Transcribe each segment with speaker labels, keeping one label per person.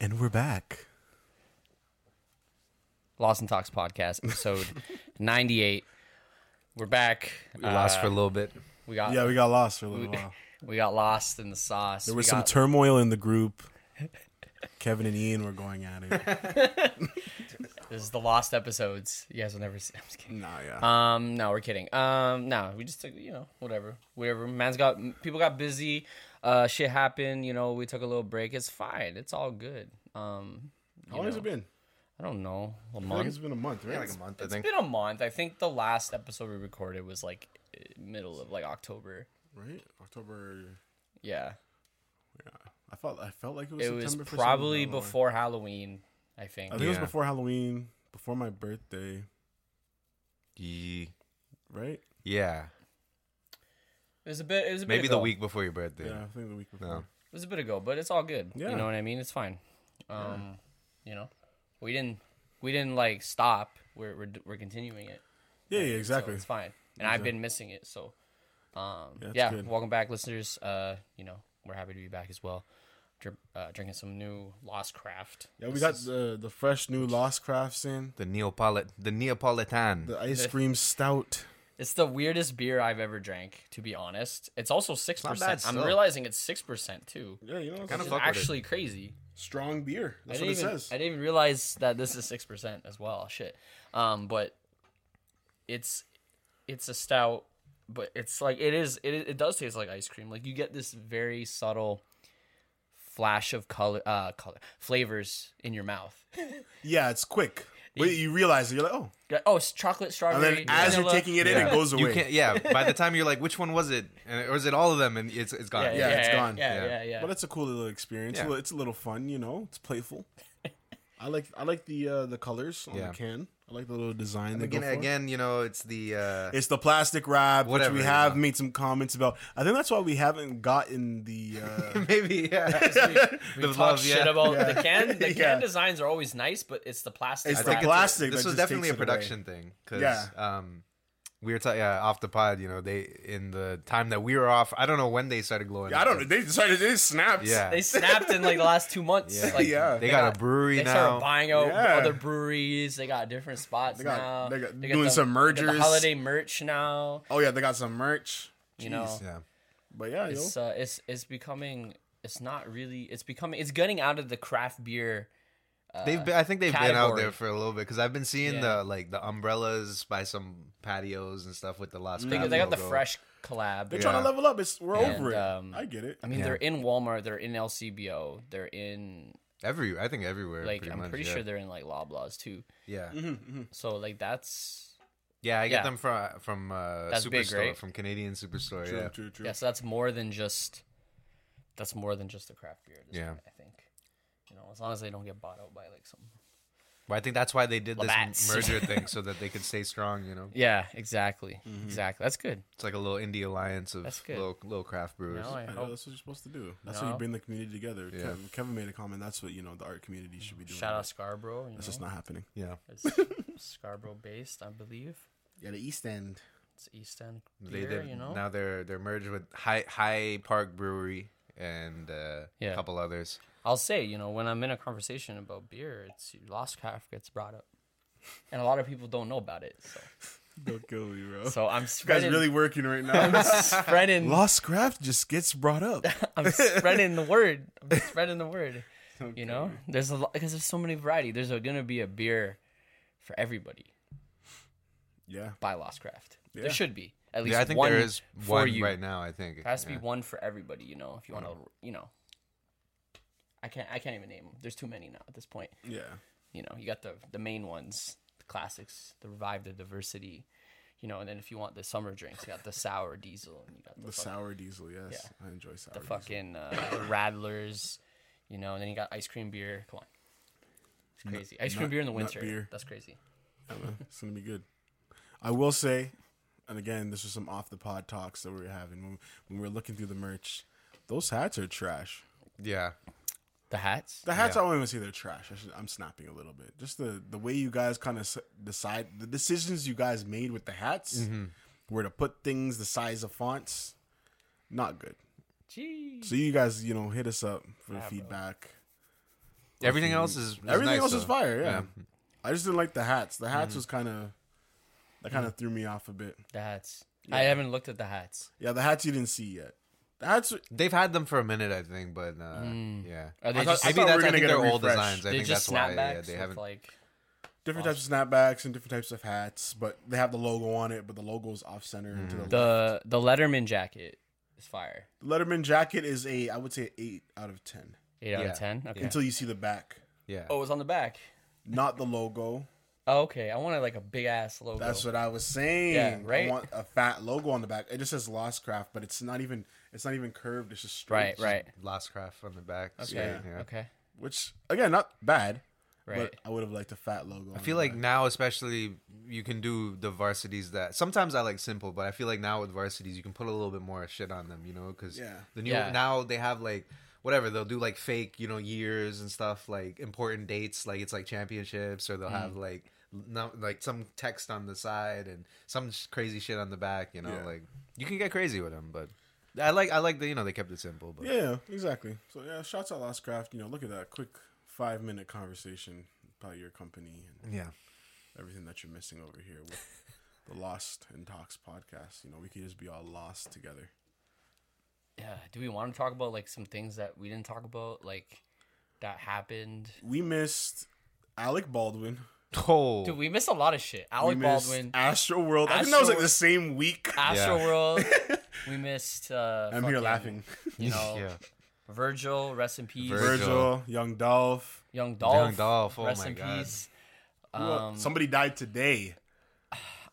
Speaker 1: And we're back.
Speaker 2: Lost and Talks podcast, episode 98. We're back.
Speaker 3: We lost
Speaker 1: Um,
Speaker 3: for a little bit.
Speaker 2: We got
Speaker 1: Yeah, we got lost for a little
Speaker 2: we,
Speaker 1: while.
Speaker 2: we got lost in the sauce.
Speaker 1: There
Speaker 2: we
Speaker 1: was some
Speaker 2: got-
Speaker 1: turmoil in the group. Kevin and Ian were going at it.
Speaker 2: this is the lost episodes. You guys will never see. I'm just kidding.
Speaker 1: nah, yeah.
Speaker 2: Um, no, we're kidding. Um, no, we just took, you know, whatever, whatever. Man's got people got busy. Uh, shit happened. You know, we took a little break. It's fine. It's all good. Um,
Speaker 1: How long has it been?
Speaker 2: I don't know. A
Speaker 1: I think it's
Speaker 2: month.
Speaker 1: been a month, right?
Speaker 3: Like a month, I
Speaker 2: It's
Speaker 3: think.
Speaker 2: been a month. I think the last episode we recorded was like eh, middle of like October.
Speaker 1: right? October.
Speaker 2: Yeah.
Speaker 1: Yeah. I felt I felt like it was
Speaker 2: It was
Speaker 1: September for some
Speaker 2: probably
Speaker 1: reason. I don't know why.
Speaker 2: before Halloween, I think.
Speaker 1: I think it was
Speaker 3: Yeah.
Speaker 1: before Halloween, before my birthday,
Speaker 3: Ye-
Speaker 1: right?
Speaker 3: Yeah.
Speaker 2: It was a bit. It was a bit
Speaker 3: Maybe
Speaker 2: ago.
Speaker 3: the week before your birthday.
Speaker 1: Yeah, I think the week before.
Speaker 3: No.
Speaker 2: It was a bit ago, but it's all good.
Speaker 1: Yeah.
Speaker 2: You know what I mean? It's fine. Um, you know, we didn't we didn't like stop. We're we're, we're continuing it.
Speaker 1: Yeah, yeah,
Speaker 2: So
Speaker 1: exactly.
Speaker 2: it's fine. And I've been missing it. So, um,
Speaker 1: Yeah,
Speaker 2: yeah,
Speaker 1: it's good.
Speaker 2: welcome back, listeners. Uh, you know, we're happy to be back as well. Dri- uh, drinking some new Lost Craft.
Speaker 1: yeah, we got the the fresh new Lost Crafts in
Speaker 3: The Neapolit the Neapolitan.
Speaker 1: the ice cream stout.
Speaker 2: It's the weirdest beer I've ever drank, to be honest. It's also six
Speaker 3: bad
Speaker 2: percent. I'm
Speaker 3: still.
Speaker 2: realizing it's six percent too.
Speaker 1: Yeah, you know, it's
Speaker 3: Kind
Speaker 1: a
Speaker 3: of
Speaker 2: It's
Speaker 3: fuck with it.
Speaker 2: actually crazy.
Speaker 1: strong beer.
Speaker 2: I
Speaker 1: That's what
Speaker 2: didn't,
Speaker 1: it
Speaker 2: even,
Speaker 1: says.
Speaker 2: I didn't even realize that this is six percent as well. Shit, um, but it's it's a stout, but it's like it is it it does taste like ice cream. Like you get this very subtle flash of color, uh, color flavors in your mouth.
Speaker 1: Yeah, it's quick. But you realize it, you're like, oh,
Speaker 2: You're like, oh, it's chocolate
Speaker 1: and
Speaker 2: strawberry.
Speaker 1: then as you're
Speaker 2: vanilla."
Speaker 1: taking it in,
Speaker 3: Yeah.
Speaker 1: it goes away.
Speaker 3: You can't, yeah. By the time you're like, which one was it? And, or is it all of them? And it's it's gone.
Speaker 2: yeah,
Speaker 1: yeah,
Speaker 2: yeah,
Speaker 1: it's
Speaker 2: yeah,
Speaker 1: gone.
Speaker 2: Yeah,
Speaker 3: Yeah.
Speaker 2: yeah, yeah.
Speaker 1: But it's a cool little experience.
Speaker 3: Yeah.
Speaker 1: It's a little fun, you know. It's playful. I like I like the uh, the colors on
Speaker 3: Yeah.
Speaker 1: the can. I like the little design. They go
Speaker 3: Again,
Speaker 1: for.
Speaker 3: again, you know, it's the uh,
Speaker 1: It's the plastic wrap,
Speaker 3: Whatever,
Speaker 1: which we have
Speaker 3: yeah.
Speaker 1: made some comments about. I think that's why we haven't gotten the. Uh,
Speaker 3: maybe yeah.
Speaker 2: we
Speaker 3: the
Speaker 2: talk
Speaker 3: love,
Speaker 2: shit
Speaker 3: yeah.
Speaker 2: about the can. The
Speaker 1: Yeah.
Speaker 2: can designs are always nice, but it's the plastic.
Speaker 1: It's
Speaker 3: I
Speaker 1: the
Speaker 2: wrap.
Speaker 3: think it's-
Speaker 1: plastic
Speaker 3: This
Speaker 1: that just
Speaker 3: was definitely
Speaker 1: takes it
Speaker 3: a
Speaker 1: away.
Speaker 3: production thing because
Speaker 1: Yeah.
Speaker 3: um, we were talking yeah, off the pod. You know, they in the time that we were off. I don't know when they started glowing.
Speaker 1: I
Speaker 3: up,
Speaker 1: don't know.
Speaker 3: but
Speaker 1: They decided it snapped.
Speaker 3: Yeah,
Speaker 2: they snapped in like the last two months.
Speaker 3: Yeah.
Speaker 2: Like,
Speaker 1: Yeah.
Speaker 3: They got a brewery
Speaker 2: they
Speaker 3: now.
Speaker 2: started buying out
Speaker 1: Yeah.
Speaker 2: other breweries. They got different spots
Speaker 1: got-
Speaker 2: now.
Speaker 1: they got-
Speaker 2: got
Speaker 1: doing
Speaker 2: they
Speaker 1: some
Speaker 2: got the
Speaker 1: mergers.
Speaker 2: holiday merch now.
Speaker 1: Oh yeah, they got some merch.
Speaker 2: You know,
Speaker 3: yeah.
Speaker 1: But yeah, yo.
Speaker 2: it's uh, it's it's becoming. It's not really. It's becoming. It's getting out of the craft beer.
Speaker 3: They've been, I think they've been out
Speaker 2: category.
Speaker 3: there for a little bit because I've been seeing
Speaker 2: Yeah.
Speaker 3: the like the umbrellas by some patios and stuff with the Las.
Speaker 2: They,
Speaker 3: Craft
Speaker 2: they got the
Speaker 3: logo.
Speaker 2: fresh collab.
Speaker 1: they're trying to
Speaker 3: yeah.
Speaker 1: level up. It's we're
Speaker 2: And,
Speaker 1: over it.
Speaker 2: um,
Speaker 1: I get it.
Speaker 2: I mean,
Speaker 3: Yeah.
Speaker 2: they're in Walmart. They're in LCBO. They're in
Speaker 3: every. I think everywhere.
Speaker 2: like
Speaker 3: pretty
Speaker 2: I'm
Speaker 3: much,
Speaker 2: pretty
Speaker 3: yeah.
Speaker 2: sure they're in like Loblaws too.
Speaker 3: Yeah,
Speaker 1: Mm-hmm,
Speaker 2: So like that's
Speaker 3: yeah. I get
Speaker 2: Yeah.
Speaker 3: them from from uh,
Speaker 2: That's
Speaker 3: Superstore,
Speaker 2: big, right?
Speaker 3: from Canadian Superstore.
Speaker 1: true,
Speaker 3: Oh, yeah,
Speaker 1: true, true.
Speaker 2: yeah. So that's more than just. That's more than just the craft beer. at this
Speaker 3: Yeah.
Speaker 2: point, I think. You know, as long as they don't get bought out by like some
Speaker 3: But I think that's why they did this
Speaker 2: Labatt's.
Speaker 3: merger thing so that they could stay strong. You know,
Speaker 2: Yeah, exactly.
Speaker 3: Mm-hmm.
Speaker 2: Exactly. That's good.
Speaker 3: it's like a little indie alliance of
Speaker 2: That's good.
Speaker 3: little little craft brewers.
Speaker 2: No, I
Speaker 1: I know,
Speaker 2: hope.
Speaker 1: that's what you're supposed to do. That's
Speaker 2: No.
Speaker 1: how you bring the community together.
Speaker 3: Yeah.
Speaker 1: Kevin, Kevin made a comment. That's what you know the art community should be doing.
Speaker 2: Shout out Scarborough. You
Speaker 1: That's
Speaker 2: know?
Speaker 1: just not happening.
Speaker 3: yeah,
Speaker 2: It's Scarborough based, I believe.
Speaker 1: Yeah, the East End.
Speaker 2: It's East End
Speaker 3: they
Speaker 2: beer,
Speaker 3: did.
Speaker 2: you know.
Speaker 3: Now they're they're merged with High High Park Brewery and uh,
Speaker 2: Yeah.
Speaker 3: a couple others.
Speaker 2: I'll say, you know, when I'm in a conversation about beer, it's Lost Craft gets brought up. And a lot of people don't know about it. So,
Speaker 1: Don't kill me, bro.
Speaker 2: so I'm
Speaker 1: you guys
Speaker 2: spreading
Speaker 1: really working right now.
Speaker 2: spreading
Speaker 1: Lost craft just gets brought up.
Speaker 2: I'm spreading the word. I'm spreading the word. You know, there's a lot because there's so many variety. There's a, gonna be a beer for everybody
Speaker 1: yeah,
Speaker 2: by Lost Craft.
Speaker 1: Yeah.
Speaker 2: There should be at least
Speaker 3: Yeah, I think
Speaker 2: one
Speaker 3: there is
Speaker 2: for
Speaker 3: one
Speaker 2: you.
Speaker 3: right now. I think
Speaker 2: There has to
Speaker 3: Yeah.
Speaker 2: be one for everybody, you know, if you want to, you know. I can't. I can't even name them. There's too many now at this point.
Speaker 1: yeah.
Speaker 2: You know, you got the the main ones, the classics, the revive the diversity, you know, and then if you want the summer drinks, you got the sour diesel, and you got the,
Speaker 1: The
Speaker 2: fuck-
Speaker 1: sour diesel, yes, I enjoy sour.
Speaker 2: the fucking uh, the rattlers, you know, and then you got ice cream beer. Come on, it's crazy. ice cream
Speaker 1: nut-
Speaker 2: beer in the
Speaker 1: nut
Speaker 2: winter.
Speaker 1: beer.
Speaker 2: That's crazy.
Speaker 1: diesel. Yeah, it's gonna be good. I will say, and again, this was some off the pod talks that we were having when, when we were looking through the merch. Those hats are trash.
Speaker 3: Yeah,
Speaker 2: The hats.
Speaker 1: The hats
Speaker 3: Yeah.
Speaker 1: I won't even say they're trash. I should, I'm snapping a little bit. Just the the way you guys kind of decide the decisions you guys made with the hats,
Speaker 3: Mm-hmm.
Speaker 1: where to put things, the size of fonts, not good.
Speaker 2: Jeez.
Speaker 1: So you guys, you know, hit us up for feedback.
Speaker 3: Everything else is,
Speaker 1: Everything
Speaker 3: nice,
Speaker 1: else is
Speaker 3: though. Mm-hmm.
Speaker 1: fire. Yeah. I just didn't like the hats. The hats was kind of that kind of threw me off a bit.
Speaker 2: The hats. I haven't looked at the hats.
Speaker 1: Yeah, the hats you didn't see yet. The hats.
Speaker 3: They've had them for a minute, I think, but uh, yeah.
Speaker 2: Are they
Speaker 1: I
Speaker 2: just
Speaker 1: thought- we
Speaker 3: Maybe
Speaker 1: were
Speaker 3: that's
Speaker 1: gonna
Speaker 3: I think
Speaker 1: get a
Speaker 3: they're old
Speaker 1: refresh.
Speaker 3: designs. I
Speaker 2: Mm. they
Speaker 3: think
Speaker 2: just
Speaker 3: that's why yeah,
Speaker 2: snapbacks
Speaker 3: they
Speaker 2: with,
Speaker 3: haven't.
Speaker 2: like
Speaker 1: different types of snapbacks and different types of hats, but they have the logo on it, but the logo's off center into
Speaker 3: Mm-hmm.
Speaker 1: the, left.
Speaker 2: the the Letterman jacket is fire.
Speaker 1: The Letterman jacket is a I would say an eight out of ten
Speaker 2: Eight out
Speaker 3: Yeah.
Speaker 2: of ten. Okay.
Speaker 1: until you see the back,
Speaker 3: yeah.
Speaker 2: Oh, it was on the back.
Speaker 1: not the logo.
Speaker 2: Oh, okay. I wanted like a big ass logo.
Speaker 1: That's what I was saying.
Speaker 2: Yeah, right?
Speaker 1: I want a fat logo on the back. It just says Lost Craft, but it's not even it's not even curved. It's just straight.
Speaker 2: right, right.
Speaker 3: Last craft on the back. Okay.
Speaker 2: Okay.
Speaker 3: yeah.
Speaker 2: Okay.
Speaker 1: Which again, not bad.
Speaker 2: Right.
Speaker 1: But I would have liked a fat logo.
Speaker 3: I feel like now, especially, you can do the varsities that sometimes I like simple, but I feel like now with varsities, you can put a little bit more shit on them, you know? Because
Speaker 1: Yeah.
Speaker 3: the new
Speaker 2: Yeah.
Speaker 3: now they have like whatever they'll do like fake, you know, years and stuff like important dates, like it's like championships, or they'll
Speaker 2: Mm.
Speaker 3: have like no, like some text on the side and some sh- crazy shit on the back, you know?
Speaker 1: Yeah.
Speaker 3: Like you can get crazy with them, but I like I like that you know they kept it simple, but
Speaker 1: Yeah, exactly. So yeah, shots at Lost Craft. You know, look at that quick five minute conversation about your company and
Speaker 3: yeah.
Speaker 1: everything that you're missing over here with the Lost and Talks podcast. You know, we could just be all lost together.
Speaker 2: Yeah. Do we want to talk about like some things that we didn't talk about, like that happened?
Speaker 1: We missed Alec Baldwin.
Speaker 3: Oh,
Speaker 2: Dude, we missed a lot of shit.
Speaker 1: We
Speaker 2: Alec
Speaker 1: missed
Speaker 2: Baldwin,
Speaker 1: Astro World. I think that was like
Speaker 2: Astro-
Speaker 1: the same week.
Speaker 2: Astroworld. we missed. Uh,
Speaker 1: I'm here
Speaker 2: fucking,
Speaker 1: laughing.
Speaker 2: You know,
Speaker 3: yeah.
Speaker 2: Virgil, rest in peace.
Speaker 3: Virgil.
Speaker 1: Virgil, Young Dolph.
Speaker 2: Young Dolph,
Speaker 3: Dolph, oh
Speaker 2: rest
Speaker 3: my
Speaker 2: in
Speaker 3: God.
Speaker 2: peace.
Speaker 1: Who el-
Speaker 2: Um,
Speaker 1: Somebody died today.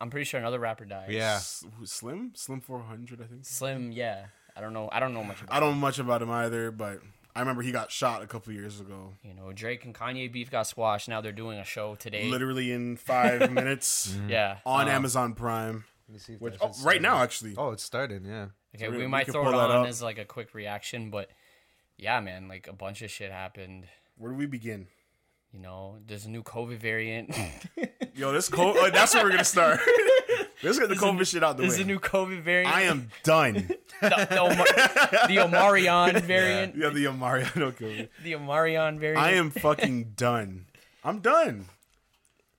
Speaker 2: I'm pretty sure another rapper died.
Speaker 3: Yeah.
Speaker 1: S- who- Slim? Slim 400, I think.
Speaker 2: Slim, yeah. I don't know. I don't know much about.
Speaker 1: I don't know much about him either, but I remember he got shot a couple years ago.
Speaker 2: You know, Drake and Kanye beef got squashed. Now they're doing a show today.
Speaker 1: Literally in five minutes
Speaker 2: Yeah.
Speaker 1: on
Speaker 2: um,
Speaker 1: Amazon Prime.
Speaker 3: Mm-hmm. Let me see if
Speaker 1: Which,
Speaker 3: that
Speaker 1: oh,
Speaker 3: shit's
Speaker 1: right
Speaker 3: starting.
Speaker 1: now, actually.
Speaker 3: Oh, it's starting, yeah.
Speaker 2: Okay,
Speaker 1: we-
Speaker 2: we,
Speaker 1: we
Speaker 2: might
Speaker 1: can
Speaker 2: throw
Speaker 1: pull
Speaker 2: it
Speaker 1: that
Speaker 2: on
Speaker 1: up.
Speaker 2: as like a quick reaction, but yeah, man, like a bunch of shit happened.
Speaker 1: Where do we begin?
Speaker 2: You know, there's a new COVID variant.
Speaker 1: Yo, this cold. oh, that's where we're gonna start. Let's get the COVID shit out the
Speaker 2: there's
Speaker 1: way.
Speaker 2: a new COVID variant.
Speaker 1: I am done.
Speaker 2: the, the, Omar- the Omarion variant.
Speaker 1: You have the Omarion. Don't kill me.
Speaker 2: The Omarion variant.
Speaker 1: I am fucking done. I'm done.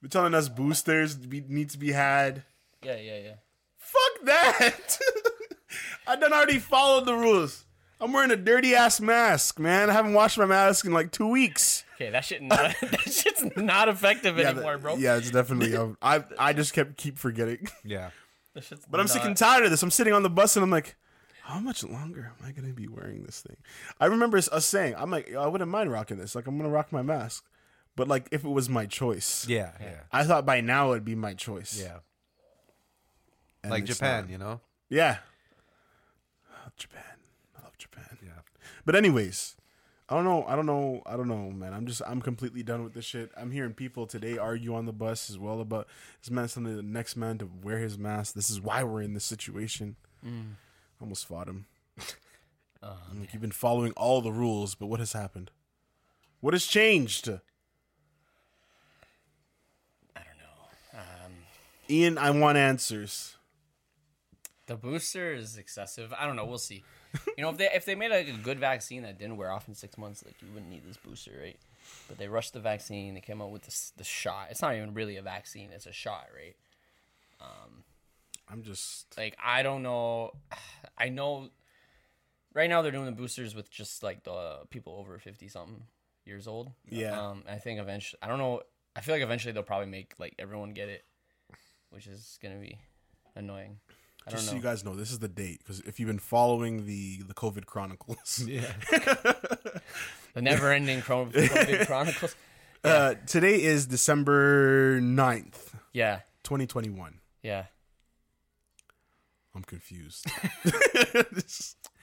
Speaker 1: You're telling us boosters be, need to be had.
Speaker 2: Yeah, yeah, yeah.
Speaker 1: Fuck that. I done already followed the rules. I'm wearing a dirty ass mask, man. I haven't washed my mask in like two weeks.
Speaker 2: Okay, that shit not that shit's not effective anymore,
Speaker 1: the-
Speaker 2: bro.
Speaker 1: yeah, it's definitely. um, I I just kept keep forgetting.
Speaker 3: Yeah.
Speaker 2: That shit's
Speaker 1: But I'm sick and tired of this. I'm sitting on the bus and I'm like, how much longer am I gonna be wearing this thing? I remember us saying, I'm like, I wouldn't mind rocking this. Like, I'm gonna rock my mask, but like, if it was my choice,
Speaker 3: Yeah, yeah.
Speaker 1: I thought by now it'd be my choice.
Speaker 3: Yeah.
Speaker 1: And
Speaker 3: Like
Speaker 1: it's
Speaker 3: Japan,
Speaker 1: not.
Speaker 3: you know?
Speaker 1: Yeah. Oh, Japan. I love Japan.
Speaker 3: Yeah.
Speaker 1: But anyways, I don't know. I don't know. I don't know, man. I'm just. I'm completely done with this shit. I'm hearing people today argue on the bus as well about this man telling the next man to wear his mask. This is why we're in this situation.
Speaker 3: Mm.
Speaker 1: Almost fought him.
Speaker 3: Oh,
Speaker 1: I'm like, you've been following all the rules, but what has happened? What has changed?
Speaker 2: I don't know. Um,
Speaker 1: Ian, I want answers.
Speaker 2: the booster is excessive. I don't know. We'll see. You know, if they if they made like a good vaccine that didn't wear off in six months, like you wouldn't need this booster, right? But they rushed the vaccine. They came out with this the shot. It's not even really a vaccine. It's a shot, right?
Speaker 1: I'm just.
Speaker 2: Like I don't know. I know. Right now they're doing the boosters with just like the people over fifty something years old.
Speaker 1: Yeah.
Speaker 2: Um, I think eventually. I don't know. I feel like eventually they'll probably make like everyone get it, which is gonna be annoying. I don't
Speaker 1: Just so
Speaker 2: know.
Speaker 1: you guys know, this is the date because if you've been following the the COVID chronicles,
Speaker 2: The never ending Chron- COVID Chronicles.
Speaker 1: Uh, today is December 9th,
Speaker 2: Yeah,
Speaker 1: 2021.
Speaker 2: yeah.
Speaker 1: I'm confused.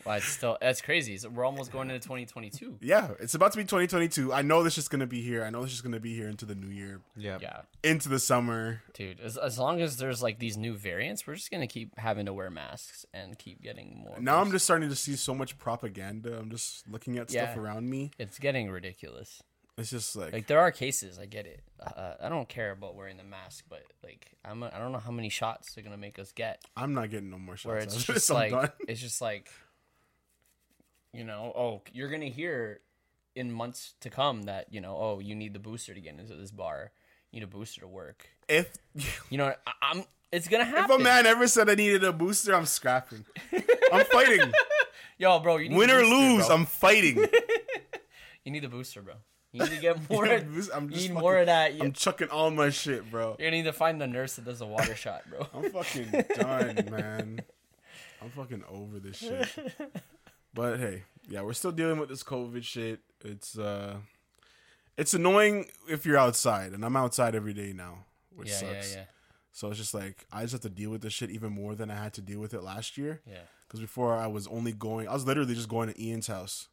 Speaker 2: Well, it's still that's crazy. So we're almost going into 2022.
Speaker 1: yeah, it's about to be 2022. I know this is going to be here. I know this is going to be here into the new year,
Speaker 3: Yeah.
Speaker 2: Yeah,
Speaker 1: into the summer.
Speaker 2: dude. As, as long as there's like these new variants, we're just gonna keep having to wear masks and keep getting more.
Speaker 1: Now I'm just starting to see so much propaganda. I'm just looking at stuff
Speaker 2: Yeah.
Speaker 1: around me.
Speaker 2: It's getting ridiculous.
Speaker 1: It's just like,
Speaker 2: Like there are cases, I get it. Uh, I don't care about wearing the mask, but like I'm, I don't know how many shots they're gonna make us get.
Speaker 1: I'm not getting no more shots.
Speaker 2: Where it's
Speaker 1: after
Speaker 2: just
Speaker 1: this. I'm
Speaker 2: like
Speaker 1: done.
Speaker 2: it's just like, you know, oh, you're gonna hear in months to come that you know, oh, you need the booster to get into this bar. You need a booster to work.
Speaker 1: If
Speaker 2: You know, I, I'm. It's gonna
Speaker 1: if
Speaker 2: happen.
Speaker 1: a man ever said I needed a booster, I'm scrapping. I'm fighting.
Speaker 2: Yo, bro, you need
Speaker 1: Win
Speaker 2: the
Speaker 1: or
Speaker 2: booster,
Speaker 1: lose,
Speaker 2: bro.
Speaker 1: I'm fighting.
Speaker 2: You need the booster, bro. You need to get more.
Speaker 1: I'm
Speaker 2: you
Speaker 1: just
Speaker 2: need
Speaker 1: fucking-
Speaker 2: more of that. You,
Speaker 1: I'm chucking all my shit, bro.
Speaker 2: you're gonna need to find the nurse that does a water shot, bro.
Speaker 1: I'm fucking done, man. I'm fucking over this shit. But hey, yeah, we're still dealing with this COVID shit. It's uh it's annoying if you're outside, and I'm outside every day now, which
Speaker 2: yeah,
Speaker 1: sucks.
Speaker 2: yeah, yeah,
Speaker 1: So it's just like I just have to deal with this shit even more than I had to deal with it last year.
Speaker 2: yeah.
Speaker 1: Because before I was only going, I was literally just going to Ian's house,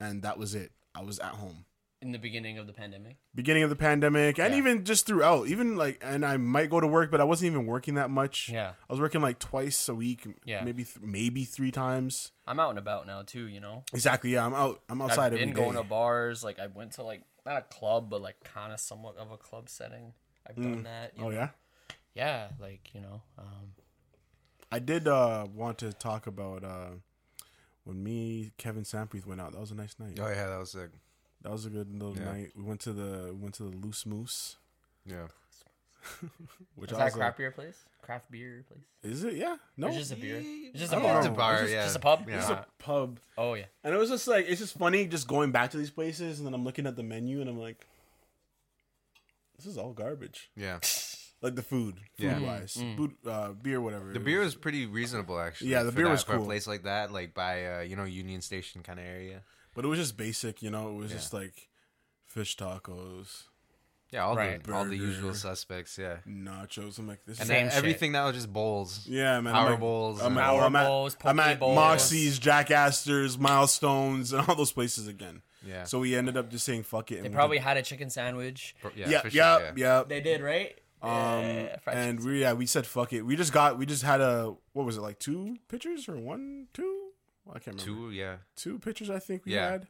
Speaker 1: and that was it. I was at home.
Speaker 2: In the beginning of the pandemic.
Speaker 1: Beginning of the pandemic, and
Speaker 2: Yeah.
Speaker 1: even just throughout, even like, and I might go to work, but I wasn't even working that much.
Speaker 2: Yeah.
Speaker 1: I was working like twice a week, m-
Speaker 2: Yeah.
Speaker 1: maybe th- maybe three times.
Speaker 2: I'm out and about now too. You know.
Speaker 1: Exactly. Yeah, I'm out. I'm outside
Speaker 2: I've
Speaker 1: every
Speaker 2: been
Speaker 1: day.
Speaker 2: going to bars. Like I went to like not a club, but like kind of somewhat of a club setting. I've done that. you
Speaker 1: oh
Speaker 2: know.
Speaker 1: yeah,
Speaker 2: Yeah, like you know. Um,
Speaker 1: I did uh, want to talk about uh, when me Kevin Sampreeth went out. That was a nice night.
Speaker 3: Oh yeah, that was sick.
Speaker 1: That was a good little
Speaker 3: Yeah.
Speaker 1: night. We went to the we went to the Loose Moose,
Speaker 3: Yeah.
Speaker 1: which
Speaker 2: is
Speaker 1: I
Speaker 2: that a
Speaker 1: was like,
Speaker 2: craft beer place? Craft beer place?
Speaker 1: is it? Yeah, no,
Speaker 2: It's just a beer. It's just
Speaker 1: I
Speaker 2: a
Speaker 1: don't
Speaker 2: bar.
Speaker 1: know. It's a
Speaker 3: bar,
Speaker 2: just,
Speaker 3: yeah.
Speaker 2: just a pub.
Speaker 3: Yeah.
Speaker 1: It's a pub.
Speaker 2: Oh yeah.
Speaker 1: And it was just like it's just funny just going back to these places and then I'm looking at the menu and I'm like this is all garbage.
Speaker 3: Yeah.
Speaker 1: Like the food, food
Speaker 3: Yeah. Mm.
Speaker 1: wise, food, uh, beer, whatever.
Speaker 3: The beer was pretty reasonable actually.
Speaker 1: Yeah, the
Speaker 3: for
Speaker 1: beer
Speaker 3: that-
Speaker 1: was
Speaker 3: for a
Speaker 1: cool.
Speaker 3: place like that, like by uh, you know, Union Station kind of area.
Speaker 1: but it was just basic, you know. It was
Speaker 3: Yeah.
Speaker 1: just like fish tacos,
Speaker 3: Yeah, all
Speaker 2: Right.
Speaker 3: the all the usual
Speaker 1: Burger.
Speaker 3: suspects, yeah.
Speaker 1: nachos. I'm like this.
Speaker 3: And
Speaker 1: is
Speaker 2: Same
Speaker 3: then
Speaker 2: shit.
Speaker 3: everything that was just bowls.
Speaker 1: yeah, man.
Speaker 3: Power
Speaker 1: I'm like,
Speaker 3: bowls
Speaker 1: I'm
Speaker 3: and-
Speaker 1: at,
Speaker 2: Power
Speaker 1: I'm at,
Speaker 2: bowls,
Speaker 1: I'm
Speaker 2: poke
Speaker 1: at
Speaker 2: bowls.
Speaker 1: Moxie's, Jack Astor's, Milestones, and all those places again.
Speaker 3: Yeah.
Speaker 1: So we ended up just saying fuck it.
Speaker 2: They probably had a chicken sandwich.
Speaker 1: yeah, yeah, yeah, yeah.
Speaker 2: They did, right?
Speaker 1: Um,
Speaker 2: Yeah, fried
Speaker 1: and
Speaker 2: chicken
Speaker 1: we yeah we said fuck it. We just got we just had a what was it like two pitchers or one two? I can't remember.
Speaker 3: Two, yeah.
Speaker 1: Two pitchers I think we
Speaker 3: Yeah.
Speaker 1: had,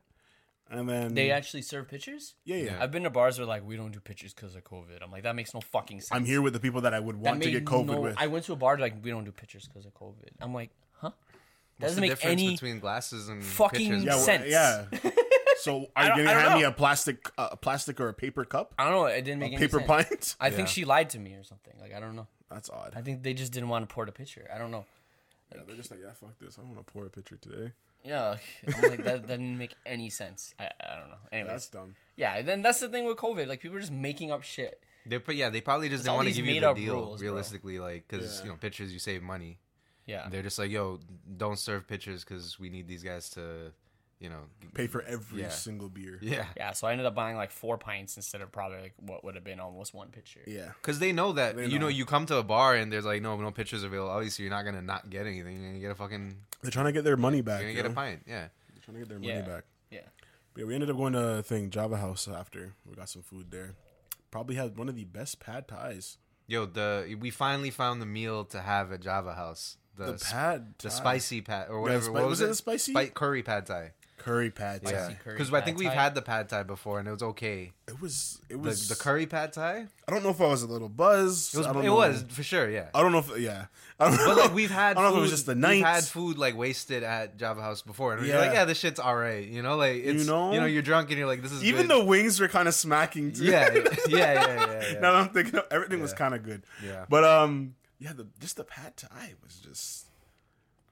Speaker 1: and then
Speaker 2: They actually serve pitchers.
Speaker 1: yeah yeah.
Speaker 3: Yeah.
Speaker 2: I've been to bars where like we don't do pitchers because of COVID. I'm like that makes no fucking sense.
Speaker 1: I'm here with the people that I would
Speaker 2: That
Speaker 1: want to
Speaker 2: made
Speaker 1: get COVID
Speaker 2: no-
Speaker 1: with.
Speaker 2: I went to a bar like we don't do pitchers because of COVID. I'm like, huh? That
Speaker 3: What's
Speaker 2: doesn't
Speaker 3: the
Speaker 2: make
Speaker 3: difference
Speaker 2: any.
Speaker 3: between glasses and
Speaker 2: fucking
Speaker 3: pitchers?
Speaker 1: yeah well,
Speaker 2: sense.
Speaker 1: yeah. So are you
Speaker 2: don't-
Speaker 1: gonna
Speaker 2: I don't
Speaker 1: hand me
Speaker 2: know.
Speaker 1: a plastic uh, a plastic or a paper cup?
Speaker 2: I don't know. It didn't make any
Speaker 1: Paper
Speaker 2: sense.
Speaker 1: pint?
Speaker 2: I think
Speaker 3: Yeah.
Speaker 2: she lied to me or something. Like I don't know.
Speaker 1: That's
Speaker 2: I
Speaker 1: odd.
Speaker 2: think they just didn't want to pour the pitcher. I don't know.
Speaker 1: Yeah, they're just like yeah fuck this. I don't want to pour a pitcher today.
Speaker 2: Yeah, I'm like that, that didn't make any sense. I, I don't know. Anyways,
Speaker 1: That's dumb.
Speaker 2: yeah. Then that's the thing with COVID. Like people are just making up shit.
Speaker 3: They put yeah, they probably just
Speaker 2: all
Speaker 3: didn't want to
Speaker 2: these
Speaker 3: give you the
Speaker 2: made-up
Speaker 3: deal
Speaker 2: rules, bro.
Speaker 3: realistically, like 'cause like because
Speaker 1: Yeah.
Speaker 3: you know pitchers you save money.
Speaker 2: Yeah.
Speaker 3: They're just like yo, don't serve pitchers because we need these guys to, you know,
Speaker 1: Pay for every
Speaker 3: Yeah.
Speaker 1: single beer.
Speaker 3: yeah,
Speaker 2: Yeah, so I ended up buying like four pints instead of probably like what would have been almost one pitcher.
Speaker 1: Yeah.
Speaker 3: because they know that
Speaker 1: They
Speaker 3: you know
Speaker 1: know.
Speaker 3: you come to a bar and there's like no no pitchers available. Obviously you're not gonna not get anything. You're gonna get a fucking
Speaker 1: They're trying to get their money back.
Speaker 3: you're gonna
Speaker 1: yo.
Speaker 3: get a pint. Yeah,
Speaker 1: They're trying to get their
Speaker 2: Yeah.
Speaker 1: money back.
Speaker 2: Yeah.
Speaker 1: Yeah, we ended up going to a thing Java House after. We got some food there. Probably had one of the best pad thais.
Speaker 3: yo, the we finally found the meal to have at Java House. The,
Speaker 1: The
Speaker 3: sp-
Speaker 1: pad,
Speaker 3: the
Speaker 1: thai.
Speaker 3: spicy pad or whatever.
Speaker 1: spi-
Speaker 3: what was,
Speaker 1: was it the spicy?
Speaker 3: Spi- curry pad thai?
Speaker 1: curry pad thai.
Speaker 3: Yeah,
Speaker 2: curry
Speaker 3: because I think
Speaker 2: pad
Speaker 3: we've
Speaker 2: thai.
Speaker 3: had the pad thai before and it was okay.
Speaker 1: It was. It
Speaker 3: The,
Speaker 1: was
Speaker 3: the curry pad thai.
Speaker 1: I don't know if I was a little buzzed.
Speaker 3: It was,
Speaker 1: I
Speaker 3: it
Speaker 1: don't know.
Speaker 3: was for sure, yeah.
Speaker 1: I don't know if. Yeah. I don't
Speaker 3: But
Speaker 1: know.
Speaker 3: like we've had,
Speaker 1: I don't know if it was
Speaker 3: food-
Speaker 1: just the
Speaker 3: We've
Speaker 1: night.
Speaker 3: had food like wasted at Java House before, and
Speaker 1: Yeah.
Speaker 3: you're like, yeah, this shit's all right, you know, like it's, you know,
Speaker 1: know?
Speaker 3: you know, you're drunk and you're like, this is
Speaker 1: Even
Speaker 3: good.
Speaker 1: the wings were kind of smacking. Too.
Speaker 3: yeah, yeah, yeah, yeah, yeah, yeah.
Speaker 1: now that I'm thinking, of, everything was kind of good.
Speaker 3: Yeah.
Speaker 1: But um, yeah, the just the pad thai was just.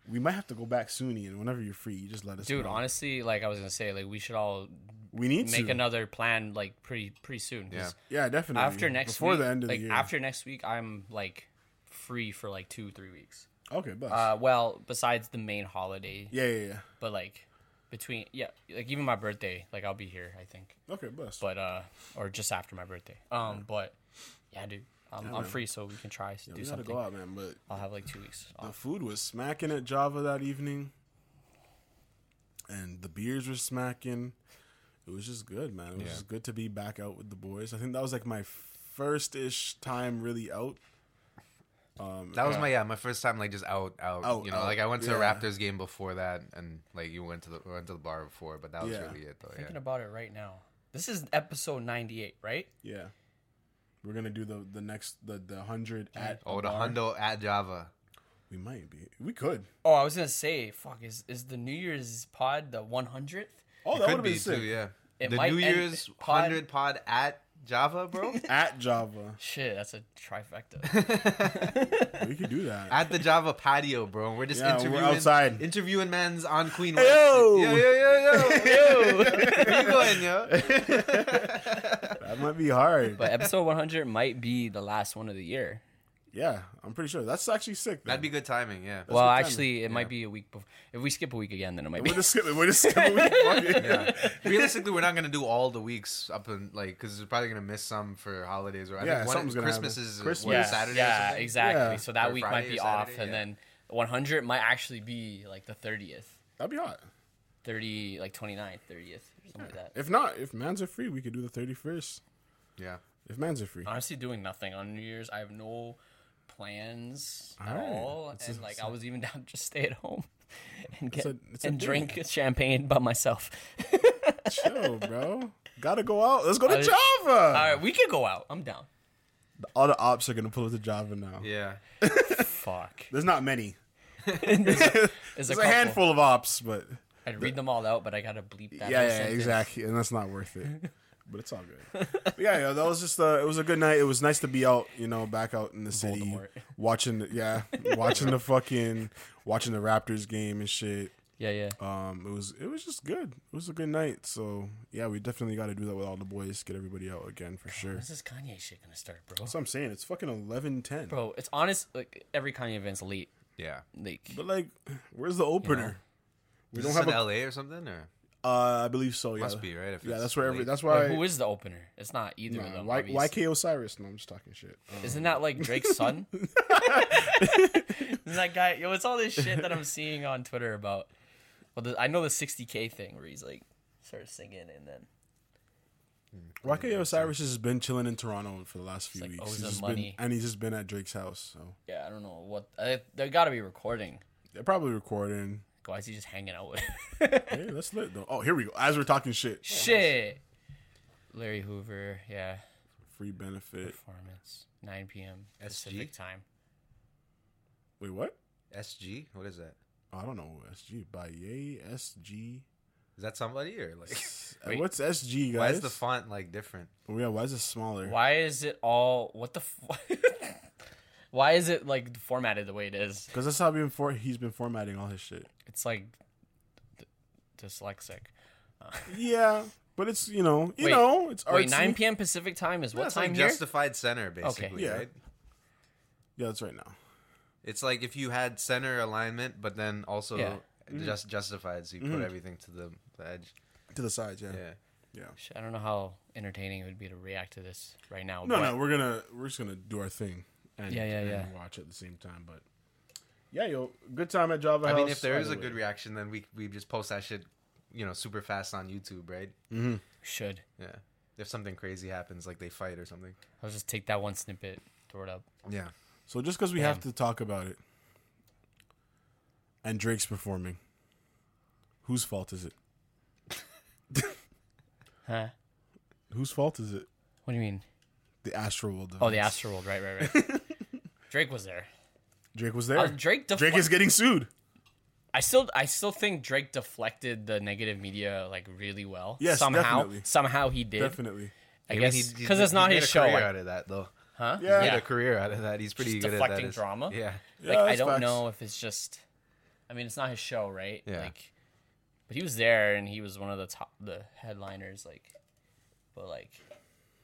Speaker 1: We might have to go back soon, and whenever you're free, you just let us.
Speaker 2: Dude,
Speaker 1: know.
Speaker 2: honestly, like I was gonna say, like we should all
Speaker 1: we need
Speaker 2: make
Speaker 1: to.
Speaker 2: another plan like pretty pretty soon. 'cause
Speaker 1: yeah, definitely.
Speaker 2: After next
Speaker 1: before
Speaker 2: week,
Speaker 1: the end of
Speaker 2: like
Speaker 1: the year.
Speaker 2: after next week, I'm like free for like two three weeks.
Speaker 1: okay, but
Speaker 2: Uh, well, besides the main holiday,
Speaker 1: yeah, yeah, yeah.
Speaker 2: but like between yeah, like even my birthday, like I'll be here, I think,
Speaker 1: Okay, bust.
Speaker 2: but uh, or just after my birthday. Um, but yeah, dude, um, I'm free, so we can try to do
Speaker 1: we gotta
Speaker 2: something.
Speaker 1: go out, man. But
Speaker 2: I'll have like two weeks. off.
Speaker 1: the food was smacking at Java that evening, and the beers were smacking. It was just good, man. It was just good to be back out with the boys. I think that was like my first ish time really out.
Speaker 3: that was my yeah, my first time like just out, out,
Speaker 1: Out,
Speaker 3: you know,
Speaker 1: out,
Speaker 3: like I went to a
Speaker 1: yeah.
Speaker 3: Raptors game before that, and like you went to the went to the bar before, but that was
Speaker 1: Yeah.
Speaker 3: really it though.
Speaker 2: Thinking
Speaker 3: Yeah,
Speaker 2: about it right now. This is episode 98, right?
Speaker 1: Yeah, we're gonna do the the next the the hundred at
Speaker 3: oh,
Speaker 1: a
Speaker 3: the
Speaker 1: bar.
Speaker 3: hundo at Java.
Speaker 1: We might be. We could.
Speaker 2: Oh, I was gonna say, fuck, is is the New Year's pod the 100th?
Speaker 1: Oh, that would
Speaker 3: Could
Speaker 1: have been
Speaker 3: be too,
Speaker 1: sick.
Speaker 3: yeah.
Speaker 2: It
Speaker 3: the
Speaker 2: might
Speaker 3: New
Speaker 2: end-
Speaker 3: Year's
Speaker 2: pod-
Speaker 3: hundred pod at Java, bro.
Speaker 1: At Java,
Speaker 2: Shit, that's a trifecta.
Speaker 1: we could do that.
Speaker 3: at the Java patio, bro. and We're just
Speaker 1: Yeah, we're
Speaker 3: interviewing
Speaker 1: outside.
Speaker 3: interviewing men's on Queen.
Speaker 1: Ayo!
Speaker 3: Yo, yo, yo, yo, yo. Where you going, yo?
Speaker 1: that might be hard.
Speaker 2: But episode 100 might be the last one of the year.
Speaker 1: yeah, I'm pretty sure that's actually sick.
Speaker 3: That'd
Speaker 1: Then.
Speaker 3: be good timing, yeah.
Speaker 2: well,
Speaker 1: good timing.
Speaker 2: actually, it might be a week before. If we skip a week again, then it might be.
Speaker 1: We're just skipping. We're just skipping. yeah.
Speaker 3: Realistically, we're not gonna do all the weeks up in like because we're probably gonna miss some for holidays or I
Speaker 1: Yeah,
Speaker 3: think one,
Speaker 1: something's gonna
Speaker 3: Christmas
Speaker 1: happen.
Speaker 3: is
Speaker 1: Christmas.
Speaker 3: what,
Speaker 2: yeah,
Speaker 3: Saturday. or
Speaker 2: yeah,
Speaker 3: something?
Speaker 2: exactly.
Speaker 1: Yeah.
Speaker 2: So that
Speaker 3: Or
Speaker 2: week
Speaker 3: Friday
Speaker 2: might be
Speaker 3: or
Speaker 2: off,
Speaker 3: Saturday,
Speaker 2: and
Speaker 3: yeah.
Speaker 2: then 100 might actually be like the 30th,
Speaker 1: That'd be hot.
Speaker 2: 30, like 29th, 30th, or something like that.
Speaker 1: If not, if mans are free, we could do the 31st.
Speaker 3: Yeah.
Speaker 1: If mans are free,
Speaker 2: Honestly, doing nothing on New Year's. I have no plans at
Speaker 1: Alright.
Speaker 2: all,
Speaker 1: It's
Speaker 2: and
Speaker 1: a-
Speaker 2: like I was even down to just stay at home and get
Speaker 1: a- it's a
Speaker 2: and
Speaker 1: thing.
Speaker 2: drink champagne by myself.
Speaker 1: chill, bro. Gotta go out. Let's go to
Speaker 2: I-
Speaker 1: Java.
Speaker 2: all right, we could go out. I'm down.
Speaker 1: All the ops are gonna pull up to Java now.
Speaker 3: Yeah.
Speaker 2: Fuck.
Speaker 1: There's not many.
Speaker 2: There's
Speaker 1: There's a,
Speaker 2: couple.
Speaker 1: handful of ops, but
Speaker 2: I'd read them all out, but I gotta bleep that.
Speaker 1: yeah,
Speaker 2: whole
Speaker 1: yeah,
Speaker 2: sentence.
Speaker 1: exactly, and that's not worth it. But it's all good. But yeah, yeah, that was just uh, it was a good night. It was nice to be out, you know, back out in the city,
Speaker 2: Voldemort.
Speaker 1: watching, the, yeah, watching the fucking, watching the Raptors game and shit.
Speaker 2: Yeah, yeah.
Speaker 1: Um, it was it was just good. It was a good night. So yeah, we definitely got to do that with all the boys. Get everybody out again for sure.
Speaker 2: When's this Kanye shit gonna start, bro?
Speaker 1: That's what I'm saying. It's fucking eleven ten.
Speaker 2: Bro, it's honest. Like every Kanye event's late.
Speaker 3: Yeah.
Speaker 2: Like
Speaker 1: But like, where's the opener?
Speaker 3: We
Speaker 1: don't
Speaker 3: don't
Speaker 1: have
Speaker 3: have
Speaker 1: a-
Speaker 3: LA or something or
Speaker 1: Uh, I believe so. Yeah,
Speaker 3: Must be, right, if
Speaker 1: yeah,
Speaker 3: it's
Speaker 1: that's where. Every,
Speaker 3: late.
Speaker 1: that's why.
Speaker 2: like, who is the opener? It's not either of
Speaker 1: Nah,
Speaker 2: them.
Speaker 1: Y-
Speaker 2: obviously.
Speaker 1: YK Osiris. No, I'm just talking shit. Um,
Speaker 2: Isn't that like Drake's son? Isn't that guy? Yo, it's all this shit that I'm seeing on Twitter about. Well, the, I know the 60k thing where he's like starts singing and then
Speaker 1: YK Osiris has been chilling in Toronto for the last few
Speaker 2: like,
Speaker 1: weeks.
Speaker 2: owes
Speaker 1: He's
Speaker 2: him
Speaker 1: just
Speaker 2: money.
Speaker 1: Been, and he's just been at Drake's house. So
Speaker 2: yeah, I don't know what uh, they got to be recording.
Speaker 1: they're probably recording.
Speaker 2: Like, Why is he just hanging out with?
Speaker 1: hey, that's lit though. Oh, here we go. As we're talking shit.
Speaker 2: shit. Larry Hoover, yeah,
Speaker 1: Free benefit.
Speaker 2: performance 9 p.m.
Speaker 3: SG?
Speaker 2: Pacific time.
Speaker 1: Wait, what?
Speaker 3: SG? What is that?
Speaker 1: Oh, I don't know. SG. Baye SG.
Speaker 3: Is that somebody or like
Speaker 1: Uh,
Speaker 2: Wait.
Speaker 1: What's SG guys?
Speaker 3: why is the font like different?
Speaker 1: Oh, yeah, why is it smaller?
Speaker 2: Why is it all what the? F- Why is it like formatted the way it is?
Speaker 1: Because that's how been for- he's been formatting all his shit.
Speaker 2: It's like d- dyslexic.
Speaker 1: Yeah, but it's you know you
Speaker 2: Wait.
Speaker 1: know it's artsy.
Speaker 2: Wait, 9 p.m. Pacific time is what
Speaker 3: That's
Speaker 2: time
Speaker 3: like
Speaker 2: here?
Speaker 3: justified center, basically,
Speaker 1: Yeah.
Speaker 3: right?
Speaker 1: Yeah, that's right now.
Speaker 3: It's like if you had center alignment, but then also
Speaker 2: Yeah.
Speaker 3: just justified, so you put everything to the, the edge.
Speaker 1: To the sides, yeah.
Speaker 3: Mm-hmm. Yeah.
Speaker 2: Sh- I don't know how entertaining it would be to react to this right now.
Speaker 1: No,
Speaker 2: but
Speaker 1: no, we're gonna we're just gonna do our thing. And,
Speaker 2: Yeah, yeah,
Speaker 1: and
Speaker 2: yeah.
Speaker 1: Watch at the same time, but yeah, yo, good time at Java.
Speaker 3: I mean,
Speaker 1: House,
Speaker 3: if there
Speaker 1: by
Speaker 3: is
Speaker 1: the
Speaker 3: a
Speaker 1: way.
Speaker 3: good reaction, then we we just post that shit, you know, super fast on YouTube, right?
Speaker 2: Should.
Speaker 3: Yeah. If something crazy happens, like they fight or something.
Speaker 2: I'll just take that one snippet, throw it up.
Speaker 3: Yeah.
Speaker 1: so just because we have to talk about it, and Drake's performing, whose fault is it?
Speaker 2: Huh?
Speaker 1: Whose fault is it?
Speaker 2: What do you mean?
Speaker 1: The Astro World.
Speaker 2: Oh, the Astroworld. Right, right, right. Drake was there.
Speaker 1: Drake was there.
Speaker 2: Uh, Drake def-
Speaker 1: Drake is getting sued.
Speaker 2: I still I still think Drake deflected the negative media like really well.
Speaker 1: Yes,
Speaker 2: somehow
Speaker 1: definitely.
Speaker 2: somehow he did.
Speaker 1: Definitely.
Speaker 2: I
Speaker 3: I
Speaker 2: guess
Speaker 3: mean, he- he-
Speaker 2: because it's
Speaker 3: he
Speaker 2: not
Speaker 3: made
Speaker 2: his
Speaker 3: a
Speaker 2: show.
Speaker 3: Career
Speaker 2: like-
Speaker 3: out of that though.
Speaker 2: huh?
Speaker 1: Yeah.
Speaker 3: He made a career out of that. He's pretty
Speaker 2: Just
Speaker 3: good
Speaker 2: deflecting
Speaker 3: at that.
Speaker 2: drama?
Speaker 3: Yeah.
Speaker 2: Like
Speaker 1: Yeah,
Speaker 2: I
Speaker 1: that's
Speaker 2: don't
Speaker 1: facts.
Speaker 2: know if it's just. I mean, it's not his show, right?
Speaker 3: Yeah.
Speaker 2: Like, but he was there and he was one of the top the headliners. Like, but like,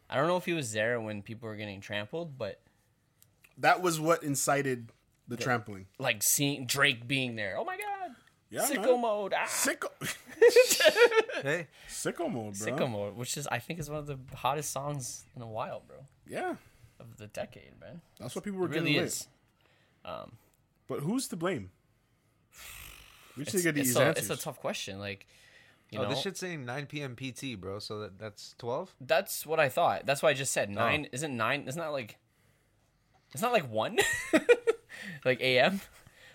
Speaker 2: I don't know if he was there when people were getting trampled, but
Speaker 1: That was what incited the trampling.
Speaker 2: like seeing Drake being there. Oh my God.
Speaker 1: Yeah,
Speaker 2: sicko
Speaker 1: man.
Speaker 2: mode. Ah.
Speaker 1: Sicko,
Speaker 3: Hey.
Speaker 1: sicko mode, bro.
Speaker 2: sicko mode, which is I think is one of the hottest songs in a while, bro,
Speaker 1: Yeah,
Speaker 2: of the decade, man.
Speaker 1: that's what people were
Speaker 2: It really
Speaker 1: getting
Speaker 2: is.
Speaker 1: lit. But who's to blame? We should
Speaker 2: It's,
Speaker 1: get
Speaker 2: it's
Speaker 1: these
Speaker 2: a,
Speaker 1: answers.
Speaker 2: it's a tough question. Like, you
Speaker 3: Oh,
Speaker 2: know,
Speaker 3: this shit's saying 9 p.m. PT, bro. So that, that's 12.
Speaker 2: That's what I thought. That's why I just said nine.
Speaker 3: Oh.
Speaker 2: Isn't nine? Isn't that like? It's not like one, like a.m.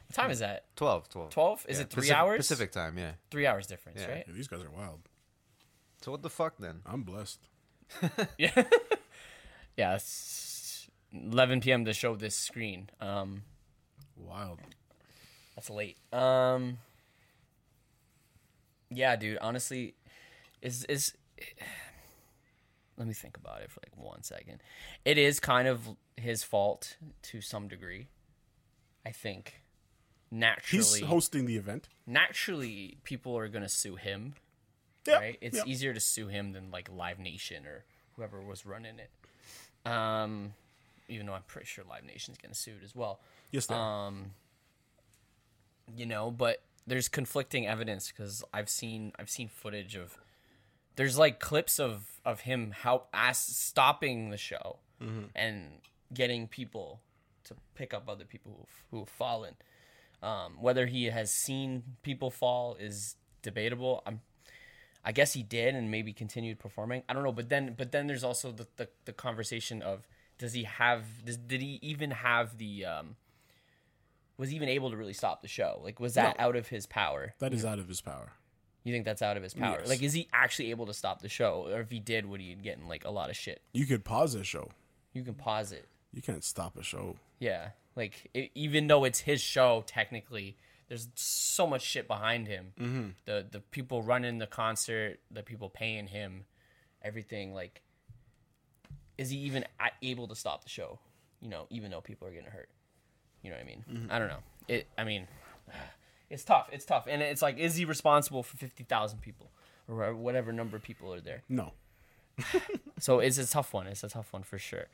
Speaker 2: What time is that?
Speaker 3: 12. 12.
Speaker 2: Twelve? Is
Speaker 3: Yeah.
Speaker 2: it three
Speaker 3: Pacific-
Speaker 2: hours?
Speaker 3: Pacific time. Yeah.
Speaker 2: Three hours difference,
Speaker 3: Yeah.
Speaker 2: right?
Speaker 1: Yeah, these guys are wild.
Speaker 3: So what the fuck then?
Speaker 1: I'm blessed.
Speaker 2: Yeah. yeah. It's Eleven p.m. to show this screen. Um,
Speaker 1: Wild.
Speaker 2: that's late. Um. Yeah, dude. Honestly, is is let me think about it for like one second. It is kind of his fault to some degree. I think
Speaker 1: He's
Speaker 2: naturally,
Speaker 1: hosting the event.
Speaker 2: naturally people are gonna sue him,
Speaker 1: Yeah,
Speaker 2: right? It's e-
Speaker 1: yeah.
Speaker 2: easier to sue him than like Live Nation or whoever was running it. Um, even though I'm pretty sure Live Nation's gonna sue it as well.
Speaker 1: Yes, they
Speaker 2: um,
Speaker 1: are.
Speaker 2: you know but there's conflicting evidence because i've seen i've seen footage of there's like clips of of him help ass stopping the show and getting people to pick up other people who've, who've fallen um, whether he has seen people fall is debatable i'm i guess he did and maybe continued performing i don't know but then but then there's also the the, the conversation of does he have does, did he even have the um was he even able to really stop the show like was that out of his power
Speaker 1: that is out of his power.
Speaker 2: you think that's out of his power
Speaker 1: Yes.
Speaker 2: like is he actually able to stop the show or if he did would he get in like a lot of shit
Speaker 1: You could pause a show.
Speaker 2: you can pause it
Speaker 1: You can't stop a show.
Speaker 2: yeah like e- even though it's his show technically there's so much shit behind him the the people running the concert the people paying him everything like is he even a- able to stop the show you know even though people are getting hurt you know what i mean i don't know it i mean it's tough it's tough and it's like is he responsible for 50,000 people or whatever number of people are there
Speaker 1: No.
Speaker 2: so it's a tough one. It's a tough one for sure.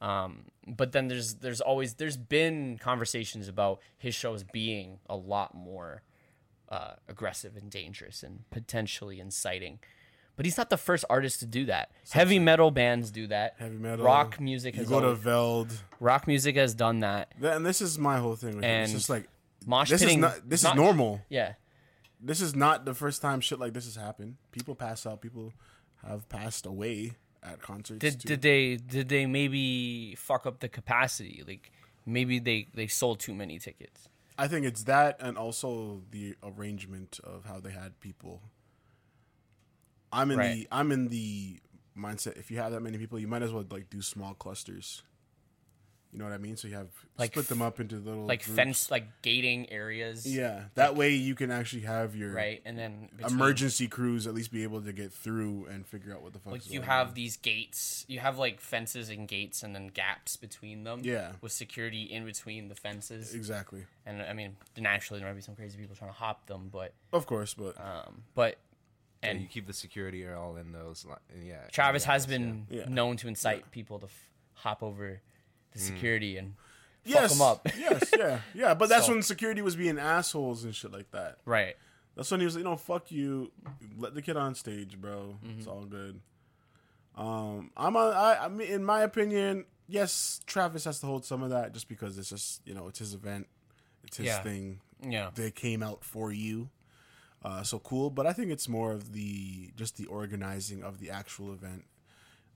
Speaker 2: Um, but then there's there's always there's been conversations about his shows being a lot more uh, aggressive and dangerous and potentially inciting. But he's not the first artist to do that. Heavy metal bands do that.
Speaker 1: Heavy metal.
Speaker 2: rock music
Speaker 1: You
Speaker 2: has
Speaker 1: go to
Speaker 2: always-
Speaker 1: Veld.
Speaker 2: rock music has done that.
Speaker 1: Th- And this is my whole thing. With and
Speaker 2: And
Speaker 1: it's just like
Speaker 2: Mosh
Speaker 1: this is
Speaker 2: pitting-
Speaker 1: not. This
Speaker 2: mosh-
Speaker 1: is normal.
Speaker 2: Yeah,
Speaker 1: This is not the first time shit like this has happened. People pass out. People have passed away at concerts.
Speaker 2: did
Speaker 1: too.
Speaker 2: did they did they maybe fuck up the capacity? Like maybe they they sold too many tickets.
Speaker 1: I think it's that and also the arrangement of how they had people. I'm in the
Speaker 2: Right.
Speaker 1: I'm in the mindset if you have that many people, you might as well like do small clusters. You know what I mean? So you have
Speaker 2: Like
Speaker 1: split them up into little
Speaker 2: Like
Speaker 1: groups.
Speaker 2: fence, like gating areas.
Speaker 1: Yeah, that way you can actually have your
Speaker 2: right? And then between-
Speaker 1: emergency crews at least be able to get through and figure out what the fuck.
Speaker 2: like you have these gates, you have like fences and gates, and then gaps between them.
Speaker 1: Yeah.
Speaker 2: with security in between the fences,
Speaker 1: exactly,
Speaker 2: and I mean naturally there might be some crazy people trying to hop them, but
Speaker 1: of course, but
Speaker 2: um, but
Speaker 3: And
Speaker 2: and
Speaker 3: you keep the security all in those. Li- yeah.
Speaker 2: Travis
Speaker 3: yeah,
Speaker 2: has been
Speaker 1: Yeah. Mm.
Speaker 2: known to incite people to f- hop over the security and
Speaker 1: yes,
Speaker 2: 'em up.
Speaker 1: yes, yeah, yeah. But that's
Speaker 2: So-
Speaker 1: when security was being assholes and shit like that.
Speaker 2: right.
Speaker 1: That's when he was like, "No, fuck you. Let the kid on stage, bro. It's
Speaker 2: Mm-hmm.
Speaker 1: all good." Um, I'm on. I, I mean, in my opinion, yes, Travis has to hold some of that just because it's just you know it's his event, it's his
Speaker 2: Yeah.
Speaker 1: thing.
Speaker 2: Yeah,
Speaker 1: They came out for you, uh, so cool. But I think it's more of the just the organizing of the actual event.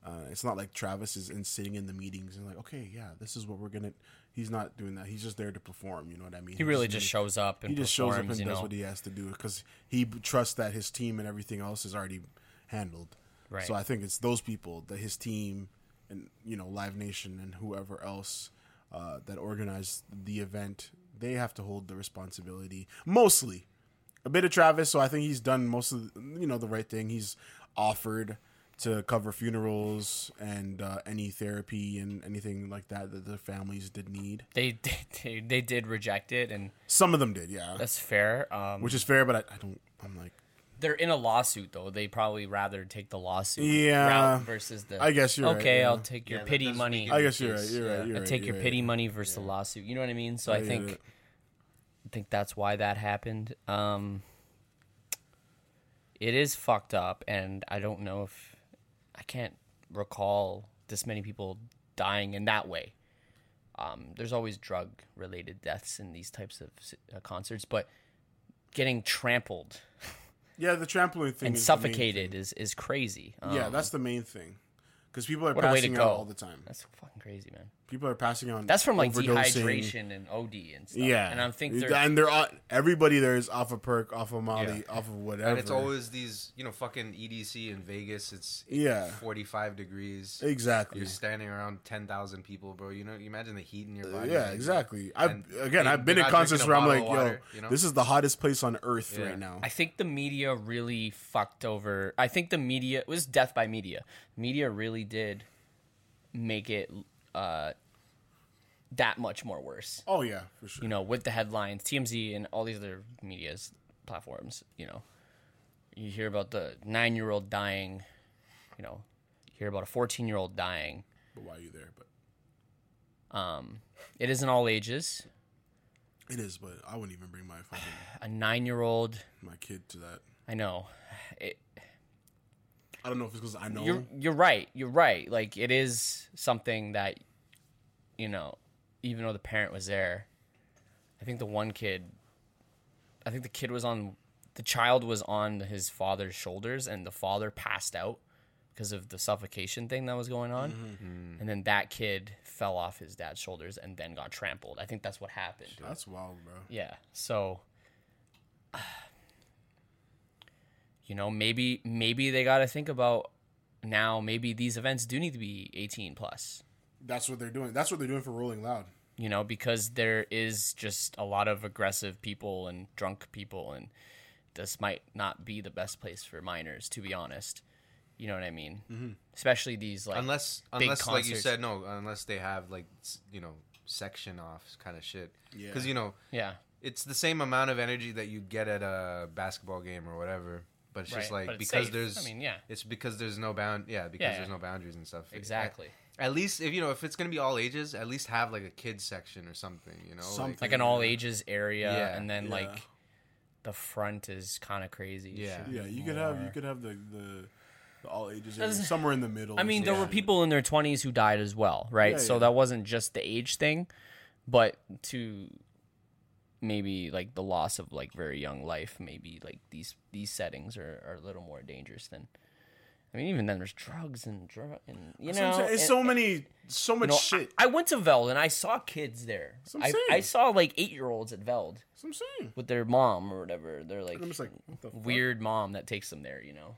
Speaker 1: Uh, it's not like Travis is in sitting in the meetings and like, okay, yeah, this is what we're gonna. He's not doing that. He's just there to perform. You know what I mean?
Speaker 2: he really just shows up and
Speaker 1: He just shows up
Speaker 2: performs,
Speaker 1: and
Speaker 2: you
Speaker 1: does
Speaker 2: know?
Speaker 1: what he has to do because he b- trusts that his team and everything else is already handled.
Speaker 2: Right.
Speaker 1: So I think it's those people that his team and you know Live Nation and whoever else uh, that organized the event they have to hold the responsibility mostly. A bit of Travis, so I think he's done most of the, you know the right thing. He's offered to cover funerals and uh, any therapy and anything like that that the families did need.
Speaker 2: they, they they did reject it, and
Speaker 1: Some of them did, yeah,
Speaker 2: that's fair. Um,
Speaker 1: which is fair. But I, I don't. I'm like,
Speaker 2: they're in a lawsuit though. They probably rather take the lawsuit
Speaker 1: Yeah.
Speaker 2: route versus the.
Speaker 1: I guess you're right,
Speaker 2: okay.
Speaker 1: yeah.
Speaker 2: I'll take your
Speaker 3: Yeah, that
Speaker 2: pity
Speaker 3: does
Speaker 2: money.
Speaker 3: make
Speaker 1: I
Speaker 3: it-
Speaker 1: guess you're right. You're
Speaker 3: Yeah.
Speaker 1: right. You're
Speaker 2: I'll
Speaker 1: right.
Speaker 2: take
Speaker 1: you're
Speaker 2: your
Speaker 1: right.
Speaker 2: pity money versus the lawsuit. You know what I mean? So I,
Speaker 1: get
Speaker 2: think
Speaker 1: it.
Speaker 2: I think that's why that happened. Um, it is fucked up, and I don't know if I can't recall this many people dying in that way. Um, there's always drug related deaths in these types of uh, concerts, but getting trampled
Speaker 1: Yeah, the trampoline thing
Speaker 2: and
Speaker 1: is the main
Speaker 2: suffocated is is crazy.
Speaker 1: thing. Yeah,
Speaker 2: Um,
Speaker 1: that's the main thing. Because people are
Speaker 2: what a way to
Speaker 1: passing
Speaker 2: go.
Speaker 1: out all the time.
Speaker 2: that's fucking crazy, man.
Speaker 1: People are passing on.
Speaker 2: That's from like
Speaker 1: overdosing.
Speaker 2: dehydration and OD and stuff.
Speaker 1: Yeah,
Speaker 2: and I think they're
Speaker 1: and they're all, everybody there is off of perk, off of Molly, off of whatever.
Speaker 3: And it's always these, you know, fucking EDC in Vegas. It's
Speaker 1: Yeah.
Speaker 3: 45 degrees.
Speaker 1: exactly.
Speaker 3: You're standing around 10,000 people, bro. You know, you imagine the heat in your body.
Speaker 1: Uh, yeah,
Speaker 3: like,
Speaker 1: exactly. I've
Speaker 3: and
Speaker 1: again,
Speaker 3: they-
Speaker 1: I've been
Speaker 3: they're
Speaker 1: at
Speaker 3: not
Speaker 1: concerts
Speaker 3: drinking a
Speaker 1: where I'm
Speaker 3: bottle
Speaker 1: like,
Speaker 3: of
Speaker 1: yo,
Speaker 3: water, you know?
Speaker 1: this is the hottest place on earth
Speaker 3: Yeah.
Speaker 1: right now.
Speaker 2: I think the media really fucked over. I think the media it was death by media. Media really did make it uh, that much more worse.
Speaker 1: oh yeah, for sure.
Speaker 2: You know, with the headlines, TMZ, and all these other media's platforms. You know, you hear about the nine-year-old dying. You know, you hear about a fourteen-year-old dying.
Speaker 1: But why are you there? But
Speaker 2: Um, it isn't all ages.
Speaker 1: it is. But I wouldn't even bring my fucking
Speaker 2: A nine-year-old.
Speaker 1: my kid to that.
Speaker 2: I know. It,
Speaker 1: I don't know if it's because I know.
Speaker 2: you're you're right. You're right. Like it is something that you know, even though the parent was there, I think the one kid I think the kid was on the child was on his father's shoulders and the father passed out because of the suffocation thing that was going on. And then that kid fell off his dad's shoulders and then got trampled. I think that's what happened.
Speaker 1: that's wild, bro.
Speaker 2: Yeah. So you know, maybe maybe they got to think about now maybe these events do need to be 18 plus,
Speaker 1: That's what they're doing. That's what they're doing for Rolling Loud.
Speaker 2: you know, because there is just a lot of aggressive people and drunk people and this might not be the best place for minors to be honest. You know what I mean? Mm-hmm. Especially these like
Speaker 3: Unless,
Speaker 2: big
Speaker 3: unless like you
Speaker 2: concerts.
Speaker 3: said, no, unless they have, like, s- you know, section off kind of shit.
Speaker 1: Yeah.
Speaker 3: Because, you know,
Speaker 2: yeah,
Speaker 3: it's the same amount of energy that you'd get at a basketball game or whatever. But it's just
Speaker 2: Right,
Speaker 3: like
Speaker 2: but it's
Speaker 3: because
Speaker 2: safe.
Speaker 3: there's
Speaker 2: I mean, yeah.
Speaker 3: it's because there's no bound yeah because
Speaker 2: Yeah, yeah.
Speaker 3: there's no boundaries and stuff
Speaker 2: exactly.
Speaker 3: At least if you know if it's gonna be all ages, at least have like a kids section or something. You know, like-
Speaker 1: Something.
Speaker 2: Like an all ages area
Speaker 3: Yeah,
Speaker 2: and then
Speaker 1: yeah.
Speaker 2: like the front is kind of crazy.
Speaker 3: Yeah.
Speaker 2: Should be
Speaker 1: Yeah, you could have you
Speaker 2: more-
Speaker 1: could have the the, the all ages area, somewhere in the middle.
Speaker 2: I mean, there were
Speaker 1: Yeah.
Speaker 2: people in their 20s who died as well, right?
Speaker 1: Yeah,
Speaker 2: so
Speaker 1: yeah.
Speaker 2: that wasn't just the age thing, but to maybe like the loss of like very young life, maybe like these these settings are, are a little more dangerous than. I mean, even then, there's drugs and drug and you
Speaker 1: That's what I'm
Speaker 2: know,
Speaker 1: saying. it's
Speaker 2: and-
Speaker 1: so many, so much
Speaker 2: you know,
Speaker 1: shit.
Speaker 2: I, I went to Veld and I saw kids there.
Speaker 1: what
Speaker 2: I,
Speaker 1: I'm
Speaker 2: I
Speaker 1: saying.
Speaker 2: saw like eight year olds at Veld
Speaker 1: That's what I'm saying.
Speaker 2: with their mom or whatever. They're like,
Speaker 1: I'm just like what the fuck?
Speaker 2: weird mom that takes them there, you know.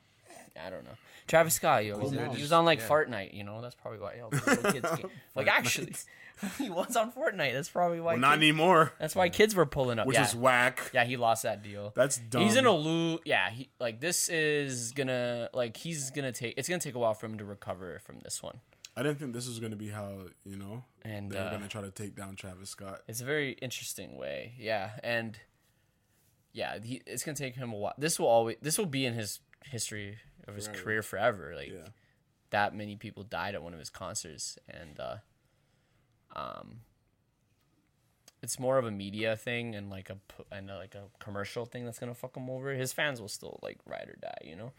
Speaker 2: I don't know. Travis Scott, yo, he-
Speaker 1: mom.
Speaker 2: he was on like
Speaker 3: Yeah.
Speaker 2: Fortnite, you know. That's probably why. Yo, little kids get- like actually, he was on Fortnite. That's probably why.
Speaker 1: Well, not
Speaker 2: kids,
Speaker 1: anymore,
Speaker 2: that's why kids were pulling up.
Speaker 1: which
Speaker 2: yeah,
Speaker 1: is whack.
Speaker 2: yeah, he lost that deal.
Speaker 1: That's dumb.
Speaker 2: He's in a loop. Yeah, he like this is gonna like he's gonna take. It's gonna take a while for him to recover from this one.
Speaker 1: I didn't think this was gonna be how you know
Speaker 2: And
Speaker 1: they were
Speaker 2: uh,
Speaker 1: gonna try to take down Travis Scott.
Speaker 2: It's a very interesting way. Yeah, and yeah, he, it's gonna take him a while. This will always this will be in his history of his
Speaker 1: Forever.
Speaker 2: career forever. Like
Speaker 1: Yeah.
Speaker 2: that many people died at one of his concerts, and uh, um, it's more of a media thing and like a p- and uh like a commercial thing that's gonna fuck him over. His fans will still like ride or die, you know.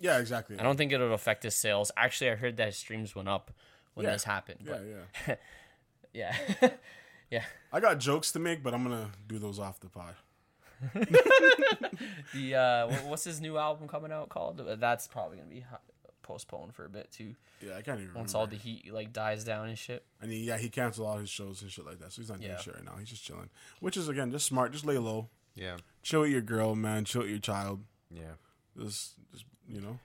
Speaker 1: Yeah, exactly.
Speaker 2: I don't think it'll affect his sales. Actually, I heard that his streams went up when
Speaker 1: Yeah.
Speaker 2: this happened.
Speaker 1: Yeah,
Speaker 2: But
Speaker 1: yeah.
Speaker 2: yeah, yeah.
Speaker 1: I got jokes to make, but I'm gonna do those off the pod.
Speaker 2: The uh, wha- what's his new album coming out called? Uh, That's probably gonna be hot- postponed for a bit too.
Speaker 1: Yeah, I can't even.
Speaker 2: Once
Speaker 1: remember.
Speaker 2: all the heat like dies down and shit.
Speaker 1: I mean, yeah, he canceled all his shows and shit like that, so he's not doing
Speaker 2: Yeah.
Speaker 1: shit right now. He's just chilling, which is again just smart. Just lay low,
Speaker 3: yeah,
Speaker 1: chill with your girl, man. Chill with your child.
Speaker 3: yeah.
Speaker 1: Just, just you know.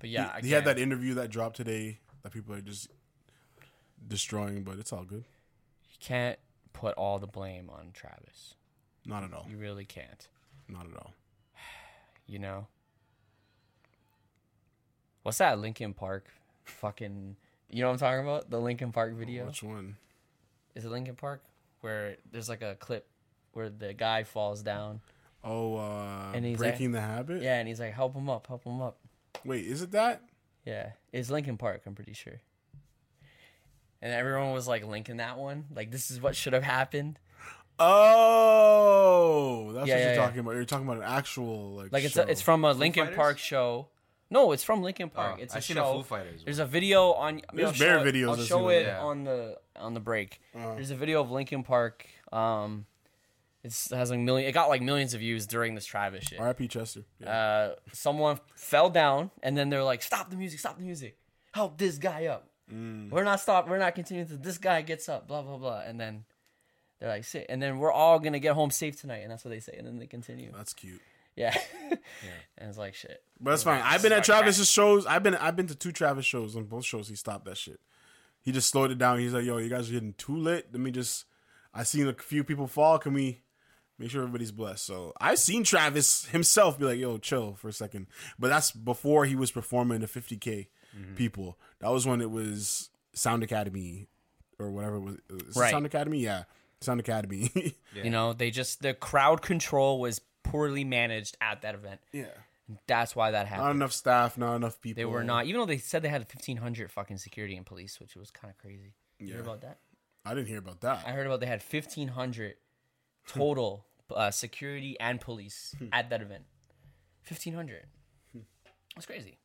Speaker 2: But yeah,
Speaker 1: he, he had
Speaker 2: again,
Speaker 1: that interview that dropped today that people are just destroying, but it's all good.
Speaker 2: You can't put all the blame on Travis.
Speaker 1: Not at all.
Speaker 2: You really can't.
Speaker 1: Not at all.
Speaker 2: You know. What's that Linkin Park? Fucking. You know what I'm talking about? The Linkin Park video.
Speaker 1: Which one?
Speaker 2: Is it Linkin Park? Where there's like a clip where the guy falls down.
Speaker 1: Oh, uh,
Speaker 2: And he's
Speaker 1: breaking the habit.
Speaker 2: Yeah, and he's like, "Help him up! Help him up!"
Speaker 1: Wait, is it that?
Speaker 2: Yeah, it's Lincoln Park. I'm pretty sure. And everyone was like linking that one. Like this is what should have happened.
Speaker 1: Oh, that's
Speaker 2: Yeah,
Speaker 1: what
Speaker 2: yeah,
Speaker 1: you're
Speaker 2: yeah.
Speaker 1: talking about. You're talking about an actual like.
Speaker 2: Like it's
Speaker 1: show.
Speaker 2: a, it's from a Lincoln
Speaker 3: Fighters?
Speaker 2: Park show. No, it's from Lincoln Park.
Speaker 3: Oh,
Speaker 2: it's a
Speaker 3: I've seen
Speaker 2: show.
Speaker 3: a Foo Fighters.
Speaker 2: There's a video on. I mean,
Speaker 1: There's
Speaker 2: I'll show
Speaker 1: bear
Speaker 2: it-
Speaker 1: videos
Speaker 2: I'll
Speaker 1: I've
Speaker 2: show
Speaker 1: seen
Speaker 2: it
Speaker 1: of
Speaker 3: that.
Speaker 2: on the on the break.
Speaker 1: Uh-huh.
Speaker 2: There's a video of Lincoln Park. Um, it's it has like million. It got like millions of views during this Travis shit.
Speaker 1: R.I.P. Chester. Yeah.
Speaker 2: uh, someone fell down, and then they're like, "Stop the music! Stop the music! Help this guy up!" We're not stop. We're not continuing. To, this guy gets up. Blah blah blah. And then they're like, sit. And then we're all gonna get home safe tonight. And that's what they say. And then they continue.
Speaker 1: That's cute.
Speaker 2: Yeah. And it's like shit.
Speaker 1: But that's fine. I've been at Travis's shows. I've been I've been to two Travis shows. On both shows, he stopped that shit. He just slowed it down. He's like, "Yo, you guys are getting too lit. Let me just. I seen a few people fall. Can we make sure everybody's blessed?" So I've seen Travis himself be like, "Yo, chill for a second. But that's before he was performing to 50k
Speaker 2: Mm-hmm.
Speaker 1: people. That was when it was Sound Academy or whatever it was. Is it
Speaker 2: Right.
Speaker 1: Sound Academy, yeah. Sound Academy.
Speaker 2: You know, they just the crowd control was poorly managed at that event.
Speaker 1: yeah.
Speaker 2: That's why that
Speaker 1: Not
Speaker 2: happened.
Speaker 1: enough staff. Not enough people.
Speaker 2: They were not, even though they said they had 1,500 fucking security and police, which was kind of crazy. You heard about that?
Speaker 1: I didn't hear about that.
Speaker 2: I heard about they had 1,500 total uh, security and police at that event. 1,500. That's crazy.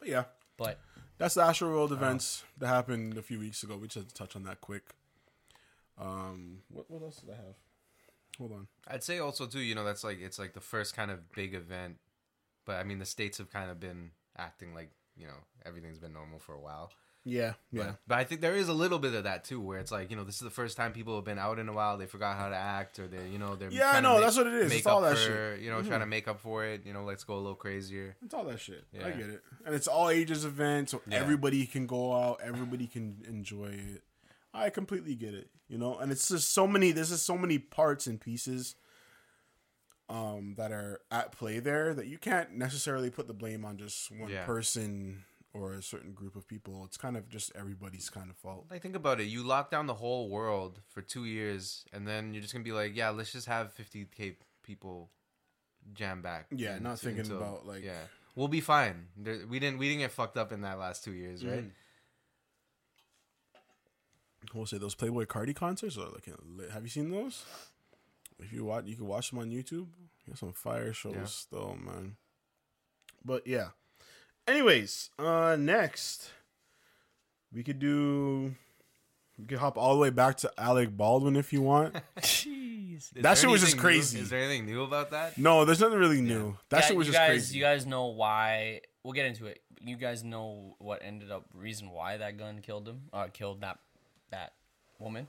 Speaker 1: But yeah.
Speaker 2: But
Speaker 1: That's the Astro World events that happened a few weeks ago. We just had to touch on that quick. Um, what, what else did I have? Hold on.
Speaker 3: I'd say also too, you know, that's like it's like the first kind of big event, but I mean the states have kind of been acting like you know everything's been normal for a while.
Speaker 1: Yeah, yeah.
Speaker 3: But I think there is a little bit of that too, where it's like you know this is the first time people have been out in a while. They forgot how to act, or they you know they're
Speaker 1: Yeah, I
Speaker 3: trying to
Speaker 1: know, that's what it is.
Speaker 3: make
Speaker 1: It's all
Speaker 3: up
Speaker 1: that Mm-hmm.
Speaker 3: for, You know, trying to make up for it. You know, let's go a little crazier.
Speaker 1: It's all that shit. I
Speaker 3: Yeah.
Speaker 1: get it. And it's all ages event, so
Speaker 3: Yeah.
Speaker 1: everybody can go out, everybody can enjoy it. I completely get it, you know? And it's just so many there's just so many parts and pieces um that are at play there that you can't necessarily put the blame on just one
Speaker 3: Yeah.
Speaker 1: person or a certain group of people. It's kind of just everybody's kind of fault.
Speaker 3: Like think about it. You lock down the whole world for two years, and then you're just gonna be like, yeah, let's just have 50k people jam back.
Speaker 1: Yeah,
Speaker 3: in-
Speaker 1: not thinking about, like-
Speaker 3: yeah, we'll be fine. There, we didn't we didn't get fucked up in that last two years,
Speaker 1: Mm.
Speaker 3: right?
Speaker 1: we'll say those Playboy Cardi concerts are looking lit. Have you seen those? If you watch, you can watch them on YouTube. You got some fire shows
Speaker 3: Yeah.
Speaker 1: still, man. But yeah. Anyways, uh, next we could do. We could hop all the way back to Alec Baldwin if you want.
Speaker 2: jeez.
Speaker 3: Is
Speaker 1: That
Speaker 3: there
Speaker 1: shit was just
Speaker 3: anything new-
Speaker 1: crazy.
Speaker 3: Is there anything new about that?
Speaker 1: no, there's nothing really new. That
Speaker 2: Yeah,
Speaker 1: shit was
Speaker 2: you
Speaker 1: just
Speaker 2: guys,
Speaker 1: crazy.
Speaker 2: You guys know why. We'll get into it. You guys know what ended up reason why that gun killed him. Uh, killed that that woman.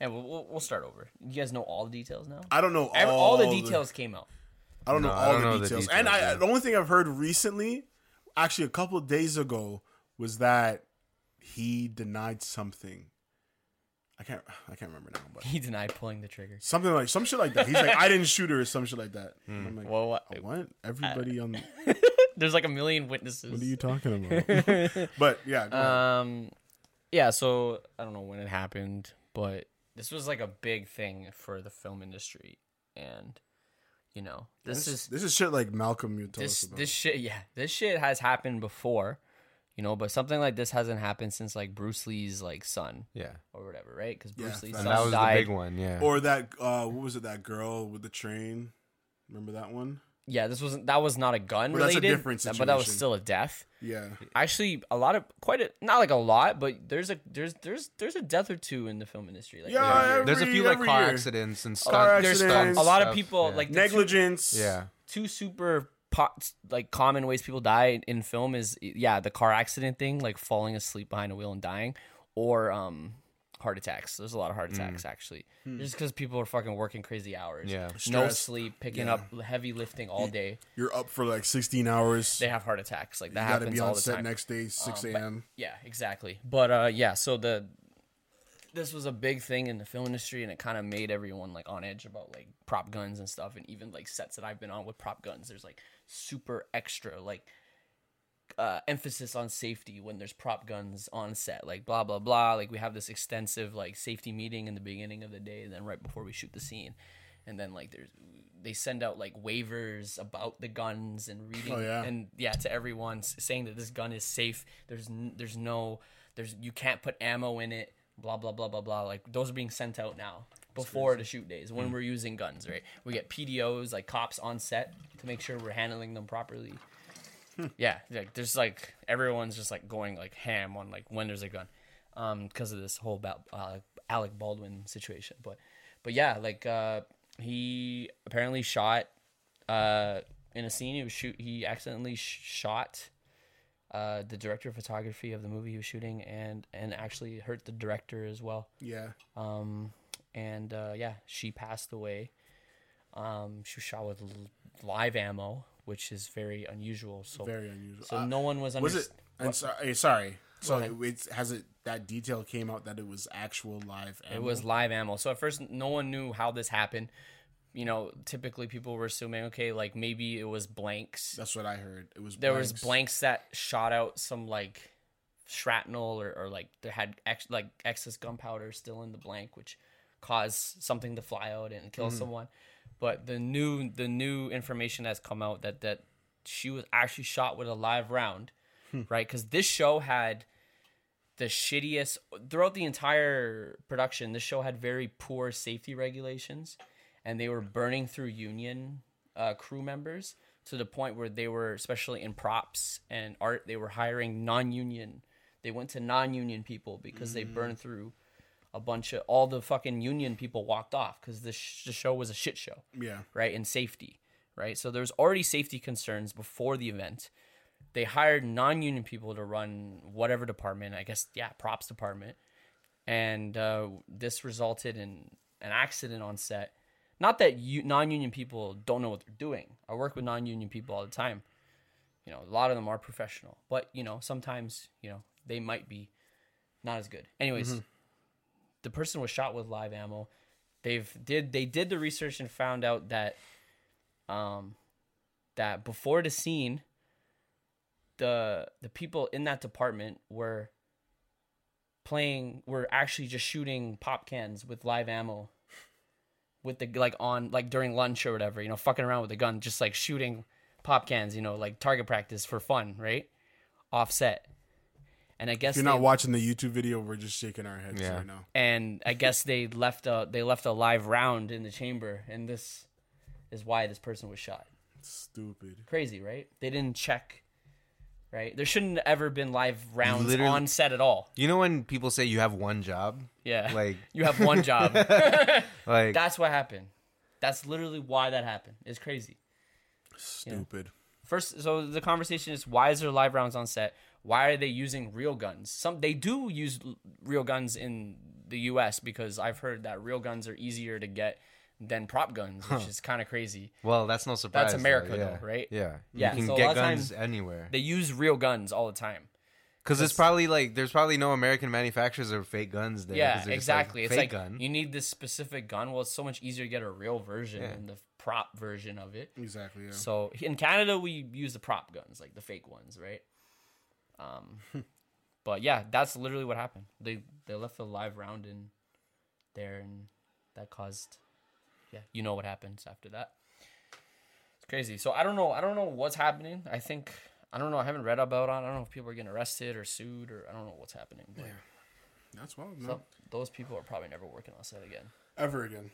Speaker 2: And we'll, we'll, we'll start over. You guys know all the details now.
Speaker 1: I don't know
Speaker 2: Ev-
Speaker 1: all,
Speaker 2: all the details came out.
Speaker 1: I don't know
Speaker 3: No, I
Speaker 1: all
Speaker 3: don't
Speaker 1: the,
Speaker 3: know the
Speaker 1: details.
Speaker 3: details,
Speaker 1: And I,
Speaker 3: yeah.
Speaker 1: the only thing I've heard recently, actually a couple of days ago, was that he denied something. I can't. I can't remember now, but
Speaker 2: He denied pulling the trigger.
Speaker 1: something like some shit like that. He's like, I didn't shoot her, or some shit like that.
Speaker 3: Hmm.
Speaker 1: And I'm like,
Speaker 2: Well, what-
Speaker 1: "I what? Everybody on. What
Speaker 2: There's like a million witnesses.
Speaker 1: are you talking about? but yeah, go ahead.
Speaker 2: Um, yeah. So I don't know when it happened, but this was like a big thing for the film industry, and you know, this, is
Speaker 1: this is shit like Malcolm you told
Speaker 2: this
Speaker 1: us about.
Speaker 2: this shit. Yeah, this shit has happened before, you know, but something like this hasn't happened since like Bruce Lee's like son
Speaker 3: Yeah,
Speaker 2: or whatever, right? Because
Speaker 1: Yeah,
Speaker 2: Bruce Lee's
Speaker 1: and
Speaker 2: son
Speaker 3: and that was
Speaker 2: died.
Speaker 3: the big one. Yeah,
Speaker 1: or that uh, what was it? That girl with the train. Remember that one?
Speaker 2: Yeah, this wasn't that was not a gun
Speaker 1: Well, that's a
Speaker 2: related,
Speaker 1: different
Speaker 2: that- but that was
Speaker 1: situation.
Speaker 2: still a death.
Speaker 1: Yeah,
Speaker 2: Actually, a lot of quite a not like a lot, but there's a there's there's there's a death or two in the film industry. Like
Speaker 1: Yeah,
Speaker 2: every year.
Speaker 1: every-
Speaker 3: there's a few like
Speaker 1: every
Speaker 3: car
Speaker 1: year.
Speaker 3: accidents and stuff.
Speaker 1: Car
Speaker 2: there's
Speaker 1: accidents.
Speaker 2: a lot of
Speaker 3: stuff,
Speaker 2: people
Speaker 3: yeah.
Speaker 2: like the two-
Speaker 1: negligence.
Speaker 3: Yeah,
Speaker 2: two super pots like common ways people die in film is yeah the car accident thing like falling asleep behind a wheel and dying or um heart attacks there's a lot of
Speaker 3: Hmm.
Speaker 2: heart attacks actually just because people are fucking working crazy hours
Speaker 3: Yeah.
Speaker 2: no
Speaker 1: Hmm. Stress.
Speaker 2: sleep picking up heavy lifting all day
Speaker 1: You're up for like 16 hours.
Speaker 2: they have heart attacks like that
Speaker 1: you gotta
Speaker 2: happens
Speaker 1: be
Speaker 2: all
Speaker 1: on
Speaker 2: the
Speaker 1: set
Speaker 2: time Um,
Speaker 1: next day, 6 a.m.
Speaker 2: yeah, exactly. But uh, yeah, so the this was a big thing in the film industry, and it kind of made everyone like on edge about like prop guns and stuff, and even like sets that I've been on with prop guns. There's like super extra like uh, emphasis on safety when there's prop guns on set, like blah blah blah. Like we have this extensive like safety meeting in the beginning of the day, and then right before we shoot the scene, and then like there's they send out like waivers about the guns and reading
Speaker 1: Oh, yeah.
Speaker 2: and yeah to everyone s- saying that this gun is safe. There's n- there's no there's you can't put ammo in it. Blah blah blah blah blah. Like those are being sent out now before the shoot days
Speaker 1: Mm.
Speaker 2: when we're using guns, right? We get PDOs like cops on set to make sure we're handling them properly yeah like there's like everyone's just like going like ham on like when there's a gun um because of this whole about uh, alec baldwin situation but but yeah like uh he apparently shot uh in a scene he was shoot he accidentally sh- shot uh, the director of photography of the movie he was shooting, and and actually hurt the director as well.
Speaker 1: Yeah.
Speaker 2: Um, and uh, yeah, she passed away. Um, she was shot with l- live ammo, which is very unusual. So
Speaker 1: Very unusual.
Speaker 2: so
Speaker 1: Uh,
Speaker 2: no one was under-
Speaker 1: was it? I'm sorry. eh, Sorry. So
Speaker 2: ahead.
Speaker 1: it, it's has it that detail came out that it was actual live. Ammo?
Speaker 2: It was live ammo. So at first, no one knew how this happened. You know, typically people were assuming, okay, like maybe it was blanks.
Speaker 1: That's what I heard. It was.
Speaker 2: There was blanks that shot out some like shrapnel or, or like there had ex- like excess gunpowder still in the blank, which caused something to fly out and kill someone. But the new the new information has come out that that she was actually shot with a live round, right? Because this show had the shittiest throughout the entire production this show had very poor safety regulations and they were burning through union uh, crew members to the point where they were especially in props and art they were hiring non-union they went to non-union people because they burned through a bunch of all the fucking union people walked off because this sh- the show was a shit show
Speaker 1: Yeah.
Speaker 2: right and safety right so there's already safety concerns before the event they hired non-union people to run whatever department i guess yeah props department and uh, this resulted in an accident on set not that you, non-union people don't know what they're doing i work with non-union people all the time you know a lot of them are professional but you know sometimes you know they might be not as good anyways
Speaker 1: Mm-hmm.
Speaker 2: the person was shot with live ammo they've did they did the research and found out that um that before the scene the the people in that department were playing were actually just shooting pop cans with live ammo with the like on like during lunch or whatever you know fucking around with a gun just like shooting pop cans you know like target practice for fun right offset and i guess
Speaker 1: If you're not
Speaker 2: they-
Speaker 1: watching the YouTube video, we're just shaking our heads
Speaker 3: Yeah.
Speaker 1: right now.
Speaker 2: and I guess they left a they left a live round in the chamber, and this is why this person was shot.
Speaker 1: Stupid.
Speaker 2: Crazy, right? They didn't check, right? There shouldn't have ever been live rounds
Speaker 3: literally-
Speaker 2: on set at all.
Speaker 3: You know when people say you have one job?
Speaker 2: Yeah,
Speaker 3: Like-
Speaker 2: you have one job.
Speaker 3: Like
Speaker 2: That's what happened. That's literally why that happened. It's crazy.
Speaker 1: Stupid.
Speaker 2: First, so the conversation is why is there live rounds on set? Why are they using real guns? Some they do use l- real guns in the U.S. because I've heard that real guns are easier to get than prop guns, which is kind of crazy.
Speaker 3: well, that's no surprise. though,
Speaker 2: America,
Speaker 3: yeah.
Speaker 2: though, right?
Speaker 3: Yeah.
Speaker 2: Yeah,
Speaker 3: You can
Speaker 2: so a lot
Speaker 3: get
Speaker 2: of
Speaker 3: guns
Speaker 2: times-
Speaker 3: anywhere.
Speaker 2: They use real guns all the time.
Speaker 3: Because it's probably like there's probably no American manufacturers of fake guns there.
Speaker 2: Yeah,
Speaker 3: 'cause they're just
Speaker 2: exactly. it's like
Speaker 3: fake gun.
Speaker 2: you need this specific gun. Well, it's so much easier to get a real version than the prop version of it.
Speaker 1: Exactly. Yeah.
Speaker 2: So in Canada, we use the prop guns, like the fake ones, right? Um, but yeah, that's literally what happened. They they left a live round in there, and that caused, yeah, you know what happens after that. It's crazy. So I don't know. I don't know what's happening. I think I don't know. I haven't read about it. I don't know if people are getting arrested or sued or I don't know what's happening. But
Speaker 1: That's wild, man.
Speaker 2: so those people are probably never working on set again.
Speaker 1: Ever again.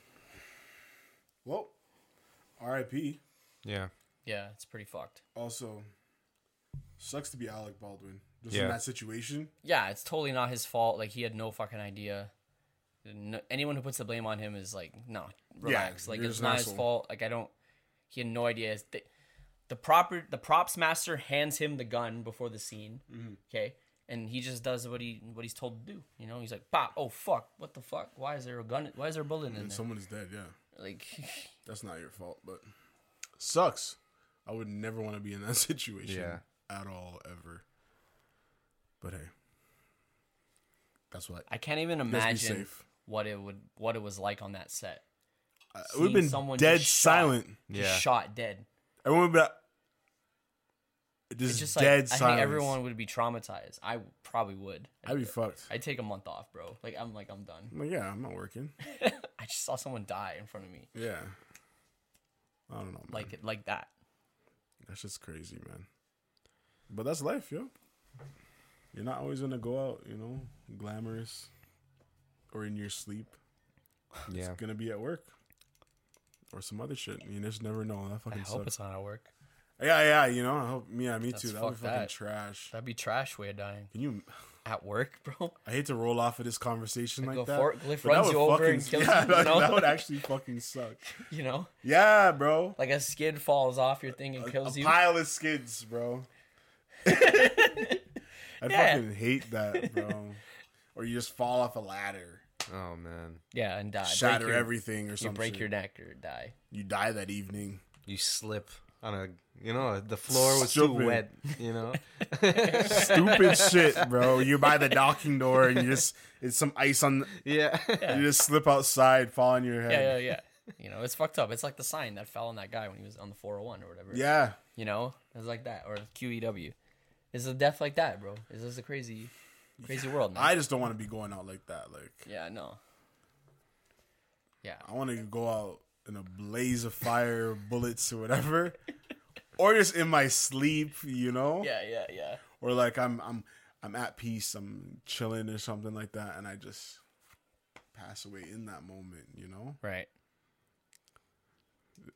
Speaker 1: Well, R.I.P.
Speaker 3: yeah.
Speaker 2: Yeah, it's pretty fucked.
Speaker 1: Also, sucks to be Alec Baldwin. Just
Speaker 3: Yeah.
Speaker 1: in that situation.
Speaker 2: yeah, it's totally not his fault. Like he had no fucking idea. No, anyone who puts the blame on him is like, no, relax. like
Speaker 1: you're
Speaker 2: it's
Speaker 1: an
Speaker 2: not his
Speaker 1: asshole.
Speaker 2: fault. Like I don't. He had no idea. It's The, the proper the props master hands him the gun before the scene.
Speaker 1: Mm-hmm.
Speaker 2: Okay, and he just does what he what he's told to do. You know, he's like, pop. Oh fuck, what the fuck? Why is there a gun? Why is there a bullet in
Speaker 1: And
Speaker 2: there?
Speaker 1: someone is dead, yeah.
Speaker 2: Like,
Speaker 1: That's not your fault, but sucks. I would never want to be in that situation
Speaker 3: Yeah.
Speaker 1: at all, ever. But hey. That's what
Speaker 2: I can't even
Speaker 1: let's be
Speaker 2: imagine
Speaker 1: safe.
Speaker 2: what it would what it was like on that set.
Speaker 1: I- It would
Speaker 2: Seeing
Speaker 1: have been
Speaker 2: someone
Speaker 1: dead
Speaker 2: just shot.
Speaker 1: silent.
Speaker 2: Just
Speaker 3: Yeah.
Speaker 2: shot dead.
Speaker 1: Everyone would be just,
Speaker 2: It's just like
Speaker 1: dead
Speaker 2: I
Speaker 1: silence.
Speaker 2: think everyone would be traumatized. I probably would.
Speaker 1: I'd be fucked.
Speaker 2: I take a month off, bro. Like I'm like I'm done.
Speaker 1: I'm like, yeah, I'm not working.
Speaker 2: I just saw someone die in front of me,
Speaker 1: Yeah. I don't know. Man.
Speaker 2: like it like that.
Speaker 1: That's just crazy, man. But that's life, yo. You're not always gonna go out, you know, glamorous or in your sleep.
Speaker 3: Yeah.
Speaker 1: Gonna be at work or some other shit. You just never know. That
Speaker 2: I
Speaker 1: fucking
Speaker 2: hope
Speaker 1: sucks.
Speaker 2: it's not at work.
Speaker 1: Yeah, yeah, you know. I hope. Yeah, me
Speaker 2: That's
Speaker 1: too. That would be
Speaker 2: fuck
Speaker 1: fucking
Speaker 2: that.
Speaker 1: trash.
Speaker 2: That'd be trash way of dying
Speaker 1: Can you?
Speaker 2: at work, bro.
Speaker 1: I hate to roll off of this conversation like
Speaker 2: go
Speaker 1: that.
Speaker 2: for it. Glyph
Speaker 1: but that
Speaker 2: runs
Speaker 1: would
Speaker 2: you over
Speaker 1: fucking-
Speaker 2: and kills
Speaker 1: yeah,
Speaker 2: you, you
Speaker 1: That,
Speaker 2: know?
Speaker 1: that would actually fucking suck.
Speaker 2: You know,
Speaker 1: Yeah, bro.
Speaker 2: like a skid falls off your thing and
Speaker 1: A-
Speaker 2: kills
Speaker 1: a
Speaker 2: you.
Speaker 1: pile of skids, bro. I
Speaker 2: Yeah.
Speaker 1: fucking hate that, bro. or you just fall off a ladder,
Speaker 3: Oh man,
Speaker 2: yeah, and die. Break
Speaker 1: shatter
Speaker 2: your-
Speaker 1: everything, or
Speaker 2: You
Speaker 1: something.
Speaker 2: break your neck or die.
Speaker 1: You die that evening.
Speaker 3: you slip on a you know the floor was too
Speaker 1: Stupid.
Speaker 3: wet. You know,
Speaker 1: Stupid shit, bro. You're by the docking door and you just it's some ice on.
Speaker 3: yeah.
Speaker 1: You just slip outside, fall on your head.
Speaker 2: Yeah, yeah, yeah. You know, it's fucked up. It's like the sign that fell on that guy when he was on the 401 or whatever.
Speaker 1: Yeah.
Speaker 2: You know, it's like that or QEW. Is a death like that, bro? Is this a crazy, crazy world? Man?
Speaker 1: I just don't want to be going out like that. Like
Speaker 2: yeah, no. Yeah,
Speaker 1: I want to go out in a blaze of fire, bullets or whatever, or just in my sleep, you know.
Speaker 2: yeah, yeah, yeah.
Speaker 1: Or like I'm I'm I'm at peace, I'm chilling or something like that, and I just pass away in that moment, you know.
Speaker 2: Right.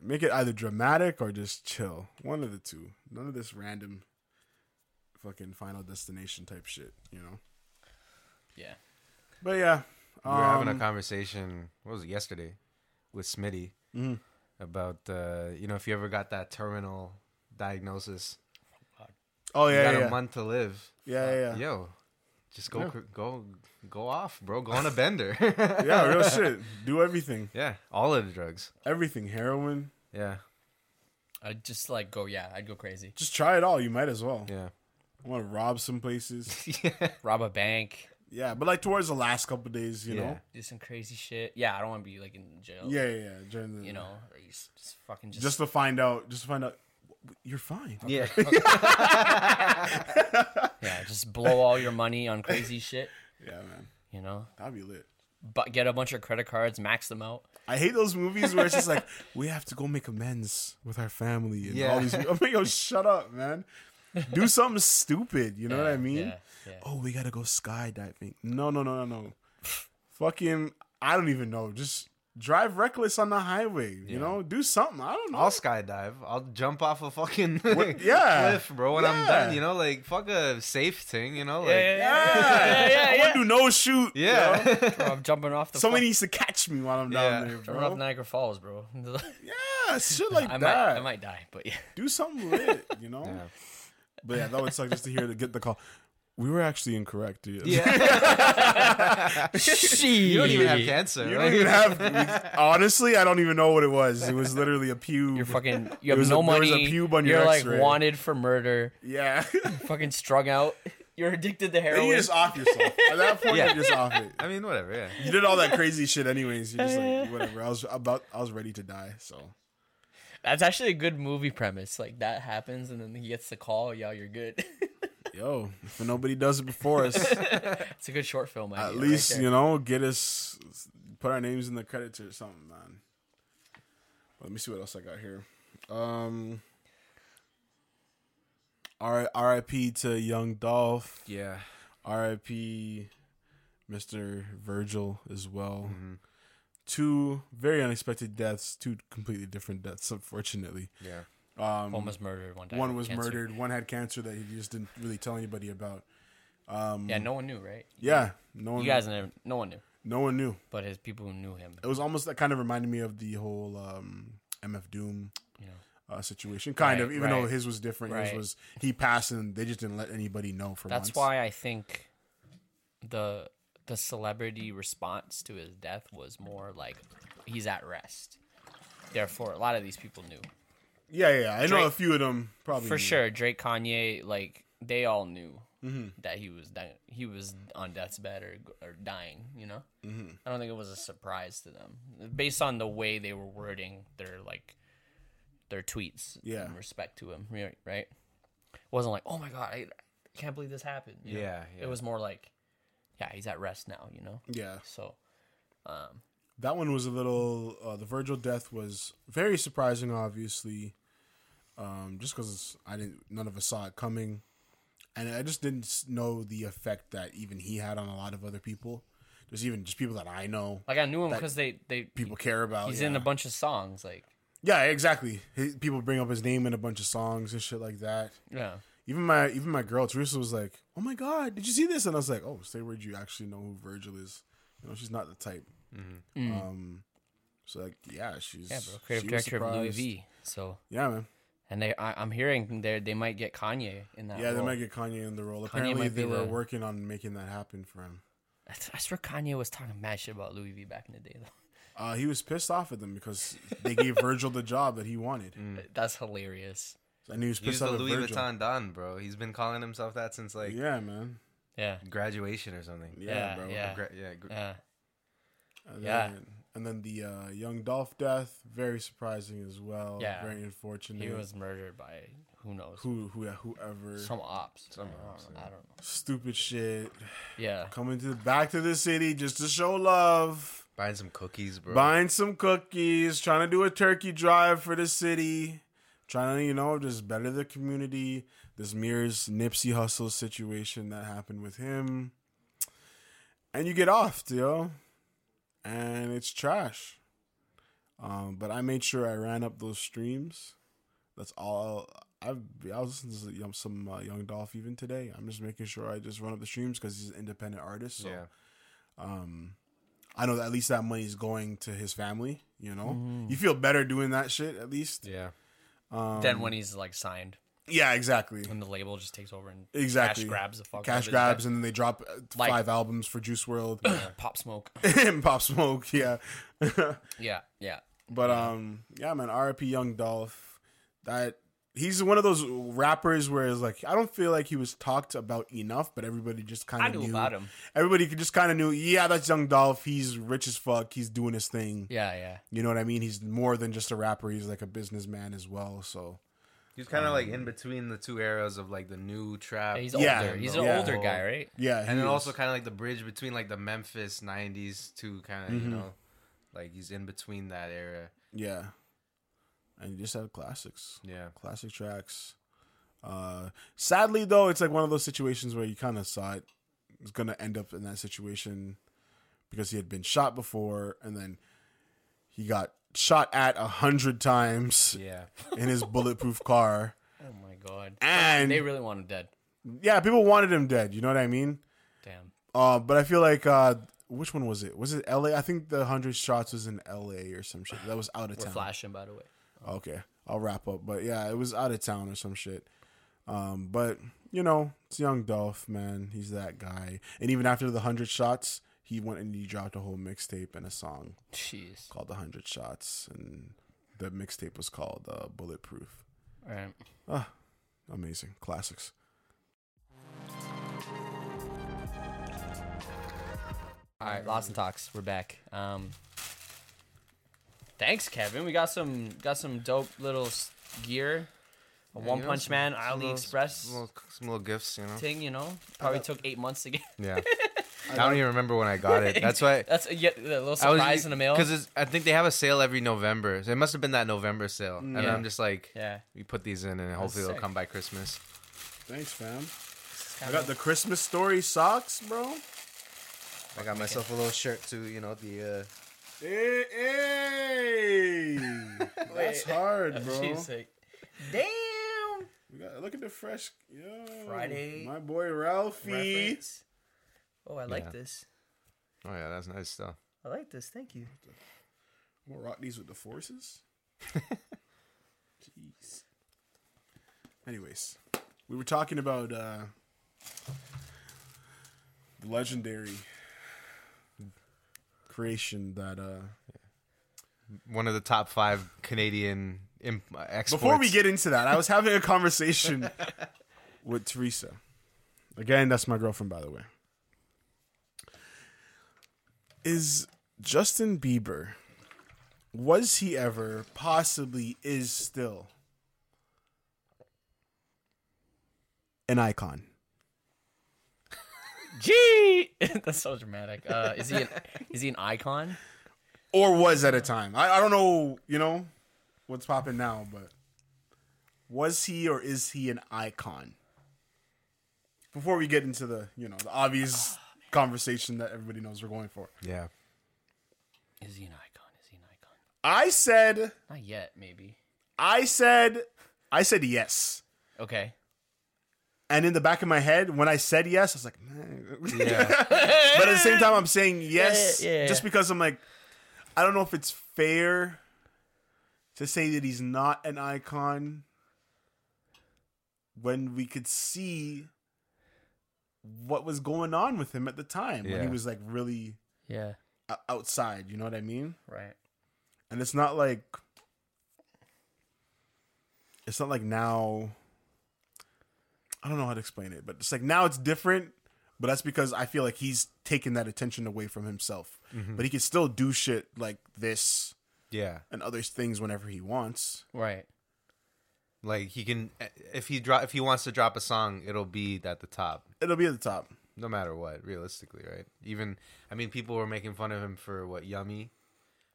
Speaker 1: Make it either dramatic or just chill. One of the two. None of this random fucking final destination type shit, you know.
Speaker 2: Yeah.
Speaker 1: But yeah,
Speaker 3: We were having a
Speaker 1: um,
Speaker 3: conversation. What was it yesterday with Smitty
Speaker 1: Mhm.
Speaker 3: about uh, you know if you ever got that terminal diagnosis,
Speaker 1: oh
Speaker 3: you
Speaker 1: yeah,
Speaker 3: got
Speaker 1: yeah,
Speaker 3: a month to live.
Speaker 1: yeah, yeah, yeah,
Speaker 3: Yo, just go
Speaker 1: Yeah.
Speaker 3: cr- go go off, bro. Go on a bender.
Speaker 1: yeah, real shit. Do everything,
Speaker 3: yeah, all of the drugs.
Speaker 1: everything, heroin.
Speaker 3: Yeah,
Speaker 2: I'd just like go. Yeah, I'd go crazy.
Speaker 1: Just try it all. You might as well.
Speaker 3: yeah.
Speaker 1: I want to rob some places.
Speaker 3: yeah.
Speaker 2: Rob a bank.
Speaker 1: yeah, but like towards the last couple days, you know.
Speaker 2: Do some crazy shit. Yeah, I don't want to be like in jail.
Speaker 1: Yeah, yeah, yeah. During the,
Speaker 2: Oh. You know, like, just, just fucking just.
Speaker 1: just to find out, just to find out, you're fine.
Speaker 3: Yeah.
Speaker 2: yeah, just blow all your money on crazy shit.
Speaker 1: Yeah, man,
Speaker 2: You know,
Speaker 1: that'd be lit.
Speaker 2: but get a bunch of credit cards, max them out.
Speaker 1: I hate those movies where it's just like we have to go make amends with our family and
Speaker 3: Yeah.
Speaker 1: all these. I'm like, yo, shut up, man. Do something stupid. You know what I
Speaker 2: Yeah,
Speaker 1: mean?
Speaker 2: yeah, yeah.
Speaker 1: Oh, we gotta go skydiving. No, no, no, no, no. Fucking, I don't even know. Just drive reckless on the highway. You know, do something. I don't know.
Speaker 3: I'll skydive. I'll jump off a fucking
Speaker 1: yeah.
Speaker 3: cliff, bro. When I'm
Speaker 1: Yeah.
Speaker 3: done, you know, like fuck a safe thing, you know, like
Speaker 1: yeah, I want to do no shoot.
Speaker 3: yeah.
Speaker 1: you know?
Speaker 2: Bro, I'm jumping off the.
Speaker 1: Somebody
Speaker 2: fuck-
Speaker 1: needs to catch me while I'm
Speaker 3: Yeah.
Speaker 1: down there,
Speaker 2: jumping off
Speaker 1: bro.
Speaker 2: Niagara Falls, bro.
Speaker 1: Yeah, shit like
Speaker 2: I might,
Speaker 1: that.
Speaker 2: I might die, but yeah.
Speaker 1: Do something lit, you know.
Speaker 3: Yeah.
Speaker 1: But yeah, that would suck just to hear to get the call. We were actually incorrect, dude.
Speaker 3: Yeah. you don't even have
Speaker 2: Shit.
Speaker 3: cancer.
Speaker 1: You
Speaker 3: right?
Speaker 1: don't even have. we- honestly, I don't even know what it was. It was literally a pube.
Speaker 2: You're fucking. You
Speaker 1: There
Speaker 2: have
Speaker 1: was a-
Speaker 2: no
Speaker 1: there
Speaker 2: money.
Speaker 1: was a pube on your
Speaker 2: You're like
Speaker 1: X-ray.
Speaker 2: wanted for murder.
Speaker 1: yeah.
Speaker 2: Fucking strung out. You're addicted to heroin.
Speaker 1: you just off yourself. At that point,
Speaker 3: Yeah.
Speaker 1: you're just off it.
Speaker 3: I mean, whatever. Yeah.
Speaker 1: You did all that crazy shit, anyways. You're just like whatever. I was about. I was ready to die. So
Speaker 2: That's actually a good movie premise. Like that happens, and then he gets the call. Yeah, you're good.
Speaker 1: yo, if nobody does it before us,
Speaker 2: it's a good short film.
Speaker 1: at least you know get us put our names in the credits or something, man. Let me see what else I got here. Um. R- R.I.P. to Young Dolph.
Speaker 3: Yeah.
Speaker 1: R.I.P. Mr. Virgil as well.
Speaker 2: Mm-hmm.
Speaker 1: Two very unexpected deaths, two completely different deaths, unfortunately.
Speaker 3: Yeah.
Speaker 1: Um,
Speaker 2: One was murdered. One died.
Speaker 1: one
Speaker 2: of
Speaker 1: was
Speaker 2: cancer.
Speaker 1: murdered, one had cancer that he just didn't really tell anybody about.
Speaker 2: Yeah, no one knew, right?
Speaker 1: Yeah, no one,
Speaker 2: You guys never. No one knew,
Speaker 1: no one knew.
Speaker 2: but his people who knew him.
Speaker 1: It was almost that kind of reminded me of the whole um, MF Doom
Speaker 2: You know.
Speaker 1: uh, situation, kind of.
Speaker 2: Right,
Speaker 1: Even though
Speaker 2: right.
Speaker 1: his was different, his
Speaker 2: Right.
Speaker 1: was he passed and they just didn't let anybody know for
Speaker 2: That's
Speaker 1: once.
Speaker 2: why I think the the celebrity response to his death was more like he's at rest. Therefore, a lot of these people knew
Speaker 1: Yeah, yeah, I know
Speaker 2: Drake-
Speaker 1: a few of them probably
Speaker 2: for
Speaker 1: knew.
Speaker 2: sure. Drake, Kanye, like they all knew
Speaker 1: Mm-hmm.
Speaker 2: that he was di- he was on death's bed or or dying. You know, mm-hmm. I don't think it was a surprise to them based on the way they were wording their like their tweets.
Speaker 1: Yeah.
Speaker 2: in respect to him, right? Right? Wasn't like, oh my god, I, I can't believe this happened. you know?
Speaker 3: Yeah, yeah.
Speaker 2: it was more like, yeah, he's at rest now. You know,
Speaker 1: Yeah,
Speaker 2: so um,
Speaker 1: That one was a little. Uh, the Virgil death was very surprising, obviously, um, just because I didn't. None of us saw it coming, and I just didn't s- know the effect that even he had on a lot of other people. There's even just people that I know,
Speaker 2: like I knew him because they they
Speaker 1: people care about.
Speaker 2: he's
Speaker 1: yeah.
Speaker 2: in a bunch of songs, like
Speaker 1: yeah, exactly. He, people bring up his name in a bunch of songs and shit like that.
Speaker 2: yeah.
Speaker 1: Even my even my girl Teresa was like, "Oh my god, did you see this?" And I was like, "Oh, say word you actually know who Virgil is." You know, she's not the type. Um, so like, yeah, she's
Speaker 2: Mm-hmm. Mm. Yeah, bro. Creative
Speaker 1: she was
Speaker 2: director of Louis
Speaker 1: surprised.
Speaker 2: V. So
Speaker 1: Yeah, man.
Speaker 2: and they I, I'm hearing they they might get Kanye in that.
Speaker 1: yeah, they
Speaker 2: role.
Speaker 1: might get Kanye in the role. Apparently,
Speaker 2: might be
Speaker 1: they were
Speaker 2: the-
Speaker 1: working on making that happen for him.
Speaker 2: I, th- I swear Kanye was talking mad shit about Louis V back in the day though.
Speaker 1: Uh, he was pissed off at them because they gave Virgil the job that he wanted,
Speaker 2: That's hilarious.
Speaker 1: and he was
Speaker 3: Use
Speaker 1: pissed
Speaker 3: the
Speaker 1: off at
Speaker 3: Louis
Speaker 1: Virgil.
Speaker 3: Vuitton Don, bro. He's been calling himself that since like
Speaker 1: yeah, man.
Speaker 2: Yeah.
Speaker 3: graduation or something.
Speaker 1: Yeah,
Speaker 2: Yeah,
Speaker 1: bro.
Speaker 2: yeah.
Speaker 3: Gra- yeah. gr-
Speaker 2: Yeah.
Speaker 1: And
Speaker 2: Yeah.
Speaker 1: Then, and then the uh, young Dolph death, very surprising as well.
Speaker 2: Yeah.
Speaker 1: Very unfortunate.
Speaker 2: He was murdered by who knows
Speaker 1: who, who, whoever.
Speaker 2: some ops. Some
Speaker 3: ops,
Speaker 2: I don't know.
Speaker 1: Stupid shit.
Speaker 2: Yeah.
Speaker 1: Coming to the, back to the city just to show love.
Speaker 3: Buying some cookies, bro.
Speaker 1: Buying some cookies. Trying to do a turkey drive for the city. Trying to, you know, just better the community. This mirrors Nipsey Hussle situation that happened with him. And you get off, yo. And it's trash. Um, but I made sure I ran up those streams. That's all. I've I was listening to some, some uh, Young Dolph even today. I'm just making sure I just run up the streams because he's an independent artist. So,
Speaker 3: Yeah.
Speaker 1: um, I know that at least that money is going to his family. You know,
Speaker 2: Mm-hmm.
Speaker 1: you feel better doing that shit at least.
Speaker 3: Yeah.
Speaker 1: Um,
Speaker 2: then when he's like signed,
Speaker 1: yeah, exactly,
Speaker 2: when the label just takes over and
Speaker 1: exactly.
Speaker 2: cash grabs the fuck. out of
Speaker 1: cash
Speaker 2: his
Speaker 1: grabs,
Speaker 2: head.
Speaker 1: and then they drop uh,
Speaker 2: Like-
Speaker 1: five albums for Juice World
Speaker 2: pop smoke.
Speaker 1: and Pop Smoke. Yeah.
Speaker 2: Yeah. Yeah.
Speaker 1: But um, yeah, man, R.I.P. Young Dolph. That he's one of those rappers where it's like I don't feel like he was talked about enough, but everybody just kind
Speaker 2: I
Speaker 1: of
Speaker 2: knew
Speaker 1: knew.
Speaker 2: about him.
Speaker 1: Everybody could just kind of knew. Yeah, that's Young Dolph. He's rich as fuck. He's doing his thing.
Speaker 2: Yeah. Yeah.
Speaker 1: You know what I mean? He's more than just a rapper. He's like a businessman as well. So
Speaker 3: He's kind of like in between the two eras of like the new trap.
Speaker 2: He's
Speaker 1: Um, Yeah.
Speaker 2: older. He's an
Speaker 1: Yeah.
Speaker 2: older guy, right?
Speaker 1: yeah,
Speaker 3: and
Speaker 1: he
Speaker 3: then
Speaker 1: is.
Speaker 3: also kind of like the bridge between like the Memphis '90s to kind of you know, like he's in between that era.
Speaker 1: yeah, and he just had classics,
Speaker 3: Yeah.
Speaker 1: classic tracks. Uh, sadly though, it's like one of those situations where you kind of saw it was gonna end up in that situation because he had been shot before, and then he got shot at a hundred times
Speaker 3: Yeah.
Speaker 1: in his bulletproof car,
Speaker 2: Oh my god.
Speaker 1: and
Speaker 2: They really want him dead.
Speaker 1: yeah, people wanted him dead. You know what I mean?
Speaker 2: Damn.
Speaker 1: Uh, but I feel like uh, which one was it? Was it L.A.? I think the hundred shots was in L.A. or some shit. That was out of
Speaker 2: We're
Speaker 1: town.
Speaker 2: flashing, by the way.
Speaker 1: Okay, I'll wrap up. But yeah, it was out of town or some shit. Um, but you know, it's Young Dolph, man. He's that guy. And even after the hundred shots, he went and he dropped a whole mixtape and a song
Speaker 2: Jeez.
Speaker 1: called "The Hundred Shots," and the mixtape was called uh, "Bulletproof."
Speaker 2: All right.
Speaker 1: Ah, amazing classics.
Speaker 2: All right, lots and talks. We're back. Um, thanks, Kevin. We got some got some dope little s- gear. A One
Speaker 3: You know,
Speaker 2: Punch
Speaker 3: some-
Speaker 2: Man,
Speaker 3: some
Speaker 2: Ali
Speaker 3: little-
Speaker 2: Express
Speaker 3: some little, some little gifts, you know.
Speaker 2: thing. You know, probably took eight months to get.
Speaker 3: Yeah. I don't even remember when I got it. That's why
Speaker 2: That's a, yeah, a little surprise in the mail.
Speaker 3: because I think they have a sale every November. So it must have been that November sale, and
Speaker 2: Yeah.
Speaker 3: I'm just like,
Speaker 2: Yeah.
Speaker 3: we put these in, and hopefully
Speaker 2: sick.
Speaker 3: they'll come by Christmas.
Speaker 1: Thanks, fam. I got the Christmas story socks, bro.
Speaker 3: I got myself a little shirt too, you know the. Uh,
Speaker 1: Hey, hey. that's hard, bro.
Speaker 2: She's like, damn.
Speaker 1: We got- look at the fresh yo,
Speaker 2: Friday
Speaker 1: My boy Ralphie.
Speaker 2: Reference. Oh, I like
Speaker 3: Yeah.
Speaker 2: this.
Speaker 3: oh yeah, that's nice stuff.
Speaker 2: I like this. Thank you.
Speaker 1: I'm gonna rock these with the forces. Jeez. Anyways, we were talking about uh, the legendary creation that. uh
Speaker 3: One of the top five Canadian imp- uh, exports.
Speaker 1: Before we get into that, I was having a conversation with Teresa. Again, that's my girlfriend, by the way. Is Justin Bieber, was he ever, possibly is still, an icon?
Speaker 2: Gee, that's so dramatic. Uh, is he an, is he an icon?
Speaker 1: Or was at a time? I, I don't know, you know, what's popping now, but was he or is he an icon? Before we get into the, you know, the obvious conversation that everybody knows we're going for.
Speaker 3: yeah,
Speaker 2: Is he an icon? Is he an icon?
Speaker 1: I said,
Speaker 2: Not yet, maybe.
Speaker 1: I said, I said yes.
Speaker 2: Okay.
Speaker 1: And in the back of my head, when I said yes, I was like, "Nah."
Speaker 3: yeah,
Speaker 1: but at the same time, I'm saying yes
Speaker 2: yeah, yeah,
Speaker 1: just
Speaker 2: yeah.
Speaker 1: because I'm like, I don't know if it's fair to say that he's not an icon when we could see what was going on with him at the time when he
Speaker 3: Yeah.
Speaker 1: was like really
Speaker 2: Yeah.
Speaker 1: o- outside. You know what I mean?
Speaker 2: Right.
Speaker 1: And it's not like it's not like now. I don't know how to explain it, but it's like now it's different. But that's because I feel like he's taken that attention away from himself. But he can still do shit like this
Speaker 3: Yeah.
Speaker 1: and other things whenever he wants.
Speaker 2: Right.
Speaker 3: Like he can if he drop if he wants to drop a song, it'll be at the top.
Speaker 1: It'll be at the top.
Speaker 3: no matter what, realistically, right? Even I mean, people were making fun of him for what yummy,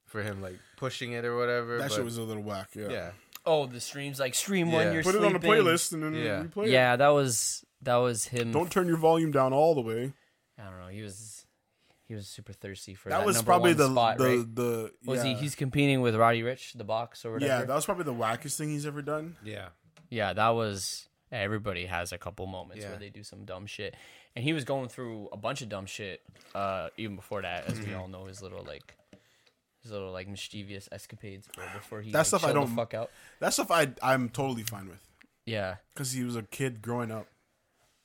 Speaker 3: for him like pushing it or whatever.
Speaker 1: That
Speaker 3: but,
Speaker 1: shit was a little whack. Yeah.
Speaker 3: yeah,
Speaker 2: Oh, the streams like stream
Speaker 3: Yeah.
Speaker 2: when you're
Speaker 1: Put it on the
Speaker 2: sleeping.
Speaker 1: playlist and then
Speaker 3: Yeah.
Speaker 1: replay it.
Speaker 2: Yeah, that was that was him.
Speaker 1: Don't turn your volume down all the way.
Speaker 2: I don't know. He was he was super thirsty for that,
Speaker 1: That was
Speaker 2: number
Speaker 1: probably
Speaker 2: one
Speaker 1: the
Speaker 2: spot,
Speaker 1: the
Speaker 2: right?
Speaker 1: the
Speaker 2: Was
Speaker 1: yeah.
Speaker 2: he? He's competing with Roddy Rich, the box or whatever.
Speaker 1: yeah, that was probably the wackest thing he's ever done.
Speaker 3: yeah,
Speaker 2: yeah, that was. Everybody has a couple moments
Speaker 3: Yeah.
Speaker 2: where they do some dumb shit, and he was going through a bunch of dumb shit uh, even before that, as we
Speaker 1: Mm-hmm.
Speaker 2: all know his little like his little like mischievous escapades bro, before he
Speaker 1: That
Speaker 2: like,
Speaker 1: stuff I
Speaker 2: chilled the
Speaker 1: don't-
Speaker 2: fuck out.
Speaker 1: That stuff I I'm totally fine with
Speaker 2: Yeah,
Speaker 1: because he was a kid growing up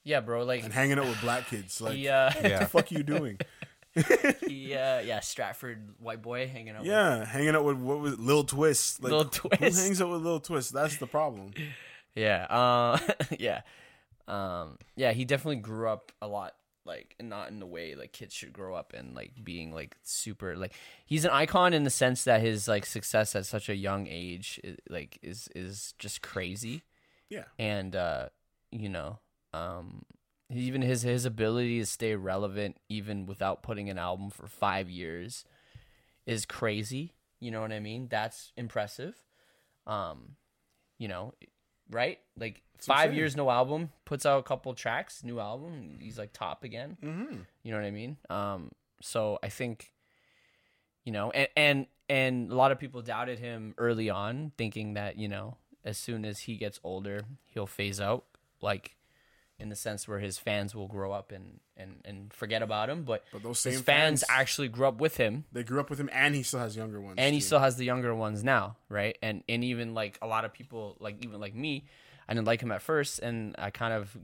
Speaker 2: yeah, bro. Like
Speaker 1: and hanging out with black kids. Like,
Speaker 2: he, uh,
Speaker 1: what the
Speaker 3: yeah,
Speaker 1: fuck you doing?
Speaker 2: he, uh, yeah, Stratford white boy hanging out. with
Speaker 1: Yeah, hanging out with what was Lil Twist? Like,
Speaker 2: Lil
Speaker 1: who
Speaker 2: Twist.
Speaker 1: hangs out with Lil Twist? That's the problem.
Speaker 2: Yeah. Uh, yeah. Um, yeah, he definitely grew up a lot, like, and not in the way like kids should grow up and like being like super like he's an icon in the sense that his like success at such a young age i- like is is just crazy.
Speaker 1: Yeah.
Speaker 2: And uh, you know, um even his his ability to stay relevant even without putting an album for 5 years is crazy. You know what I mean? That's impressive. Um, you know, right? Like five
Speaker 1: insane.
Speaker 2: years, no album, puts out a couple tracks, new album, he's like top again.
Speaker 1: Mm-hmm.
Speaker 2: You know what I mean? Um, so I think, you know, and and and a lot of people doubted him early on, thinking that you know, as soon as he gets older, he'll phase out, like, in the sense where his fans will grow up and and and forget about him. But,
Speaker 1: But those same
Speaker 2: his fans,
Speaker 1: fans-
Speaker 2: actually grew up with him,
Speaker 1: They grew up with him, and he still has younger ones.
Speaker 2: and he
Speaker 1: too.
Speaker 2: still has the younger ones now, right? And and even like a lot of people, like even like me, I didn't like him at first, and I kind of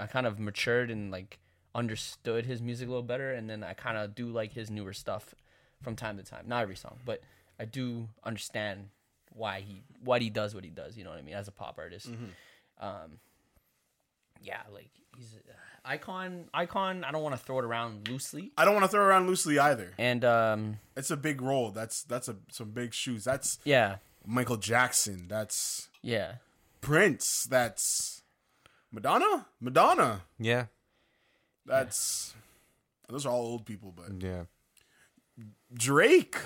Speaker 2: I kind of matured and like understood his music a little better, and then I kind of do like his newer stuff from time to time. Not every song, but I do understand why he what he does what he does. You know what I mean? As a pop artist, um, yeah, like he's uh, icon icon. I don't want to throw it around loosely,
Speaker 1: I don't want to throw around loosely either.
Speaker 2: and um,
Speaker 1: It's a big role. That's that's a some big shoes. That's
Speaker 2: yeah,
Speaker 1: Michael Jackson. That's
Speaker 2: yeah.
Speaker 1: Prince. That's Madonna. Madonna.
Speaker 3: yeah,
Speaker 1: That's those are all old people, but
Speaker 3: yeah.
Speaker 1: Drake.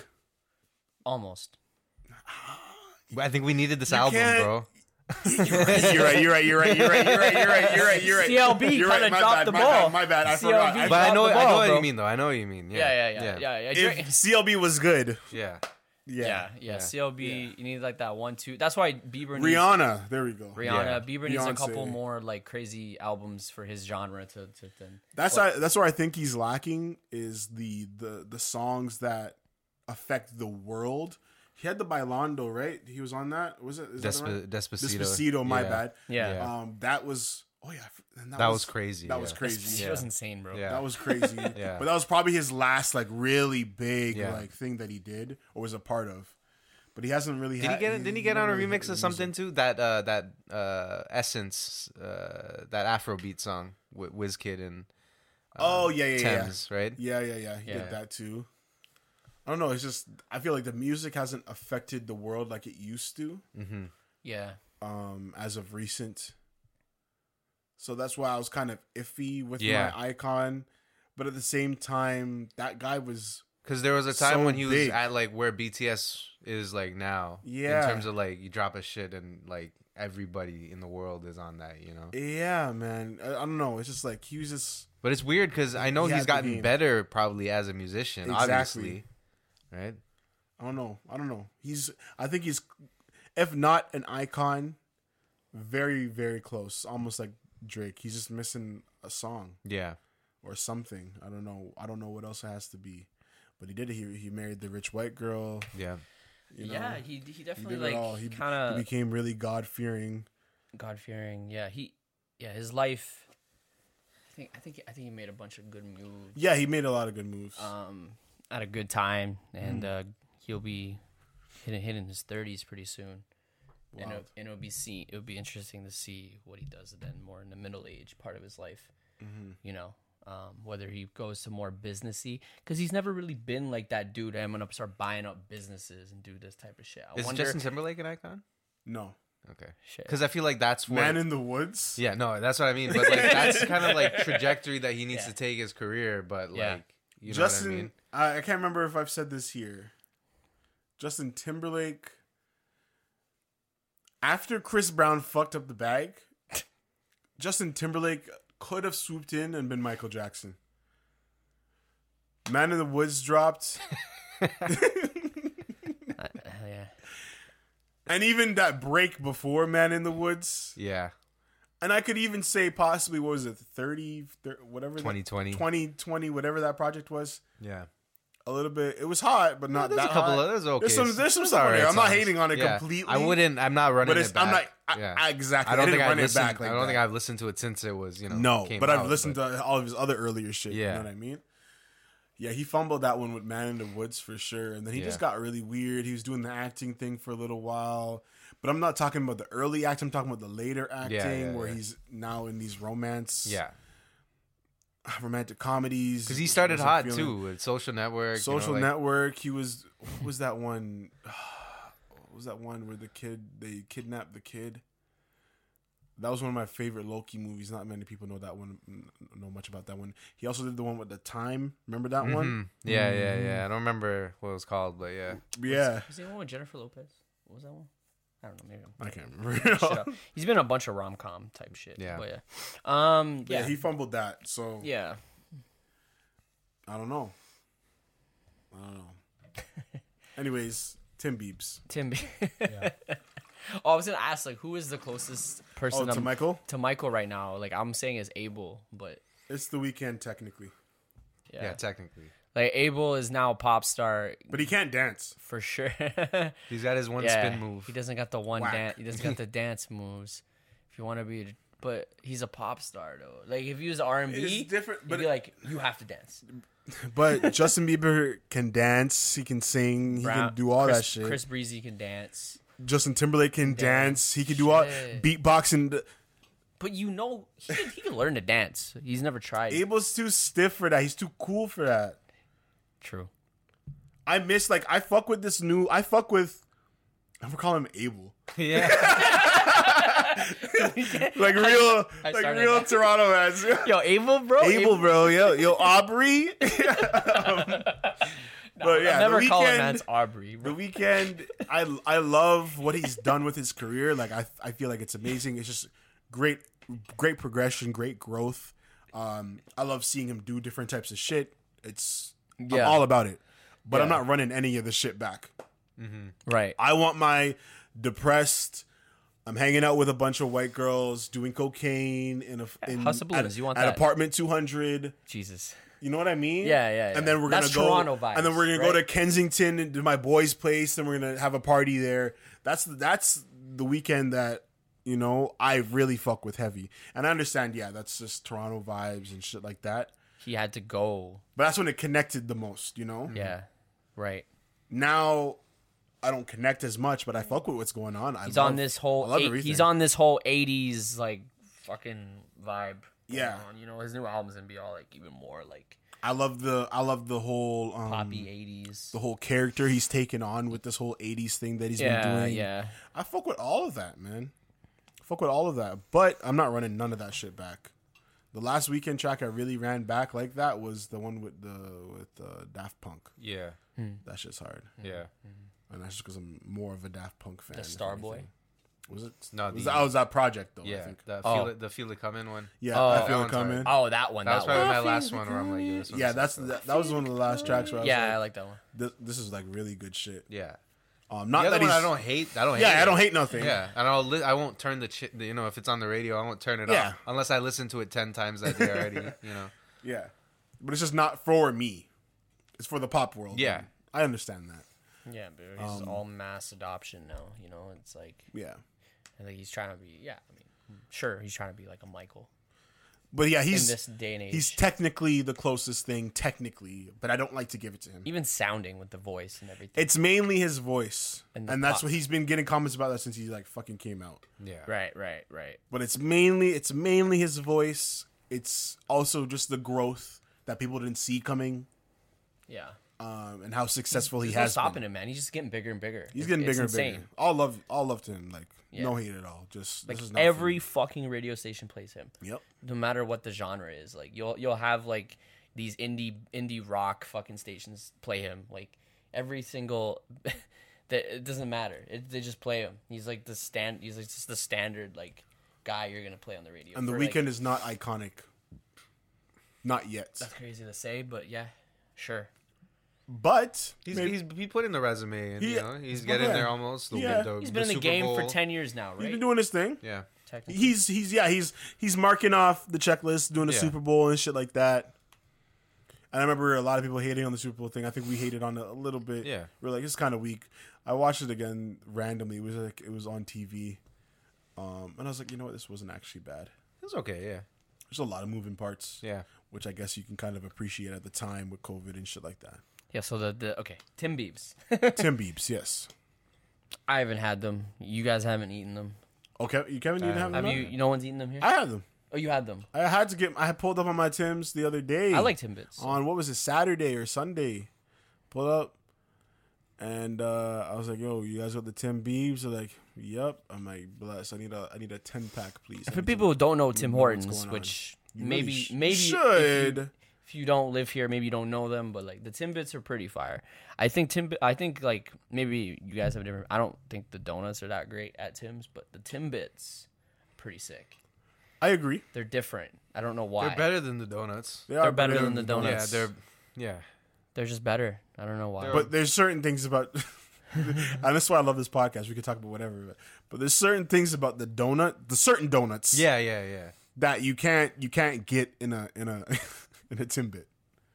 Speaker 2: Almost.
Speaker 3: I think we needed this album,
Speaker 1: can't-
Speaker 3: bro.
Speaker 1: You're right. You're right. You're right. You're right. You're right. You're right. You're right. You're right.
Speaker 2: CLB
Speaker 1: You're
Speaker 2: kinda
Speaker 1: my
Speaker 2: dropped
Speaker 1: bad,
Speaker 2: the
Speaker 1: my
Speaker 2: ball.
Speaker 1: Bad, my bad. I
Speaker 2: CLB
Speaker 1: forgot. I-
Speaker 2: dropped
Speaker 3: But I know,
Speaker 2: the
Speaker 3: I know
Speaker 2: ball,
Speaker 3: what
Speaker 2: bro.
Speaker 3: you mean, though. I know what you mean.
Speaker 2: Yeah,
Speaker 3: Yeah,
Speaker 2: yeah, yeah, yeah, yeah. Drake-
Speaker 1: if CLB was good,
Speaker 3: yeah.
Speaker 2: yeah,
Speaker 1: yeah.
Speaker 2: yeah.
Speaker 3: Yeah.
Speaker 2: CLB, you need like that one, two. That's why Bieber needs
Speaker 1: Rihanna. There we go.
Speaker 2: Rihanna.
Speaker 3: Yeah.
Speaker 2: Bieber needs a couple
Speaker 1: Beyonce.
Speaker 2: more like crazy albums for his genre to to. to
Speaker 1: That's I, that's where I think he's lacking is the the the songs that affect the world. He had the Bailando, right? He was on that. Was it? Is that the right-
Speaker 3: Desp- Despacito.
Speaker 1: Despacito. My
Speaker 3: Yeah.
Speaker 1: bad.
Speaker 2: yeah,
Speaker 3: Yeah.
Speaker 1: Um, that was. Oh yeah, and
Speaker 3: That was crazy,
Speaker 1: That
Speaker 3: yeah.
Speaker 1: was
Speaker 2: she
Speaker 1: crazy.
Speaker 2: was insane, bro.
Speaker 3: Yeah.
Speaker 1: That was crazy.
Speaker 3: Yeah.
Speaker 1: But that was probably his last like really big
Speaker 3: Yeah.
Speaker 1: like thing that he did or was a part of. But he hasn't really
Speaker 3: Did he
Speaker 1: had,
Speaker 3: get? Didn't he get on
Speaker 1: never
Speaker 3: a
Speaker 1: really hit
Speaker 3: remix of
Speaker 1: the
Speaker 3: something
Speaker 1: music.
Speaker 3: too? That uh, that uh, Essence, uh, that Afrobeat song with Wizkid and um,
Speaker 1: Oh yeah, yeah, yeah.
Speaker 3: Thames, right?
Speaker 1: Yeah, yeah, yeah. He
Speaker 2: Yeah.
Speaker 1: did that too. I don't know. It's just I feel like the music hasn't affected the world like it used to
Speaker 3: Mm-hmm.
Speaker 2: yeah,
Speaker 1: um, as of recent. So that's why I was kind of iffy with
Speaker 3: Yeah.
Speaker 1: my icon, but at the same time, that guy was
Speaker 3: Because there was a time
Speaker 1: so
Speaker 3: when he was
Speaker 1: big.
Speaker 3: at like where BTS is like now.
Speaker 1: Yeah.
Speaker 3: In terms of like you drop a shit and like everybody in the world is on that, you know.
Speaker 1: yeah, man. I, I don't know. It's just like he was just
Speaker 3: But it's weird because I know
Speaker 1: He had
Speaker 3: he's
Speaker 1: the
Speaker 3: gotten
Speaker 1: game.
Speaker 3: better probably as a musician,
Speaker 1: Exactly.
Speaker 3: obviously. Right?
Speaker 1: I don't know. I don't know. He's. I think he's, if not an icon, very very close. Almost like Drake. He's just missing a song
Speaker 3: Yeah.
Speaker 1: or something. I don't know. I don't know what else it has to be. But he did it. He he married the rich white girl.
Speaker 3: Yeah.
Speaker 1: You know,
Speaker 2: yeah. He he
Speaker 1: He
Speaker 2: definitely
Speaker 1: did it all.
Speaker 2: like
Speaker 1: He,
Speaker 2: kind
Speaker 1: he
Speaker 2: of
Speaker 1: became really God fearing.
Speaker 2: God fearing. Yeah, he yeah, his life. I think I think I think he made a bunch of good moves.
Speaker 1: Yeah, he made a lot of good moves.
Speaker 2: Um, at a good time, and
Speaker 3: Mm.
Speaker 2: uh, he'll be hitting hitting his thirties pretty soon. And, it'll,
Speaker 1: Wild.
Speaker 2: and it'll be see it'll be interesting to see what he does then more in the middle age part of his life.
Speaker 3: Mm-hmm.
Speaker 2: You know. Um, whether he goes to more businessy, because he's never really been like that dude. I'm gonna start buying up businesses and do this type of shit. I
Speaker 3: Is
Speaker 2: wonder.
Speaker 3: Justin Timberlake an icon?
Speaker 1: no,
Speaker 3: Okay,
Speaker 2: Shit.
Speaker 3: because I feel like that's what.
Speaker 1: Man in the Woods.
Speaker 3: yeah, no, that's what I mean. But like, that's kind of like trajectory that he needs
Speaker 2: Yeah.
Speaker 3: to take his career. But like,
Speaker 2: Yeah.
Speaker 3: you know
Speaker 1: Justin,
Speaker 3: what I mean?
Speaker 1: I, I can't remember if I've said this here. Justin Timberlake, after Chris Brown fucked up the bag, Justin Timberlake could have swooped in and been Michael Jackson. Man in the Woods dropped,
Speaker 2: I- yeah.
Speaker 1: and even that break before Man in the Woods.
Speaker 3: Yeah,
Speaker 1: And I could even say possibly what was it, 30, thir whatever, the-
Speaker 3: 2020.
Speaker 1: 2020, whatever that project was.
Speaker 3: yeah.
Speaker 1: A little bit. It was hot, but not
Speaker 3: There's
Speaker 1: that
Speaker 3: a couple
Speaker 1: hot.
Speaker 3: of those. Okay,
Speaker 1: There's some- there's some
Speaker 3: it's
Speaker 1: stuff on
Speaker 3: alright
Speaker 1: there. I'm not
Speaker 3: songs.
Speaker 1: hating on it
Speaker 3: Yeah.
Speaker 1: completely.
Speaker 3: I wouldn't. I'm not running
Speaker 1: but it's,
Speaker 3: it back.
Speaker 1: I'm like, I,
Speaker 3: yeah.
Speaker 1: I- exactly.
Speaker 3: I don't think
Speaker 1: didn't
Speaker 3: I've
Speaker 1: run it
Speaker 3: listened.
Speaker 1: back like
Speaker 3: I don't
Speaker 1: that.
Speaker 3: think I've listened to it since it was you know.
Speaker 1: no,
Speaker 3: came
Speaker 1: but
Speaker 3: out,
Speaker 1: I've listened to all of his other earlier shit. You
Speaker 3: Yeah.
Speaker 1: know what I mean? Yeah, he fumbled that one with Man in the Woods for sure, and then he just
Speaker 3: Yeah.
Speaker 1: got really weird. He was doing the acting thing for a little while, but I'm not talking about the early act. I'm talking about the later acting
Speaker 3: yeah,
Speaker 1: where
Speaker 3: yeah.
Speaker 1: he's now in these romance,
Speaker 3: Yeah,
Speaker 1: romantic comedies.
Speaker 3: because he started
Speaker 1: wasn't
Speaker 3: hot
Speaker 1: feeling-
Speaker 3: too with Social Network.
Speaker 1: Social
Speaker 3: you know, like-
Speaker 1: Network. He was. What was that one? What was that one where the kid they kidnapped the kid? That was one of my favorite Loki movies. Not many people know that one. n- Know much about that one. He also did the one with the time. Remember that one?
Speaker 3: Mhm. Yeah, yeah,
Speaker 2: Mm.
Speaker 3: yeah. I don't remember what it was called, but yeah.
Speaker 1: Yeah,
Speaker 2: Was the one with Jennifer Lopez? What was that one? I don't know. Maybe I'm
Speaker 1: I can't remember.
Speaker 2: shit up. He's been in a bunch of rom com type shit.
Speaker 3: Yeah.
Speaker 2: But yeah. Um.
Speaker 1: yeah,
Speaker 2: Yeah. Yeah.
Speaker 1: he fumbled that. So I don't know. I don't know. Anyways, Tim Beebs.
Speaker 2: Tim. oh, I was gonna ask like, who is the closest
Speaker 1: Oh,
Speaker 2: person
Speaker 1: to
Speaker 2: to,
Speaker 1: Michael,
Speaker 2: to Michael right now? Like, I'm saying is Abel, but
Speaker 1: it's the weekend technically,
Speaker 2: yeah,
Speaker 3: Yeah, technically.
Speaker 2: like Abel is now a pop star
Speaker 1: but he can't dance.
Speaker 2: for sure.
Speaker 3: He's got his one
Speaker 2: yeah.
Speaker 3: spin move.
Speaker 2: He doesn't got the one
Speaker 1: Whack.
Speaker 2: dance. He doesn't got the dance moves. If you want to be, a- but he's a pop star though. Like if he was R and
Speaker 1: It's
Speaker 2: B,
Speaker 1: different,
Speaker 2: But
Speaker 1: but
Speaker 2: be
Speaker 1: it-
Speaker 2: like, you have to dance.
Speaker 1: But Justin Bieber can dance. He can sing. He
Speaker 2: Brown-
Speaker 1: can do all
Speaker 2: Chris,
Speaker 1: that shit.
Speaker 2: Chris Breezy can dance.
Speaker 1: Justin Timberlake can dance. He can do all
Speaker 2: Shit.
Speaker 1: beatboxing.
Speaker 2: But you know, he can, he can learn to dance. He's never tried.
Speaker 1: Abel's too stiff for that. He's too cool for that.
Speaker 2: True.
Speaker 1: I miss like I fuck with this new. I fuck with. I'm gonna call him Abel.
Speaker 3: yeah.
Speaker 1: Like real,
Speaker 2: I
Speaker 1: like
Speaker 2: started
Speaker 1: real
Speaker 2: that.
Speaker 1: Toronto ass.
Speaker 2: Yo, Abel, bro.
Speaker 1: Abel, bro, yo, yo, Aubrey. Um, but yeah,
Speaker 2: I never
Speaker 1: the
Speaker 2: call him
Speaker 1: weekend.
Speaker 2: that's Aubrey.
Speaker 1: The
Speaker 2: Bro.
Speaker 1: weekend, I I love what he's done with his career. Like I I feel like it's amazing. It's just great great progression, great growth. Um, I love seeing him do different types of shit. It's I'm
Speaker 2: Yeah.
Speaker 1: all about it. But I'm
Speaker 2: Yeah.
Speaker 1: not running any of the shit back.
Speaker 2: Right.
Speaker 1: I want my depressed. I'm hanging out with a bunch of white girls doing cocaine in a in
Speaker 2: House of
Speaker 1: at-
Speaker 2: Blues, you want
Speaker 1: at
Speaker 2: that.
Speaker 1: apartment 200.
Speaker 2: Jesus.
Speaker 1: You know what I mean?
Speaker 2: Yeah, yeah, yeah.
Speaker 1: And then we're
Speaker 2: That's
Speaker 1: gonna go,
Speaker 2: Toronto vibes,
Speaker 1: and then we're gonna go to
Speaker 2: right?
Speaker 1: Kensington and to my boy's place, and we're gonna have a party there. That's that's the weekend that you know I really fuck with heavy, and I understand. Yeah, that's just Toronto vibes and shit like that.
Speaker 2: He had to go.
Speaker 1: But that's when it connected the most. You know.
Speaker 2: Yeah. Right.
Speaker 1: Now, I don't connect as much, but I fuck with what's going on. I
Speaker 2: He's
Speaker 1: love-
Speaker 2: on this whole.
Speaker 1: I love
Speaker 2: eight-
Speaker 1: everything.
Speaker 2: he's on this whole '80s like fucking vibe. going
Speaker 1: Yeah. Mm.
Speaker 2: on, You know, his new album's gonna be all like even more like
Speaker 1: I love the. I love the whole um,
Speaker 2: poppy '80s.
Speaker 1: The whole character he's taken on with this whole '80s thing that he's been
Speaker 2: yeah.
Speaker 1: doing.
Speaker 2: Yeah.
Speaker 1: I fuck with all of that, man. Fuck with all of that, but I'm not running none of that shit back. The last weekend track I really ran back like that was the one with the with uh, Daft Punk.
Speaker 3: Yeah.
Speaker 1: That shit's hard,
Speaker 3: Yeah.
Speaker 2: Mm-hmm.
Speaker 1: and that's just because I'm more of a Daft Punk fan.
Speaker 2: The
Speaker 1: if
Speaker 2: Starboy.
Speaker 1: anything. was it?
Speaker 3: No,
Speaker 1: was
Speaker 3: the-
Speaker 1: that, oh, it was that project though? I
Speaker 3: Yeah.
Speaker 1: think.
Speaker 3: The feel
Speaker 2: Oh.
Speaker 3: it the feel it coming one.
Speaker 1: yeah,
Speaker 2: Oh,
Speaker 1: I
Speaker 2: that
Speaker 1: feel it
Speaker 3: one's hard.
Speaker 1: coming.
Speaker 2: Oh, that one.
Speaker 3: That
Speaker 2: That,
Speaker 3: was probably
Speaker 2: one.
Speaker 3: my last one where I'm like, yeah, this one
Speaker 1: Yeah,
Speaker 3: sucks,
Speaker 1: that's
Speaker 3: though.
Speaker 1: that, that was one of the last tracks where I was
Speaker 2: Yeah, I
Speaker 1: like,
Speaker 2: like that one.
Speaker 1: this, this is like really good shit.
Speaker 3: yeah.
Speaker 1: Um,
Speaker 3: The
Speaker 1: not
Speaker 3: other
Speaker 1: that
Speaker 3: one
Speaker 1: he's,
Speaker 3: I don't hate. I don't.
Speaker 1: yeah,
Speaker 3: hate
Speaker 1: I don't
Speaker 3: it.
Speaker 1: hate nothing.
Speaker 3: Yeah, and I'll li- I won't turn the chi- you know if it's on the radio I won't turn it
Speaker 1: Yeah.
Speaker 3: off unless I listen to it ten times that day already. you know.
Speaker 1: Yeah. But it's just not for me. It's for the pop world.
Speaker 3: Yeah.
Speaker 1: I understand that.
Speaker 2: Yeah,
Speaker 1: Um,
Speaker 2: but he's all mass adoption now. You know, it's like
Speaker 1: Yeah.
Speaker 2: I think he's trying to be. Yeah, I mean, Sure, he's trying to be like a Michael
Speaker 1: But yeah,
Speaker 2: in
Speaker 1: he's
Speaker 2: this day and age.
Speaker 1: he's technically the closest thing, technically, but I don't like to give it to him.
Speaker 2: even sounding with the voice and everything.
Speaker 1: It's mainly his voice,
Speaker 2: And
Speaker 1: and,
Speaker 2: the
Speaker 1: that's
Speaker 2: pop.
Speaker 1: what he's been getting comments about that since he like fucking came out.
Speaker 3: Yeah.
Speaker 2: right, right, right.
Speaker 1: But it's mainly it's mainly his voice. It's also just the growth that people didn't see coming,
Speaker 2: Yeah.
Speaker 1: um, and how successful he
Speaker 2: There's no
Speaker 1: has.
Speaker 2: stopping
Speaker 1: been.
Speaker 2: him, man. He's just getting bigger and bigger.
Speaker 1: He's getting bigger
Speaker 2: it's
Speaker 1: and
Speaker 2: insane.
Speaker 1: bigger. All love, all love to him. Like
Speaker 2: Yeah.
Speaker 1: no hate at all. Just this is not
Speaker 2: Like
Speaker 1: for
Speaker 2: every
Speaker 1: me.
Speaker 2: fucking radio station plays him.
Speaker 1: Yep.
Speaker 2: no matter what the genre is. Like you'll you'll have like these indie indie rock fucking stations play him. Like every single that it doesn't matter. It, they just play him. He's like the stand. He's like just the standard like guy you're gonna play on the radio.
Speaker 1: And the
Speaker 2: for, like-
Speaker 1: weekend is not iconic. Not yet,
Speaker 2: that's crazy to say, but yeah, sure.
Speaker 1: but
Speaker 3: He's,
Speaker 1: maybe-
Speaker 3: he's he put in the resume and
Speaker 1: He-
Speaker 3: you know he's
Speaker 1: well,
Speaker 3: getting
Speaker 1: yeah.
Speaker 3: there almost. The,
Speaker 1: Yeah.
Speaker 2: He's been in the
Speaker 3: Super
Speaker 2: game for
Speaker 3: Bowl.
Speaker 2: ten years now, right?
Speaker 1: he's been doing his thing.
Speaker 3: Yeah,
Speaker 2: Technically.
Speaker 1: He's he's yeah he's he's marking off the checklist, doing the
Speaker 3: Yeah.
Speaker 1: Super Bowl and shit like that. And I remember a lot of people hating on the Super Bowl thing. I think we hated on it a little bit.
Speaker 3: Yeah.
Speaker 1: we're like it's kind of weak. I watched it again randomly. It was like it was on TV, um, and I was like, you know what, this wasn't actually bad.
Speaker 3: it's okay. Yeah,
Speaker 1: There's a lot of moving parts.
Speaker 3: yeah.
Speaker 1: which I guess you can kind of appreciate at the time with COVID and shit like that.
Speaker 2: Yeah. So the the okay, Tim Beebs.
Speaker 1: Tim Beebs, yes.
Speaker 2: I haven't had them. You guys haven't eaten them.
Speaker 1: Okay, Oh, you Kevin, you didn't have
Speaker 2: Uh, Have
Speaker 1: them.
Speaker 2: you?
Speaker 1: on?
Speaker 2: you- No one's eaten them here.
Speaker 1: I had them.
Speaker 2: oh, you had them.
Speaker 1: I had to get. I had pulled up on my Tim's the other day.
Speaker 2: I like Timbits.
Speaker 1: on what was it Saturday or Sunday. Pulled up, and uh, I was like, "Yo, you guys got the Tim Beebs?" They're like, "Yep." I'm like, "Bless." I need a. I need a ten pack, please. I
Speaker 2: For
Speaker 1: need
Speaker 2: people who don't know Tim
Speaker 1: know what's
Speaker 2: Hortons,
Speaker 1: going on.
Speaker 2: which
Speaker 1: You really
Speaker 2: maybe
Speaker 1: sh-
Speaker 2: maybe If
Speaker 1: should.
Speaker 2: you, if you don't live here, maybe you don't know them, but like the Timbits are pretty fire. I think Tim. I think like maybe you guys have a different. I don't think the donuts are that great at Tim's, but the Timbits, pretty sick.
Speaker 1: some- I agree.
Speaker 2: They're different. I don't know why.
Speaker 3: They're better than the donuts.
Speaker 1: They
Speaker 2: They're better than the donuts.
Speaker 3: Yeah, they're yeah.
Speaker 2: They're just better. I don't know why.
Speaker 1: But there's certain things about, and that's why I love this podcast. We could talk about whatever, but, but there's certain things about the donut, the certain donuts,
Speaker 3: Yeah, yeah, yeah.
Speaker 1: that you can't you can't get in a in a in a Timbit.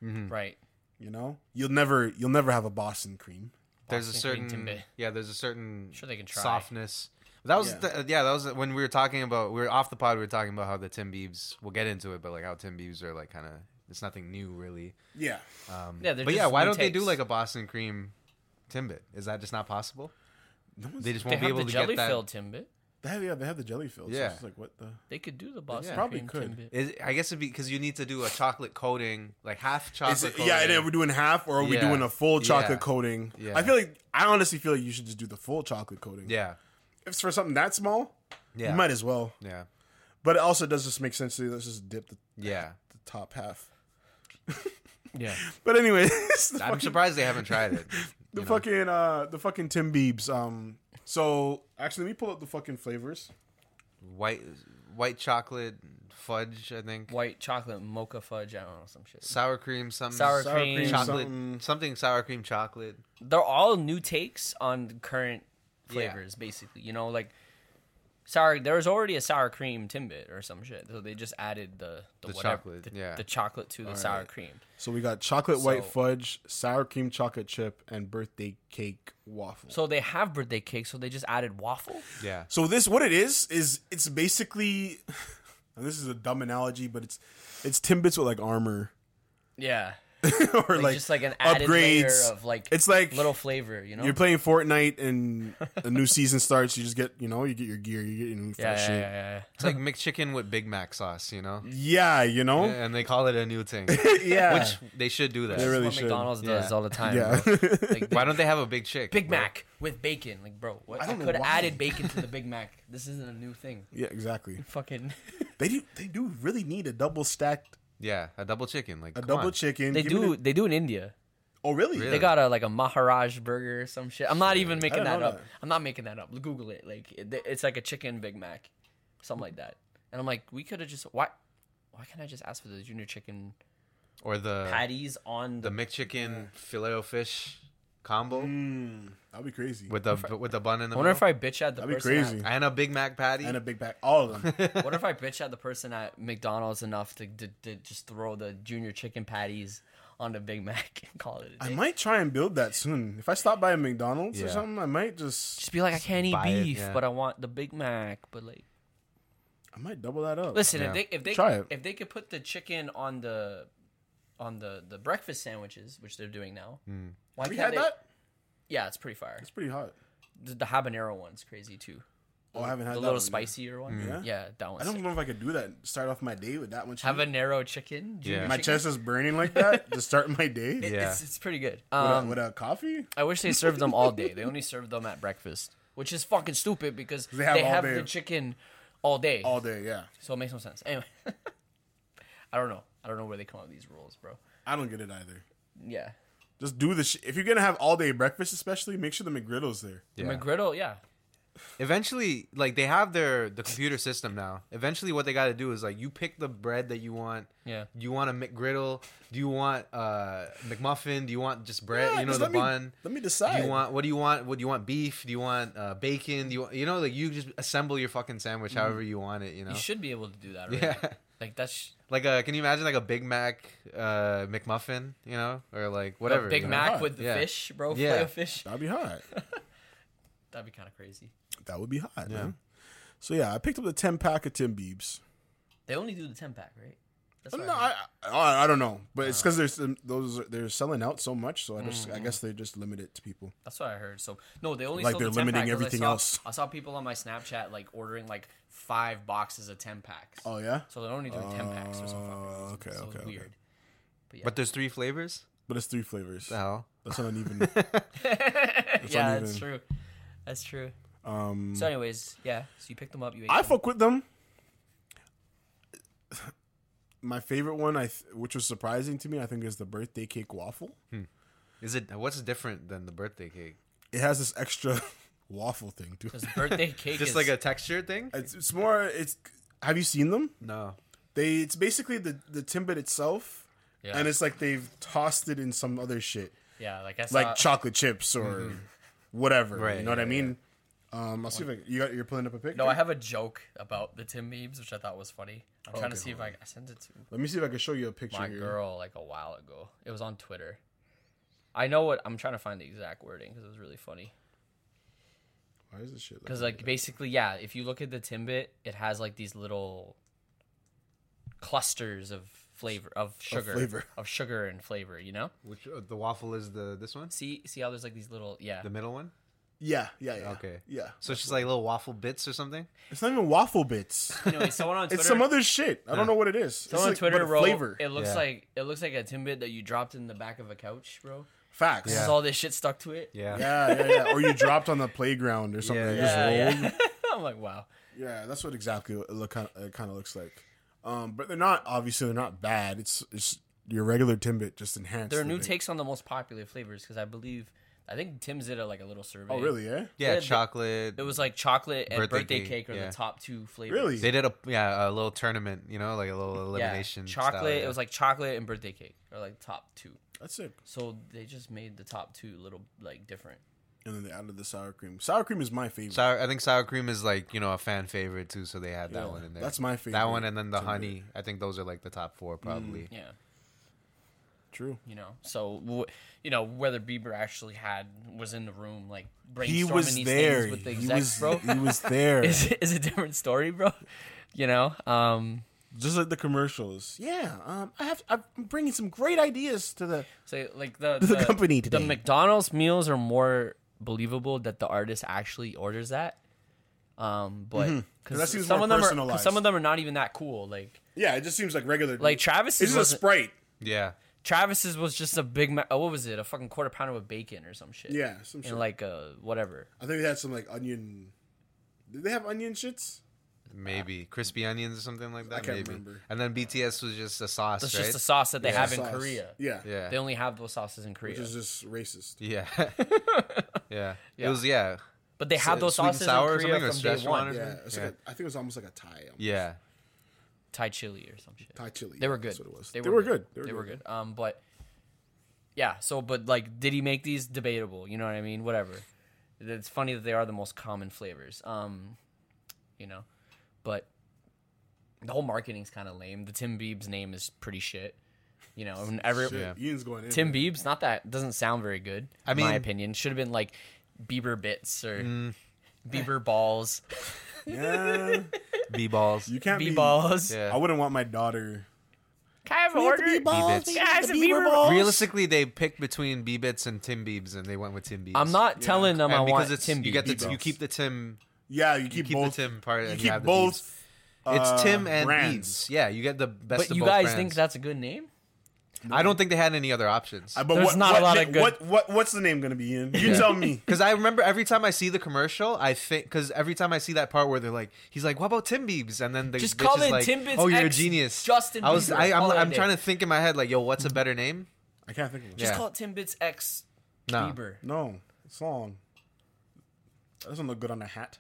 Speaker 2: right.
Speaker 1: You know, you'll never you'll never have a Boston cream.
Speaker 3: There's a
Speaker 2: Boston cream
Speaker 3: certain
Speaker 2: Timbit.
Speaker 3: yeah. There's a certain
Speaker 2: Sure they can try.
Speaker 3: softness. That was
Speaker 1: Yeah.
Speaker 3: The, yeah. That was when we were talking about we were off the pod. We were talking about how the Tim Beebs. We'll get into it, but like how Tim Beebs are like kind of it's nothing new really.
Speaker 1: Yeah,
Speaker 3: Um,
Speaker 2: Yeah, they're
Speaker 3: but yeah,
Speaker 2: just
Speaker 3: why
Speaker 2: new
Speaker 3: don't they do
Speaker 2: takes.
Speaker 3: like a Boston cream Timbit? Is that just not possible? They just
Speaker 2: They
Speaker 3: won't be
Speaker 2: have
Speaker 3: able
Speaker 2: the
Speaker 3: to get
Speaker 2: jelly
Speaker 3: that.
Speaker 2: filled Timbit.
Speaker 1: they have yeah they have the jelly filled.
Speaker 3: Yeah.
Speaker 1: so it's like what the
Speaker 2: They could do the Boston
Speaker 1: probably
Speaker 2: cream
Speaker 1: could.
Speaker 2: Timbit.
Speaker 3: Is, I guess it'd be because you need to do a chocolate coating, like half chocolate.
Speaker 1: Is it,
Speaker 3: coating.
Speaker 1: yeah, and then we're doing half, or are we
Speaker 3: Yeah.
Speaker 1: doing a full chocolate
Speaker 3: Yeah.
Speaker 1: coating?
Speaker 3: Yeah.
Speaker 1: I feel like I honestly feel like you should just do the full chocolate coating.
Speaker 3: yeah,
Speaker 1: if it's for something that small,
Speaker 3: yeah,
Speaker 1: you might as well.
Speaker 3: yeah,
Speaker 1: But it also does just make sense to let's just dip the,
Speaker 3: yeah.
Speaker 1: the top half.
Speaker 2: Yeah.
Speaker 1: But anyway, the
Speaker 3: I'm
Speaker 1: fucking,
Speaker 3: surprised they haven't tried it.
Speaker 1: the fucking uh the fucking Tim Beebs. Um, so actually, let me pull up the fucking flavors.
Speaker 3: White, white chocolate fudge, I think.
Speaker 2: White chocolate mocha fudge. I don't know some shit.
Speaker 3: Sour cream, some
Speaker 2: Sour,
Speaker 1: Sour
Speaker 2: cream.
Speaker 1: cream,
Speaker 2: chocolate.
Speaker 3: chocolate,
Speaker 1: something.
Speaker 3: something. sour cream chocolate.
Speaker 2: they're all new takes on current
Speaker 3: Yeah.
Speaker 2: flavors, basically. You know, like sour. There was already a sour cream timbit or some shit, so they just added the the,
Speaker 3: The
Speaker 2: whatever-
Speaker 3: chocolate,
Speaker 2: the,
Speaker 3: yeah.
Speaker 2: the chocolate to the sour
Speaker 3: right.
Speaker 2: cream.
Speaker 1: So we got chocolate white
Speaker 2: So-
Speaker 1: fudge, sour cream chocolate chip, and birthday cake waffle. So,
Speaker 2: So they have birthday cake, so they just added waffle.
Speaker 3: Yeah,
Speaker 1: this what it is is it's basically and this is a dumb analogy, but it's it's Timbits with like armor
Speaker 2: Yeah,
Speaker 1: or
Speaker 2: like,
Speaker 1: like
Speaker 2: just like an added layer of like
Speaker 1: it's like
Speaker 2: little flavor. You know,
Speaker 1: you're playing Fortnite and the new season starts. You just get you know you get your gear, you get your new
Speaker 2: yeah,
Speaker 1: fresh
Speaker 2: yeah, yeah,
Speaker 1: shit.
Speaker 2: yeah, yeah.
Speaker 3: it's like McChicken with Big Mac sauce, you know.
Speaker 1: Yeah, you know, yeah,
Speaker 3: And they call it a new thing, which they should do that.
Speaker 1: They really
Speaker 2: what
Speaker 1: should.
Speaker 2: McDonald's does
Speaker 3: Yeah.
Speaker 2: all the time.
Speaker 1: yeah.
Speaker 2: bro. Like they-
Speaker 3: Why don't they have a big chick?
Speaker 2: Big
Speaker 3: bro?
Speaker 2: Mac with bacon, like bro, what?
Speaker 1: I
Speaker 2: I,
Speaker 1: don't know
Speaker 2: could have
Speaker 1: why.
Speaker 2: added bacon to the Big Mac. This isn't a new thing.
Speaker 1: yeah, exactly.
Speaker 2: Fucking,
Speaker 1: They do they do really need a double stacked
Speaker 3: Yeah, a double chicken, like
Speaker 1: a double chicken.
Speaker 2: they
Speaker 1: Give me
Speaker 2: do.
Speaker 1: the-
Speaker 2: They do in India.
Speaker 1: oh really?
Speaker 3: Really?
Speaker 2: They got a like a Maharaj burger or some shit. I'm not even making
Speaker 1: didn't
Speaker 2: that
Speaker 1: know
Speaker 2: up.
Speaker 1: that.
Speaker 2: I'm not making that up. Google it. Like it, it's like a chicken Big Mac, something like that. And I'm like, we could have just why, why can't I just ask for the junior chicken
Speaker 3: or the
Speaker 2: patties on
Speaker 3: the
Speaker 2: the?
Speaker 3: McChicken filet o fish combo
Speaker 1: Mm, that'd be crazy.
Speaker 3: with the with the bun in
Speaker 2: I
Speaker 3: the
Speaker 2: wonder
Speaker 3: middle
Speaker 2: if I bitch at the
Speaker 1: that'd be
Speaker 2: person.
Speaker 1: crazy.
Speaker 3: and a Big Mac patty.
Speaker 1: and a big pack. All of them.
Speaker 2: At, what if I bitch at the person at McDonald's enough to, to, to just throw the junior chicken patties on the Big Mac and call it a
Speaker 1: I
Speaker 2: day?
Speaker 1: might try and build that soon. If I stop by a McDonald's or
Speaker 3: Yeah.
Speaker 1: something, I might just.
Speaker 2: Just be like, I can't eat
Speaker 3: buy it,
Speaker 2: beef,
Speaker 3: yeah.
Speaker 2: but I want the Big Mac. But like,
Speaker 1: I might double that up.
Speaker 2: Listen,
Speaker 3: Yeah.
Speaker 2: if they if they
Speaker 1: Try it.
Speaker 2: if they could put the chicken on the on the the breakfast sandwiches, which they're doing now,
Speaker 3: Hmm.
Speaker 2: why
Speaker 1: Have you
Speaker 2: can't
Speaker 1: had
Speaker 2: they-
Speaker 1: that?
Speaker 2: Yeah, it's pretty fire.
Speaker 1: It's pretty hot.
Speaker 2: The, the habanero one's crazy too.
Speaker 1: Oh, I haven't had
Speaker 2: the little
Speaker 1: that one yet.
Speaker 2: spicier
Speaker 3: Hmm.
Speaker 2: one.
Speaker 1: Yeah?
Speaker 2: Yeah, that
Speaker 1: I
Speaker 2: one's
Speaker 1: don't
Speaker 2: sick.
Speaker 1: know if I could do that. Start off my day with that one. cheese.
Speaker 2: habanero chicken. junior
Speaker 1: my
Speaker 2: chicken.
Speaker 1: chest is burning like that to start my day
Speaker 2: It-
Speaker 1: with,
Speaker 3: Yeah.
Speaker 2: It's, it's pretty good.
Speaker 1: a,
Speaker 2: Um,
Speaker 1: with a coffee.
Speaker 2: I wish they served them all day. They only serve them at breakfast, which is fucking stupid because they
Speaker 1: have
Speaker 2: have,
Speaker 1: all day.
Speaker 2: the chicken all day.
Speaker 1: All day, yeah.
Speaker 2: so it makes no sense. Anyway, I don't know. I don't know where they come up with these rules, bro.
Speaker 1: I don't get it either.
Speaker 2: Yeah.
Speaker 1: Just do the. Sh- if you're gonna have all day breakfast, especially, make sure the McGriddle's there.
Speaker 2: The
Speaker 3: Yeah.
Speaker 2: McGriddle, yeah.
Speaker 3: Eventually, like they have their the computer system now. Eventually, what they got to do is like you pick the bread that you want.
Speaker 2: Yeah.
Speaker 3: Do you want a McGriddle? Do you want uh McMuffin? Do you want just bread?
Speaker 1: Yeah,
Speaker 3: you know
Speaker 1: just
Speaker 3: the
Speaker 1: let me-
Speaker 3: bun.
Speaker 1: let me
Speaker 3: Do
Speaker 1: decide.
Speaker 3: you want what do you want? What do you want? Beef? Do you want uh, bacon? Do you want, you know like you just assemble your fucking sandwich however you want it. You know.
Speaker 2: Mm. You should be able to do that, right?
Speaker 3: yeah.
Speaker 2: Like that's sh-
Speaker 3: Like uh can you imagine like a Big Mac uh McMuffin? You know or like
Speaker 2: a
Speaker 3: whatever.
Speaker 2: Big
Speaker 3: you know?
Speaker 2: Mac
Speaker 1: Hot.
Speaker 2: with the
Speaker 3: Yeah.
Speaker 2: fish, bro.
Speaker 3: Yeah.
Speaker 2: Filet of fish.
Speaker 1: That'd be hot.
Speaker 2: That'd be kind of crazy.
Speaker 1: that would be hot. Yeah. So yeah, I picked up the ten pack of Tim Biebs.
Speaker 2: They only do the ten pack, right? That's
Speaker 1: No,
Speaker 2: what heard.
Speaker 1: I, I I don't know, but it's because there's some- those are- they're selling out so much, so I just I guess they just limit it to people.
Speaker 2: That's what I heard. So no, they only
Speaker 1: Like
Speaker 2: sold
Speaker 1: they're
Speaker 2: the 10 pack
Speaker 1: limiting
Speaker 2: 'cause I
Speaker 1: everything
Speaker 2: saw-
Speaker 1: else.
Speaker 2: I saw people on my Snapchat like ordering like five boxes of ten packs.
Speaker 1: Oh yeah,
Speaker 2: So they're only doing ten packs or something.
Speaker 1: Oh, okay,
Speaker 2: so
Speaker 1: okay, okay.
Speaker 2: weird.
Speaker 3: But there's three flavors.
Speaker 1: but it's three flavors.
Speaker 3: The hell?
Speaker 1: That's not even.
Speaker 2: yeah,
Speaker 1: uneven.
Speaker 2: that's true. That's true.
Speaker 1: Um,
Speaker 2: So, anyways, yeah. So you picked them up. You ate
Speaker 1: I
Speaker 2: them.
Speaker 1: fuck with them. My favorite one, I th- which was surprising to me, I think is the birthday cake waffle.
Speaker 3: Is it what's different than the birthday cake?
Speaker 1: It has this extra waffle thing too.
Speaker 2: 'Cause birthday cake.
Speaker 3: Just
Speaker 2: is,
Speaker 3: like a texture thing?
Speaker 1: It's, it's more. It's have you seen them?
Speaker 3: No.
Speaker 1: They it's basically the the timbit itself,
Speaker 2: Yeah.
Speaker 1: and it's like they've tossed it in some other shit.
Speaker 2: yeah, like I saw.
Speaker 1: like chocolate chips or whatever. you
Speaker 3: Uh, Mm-hmm. Right,
Speaker 1: know what I
Speaker 3: yeah,
Speaker 1: mean? Um, I'll see if I, you got you're pulling up a picture.
Speaker 2: no, I have a joke about the Tim memes, which I thought was funny. I'm trying to
Speaker 1: Oh, Okay,
Speaker 2: see if I, I sent it to
Speaker 1: Let me see if I can show you a picture
Speaker 2: my
Speaker 1: here.
Speaker 2: girl like a while ago. It was on Twitter. I know what I'm trying to find the exact wording because it was really funny.
Speaker 1: Why is this shit? Like
Speaker 2: Because like basically, yeah, if you look at the Timbit, it has like these little clusters of flavor of sugar
Speaker 1: flavor.
Speaker 2: of sugar and flavor. You know,
Speaker 3: Which uh, the waffle is the this one?
Speaker 2: see see how there's like these little yeah.
Speaker 3: The middle one?
Speaker 1: yeah, yeah, yeah.
Speaker 3: Okay.
Speaker 1: yeah.
Speaker 3: So it's just like little waffle bits or something?
Speaker 1: It's not even waffle bits.
Speaker 2: Anyway, someone on Twitter,
Speaker 1: It's some other shit. I don't know what it is.
Speaker 2: someone on
Speaker 1: it's like,
Speaker 2: Twitter
Speaker 1: but
Speaker 2: wrote,
Speaker 1: flavor
Speaker 2: it looks
Speaker 3: Yeah.
Speaker 2: like it looks like a Timbit that you dropped in the back of a couch, bro.
Speaker 1: facts.
Speaker 2: This is
Speaker 1: Yeah.
Speaker 2: all this shit stuck to it.
Speaker 3: Yeah.
Speaker 1: yeah, yeah, Or you dropped on the playground or something.
Speaker 3: Yeah,
Speaker 1: Yeah, just
Speaker 2: yeah.
Speaker 1: rolled.
Speaker 2: yeah. I'm like, wow.
Speaker 1: Yeah, that's what exactly it look kind of, it kind of looks like. Um, but they're not obviously they're not bad. It's it's your regular Timbit just enhanced.
Speaker 2: There are
Speaker 1: with
Speaker 2: new
Speaker 1: it.
Speaker 2: takes on the most popular flavors because I believe I think Tim's did a, like a little survey.
Speaker 1: Oh really? Yeah.
Speaker 3: Yeah,
Speaker 2: Yeah, the-
Speaker 3: chocolate.
Speaker 2: It was like chocolate and
Speaker 3: Birthday
Speaker 2: birthday,
Speaker 3: cake,
Speaker 2: cake, are
Speaker 3: yeah.
Speaker 2: the top two flavors.
Speaker 1: Really?
Speaker 3: They did a yeah, a little tournament, you know, like a little elimination.
Speaker 2: Yeah,
Speaker 3: style,
Speaker 2: chocolate.
Speaker 3: yeah.
Speaker 2: It was like chocolate and birthday cake are like top two.
Speaker 1: That's it.
Speaker 2: So they just made the top two little like different.
Speaker 1: And then they added the sour cream. Sour cream is my favorite.
Speaker 3: sour I think sour cream is like, you know, a fan favorite too, so they had that
Speaker 1: Yeah,
Speaker 3: one in there.
Speaker 1: that's my
Speaker 3: That
Speaker 1: favorite
Speaker 3: one and then the
Speaker 1: Timbit.
Speaker 3: honey. I think those are like the top 4
Speaker 2: Mm.
Speaker 3: probably.
Speaker 2: Yeah,
Speaker 1: True.
Speaker 2: you know. So w- you know whether Bieber actually had was in the room like brainstorming
Speaker 1: He was
Speaker 2: these
Speaker 1: there.
Speaker 2: things with the
Speaker 1: he
Speaker 2: execs,
Speaker 1: was
Speaker 2: bro.
Speaker 1: he was there.
Speaker 2: is is a different story, bro. You know. Um.
Speaker 1: Just like the commercials. Yeah. Um. I have. I'm bringing some great ideas to the.
Speaker 2: So like the
Speaker 1: the company today.
Speaker 2: The McDonald's meals are more believable that the artist actually orders that. Um, but
Speaker 1: Mm-hmm.
Speaker 2: because
Speaker 1: that seems
Speaker 2: some
Speaker 1: more
Speaker 2: of them are 'cause
Speaker 1: personalized.
Speaker 2: some of them are not even that cool. Like
Speaker 1: Yeah. It just seems like regular.
Speaker 2: like Travis's
Speaker 1: It's just a
Speaker 2: wasn't-
Speaker 1: sprite.
Speaker 3: Yeah.
Speaker 2: Travis's was just a big ma- oh, what was it? A fucking quarter pounder with bacon or some shit.
Speaker 1: Yeah. Some shit.
Speaker 2: and like uh whatever.
Speaker 1: I think they had some like onion. Did they have onion shits?
Speaker 3: Maybe crispy onions or something like that.
Speaker 1: can't
Speaker 3: maybe.
Speaker 1: remember.
Speaker 3: And then BTS was just a sauce,
Speaker 2: That's
Speaker 3: right?
Speaker 2: just the sauce that they have in
Speaker 1: Sauce.
Speaker 2: Korea.
Speaker 1: Yeah.
Speaker 3: yeah.
Speaker 2: They only have those sauces in Korea,
Speaker 1: Which is just racist.
Speaker 3: yeah. yeah. It
Speaker 2: Yeah.
Speaker 3: was yeah.
Speaker 2: but they have those
Speaker 3: sweet and
Speaker 2: sauces
Speaker 3: sour or
Speaker 2: in Korea
Speaker 3: something, or
Speaker 2: from day
Speaker 3: Szechuan or
Speaker 2: one.
Speaker 1: Yeah.
Speaker 3: Mhm.
Speaker 1: It's Like a, I think it was almost like a Thai. um,
Speaker 3: Yeah.
Speaker 2: Thai chili or some shit.
Speaker 1: Thai chili.
Speaker 2: They were
Speaker 1: That's
Speaker 2: good.
Speaker 1: what it was. They, were, good.
Speaker 2: They were good. Um, but yeah. So, but like, did he make these debatable? You know what I mean? Whatever. It's funny that they are the most common flavors. Um, you know, but the whole marketing's kind of lame. The Tim Biebs name is pretty shit. You know, and every
Speaker 1: Shit,
Speaker 3: Yeah.
Speaker 1: Ian's going in.
Speaker 2: Tim Biebs, not that doesn't sound very good.
Speaker 3: I
Speaker 2: in my
Speaker 3: mean- Mm.
Speaker 2: opinion should have been like Bieber bits or Bieber balls.
Speaker 1: Yeah,
Speaker 3: B balls.
Speaker 1: you can't
Speaker 2: B
Speaker 1: be.
Speaker 2: balls.
Speaker 1: I wouldn't want my daughter.
Speaker 2: Can I have
Speaker 1: We need the B balls.
Speaker 3: Beebits.
Speaker 1: We need
Speaker 2: Guys,
Speaker 1: the
Speaker 2: the
Speaker 1: Bieber
Speaker 2: Bieber
Speaker 1: balls.
Speaker 3: Realistically, they picked between B bits and Tim Biebs, and they went with Tim Biebs.
Speaker 2: I'm not telling them
Speaker 3: and
Speaker 2: I
Speaker 3: because
Speaker 2: want
Speaker 3: it's,
Speaker 2: Tim
Speaker 3: You get the
Speaker 1: Biebs.
Speaker 3: you keep the Tim.
Speaker 1: Yeah, you keep,
Speaker 3: You keep
Speaker 1: both.
Speaker 3: the Tim part.
Speaker 1: you
Speaker 3: and
Speaker 1: keep
Speaker 3: have the Biebs.
Speaker 1: both.
Speaker 3: It's
Speaker 1: uh,
Speaker 3: Tim and
Speaker 1: brands.
Speaker 3: Biebs. Yeah, you get the best.
Speaker 2: But
Speaker 3: of
Speaker 2: you
Speaker 3: both
Speaker 2: guys
Speaker 3: brands.
Speaker 2: think that's a good name?
Speaker 3: I don't think they had any other options.
Speaker 1: Uh, but
Speaker 2: There's
Speaker 1: what,
Speaker 2: not a
Speaker 1: what
Speaker 2: lot
Speaker 1: na-
Speaker 2: of good-
Speaker 1: What, what what's the name gonna be in? You
Speaker 3: Yeah.
Speaker 1: tell me.
Speaker 3: Because I remember every time I see the commercial, I think because every time I see that part where they're like, he's like, "What about Tim Biebs?" and then the
Speaker 2: Just
Speaker 3: bitch
Speaker 2: call
Speaker 3: is
Speaker 2: it
Speaker 3: like,
Speaker 2: Timbits
Speaker 3: "Oh, you're a
Speaker 2: X
Speaker 3: genius."
Speaker 2: Justin
Speaker 3: I was,
Speaker 2: Bieber.
Speaker 3: I, I'm,
Speaker 2: Call it a
Speaker 3: I'm
Speaker 2: day.
Speaker 3: trying to think in my head like, "Yo, what's a better name?"
Speaker 1: I can't think of it.
Speaker 2: Just
Speaker 3: Yeah. Oh.
Speaker 2: call it Timbits X
Speaker 3: No.
Speaker 2: Bieber.
Speaker 1: No, it's long. That doesn't look good on a hat.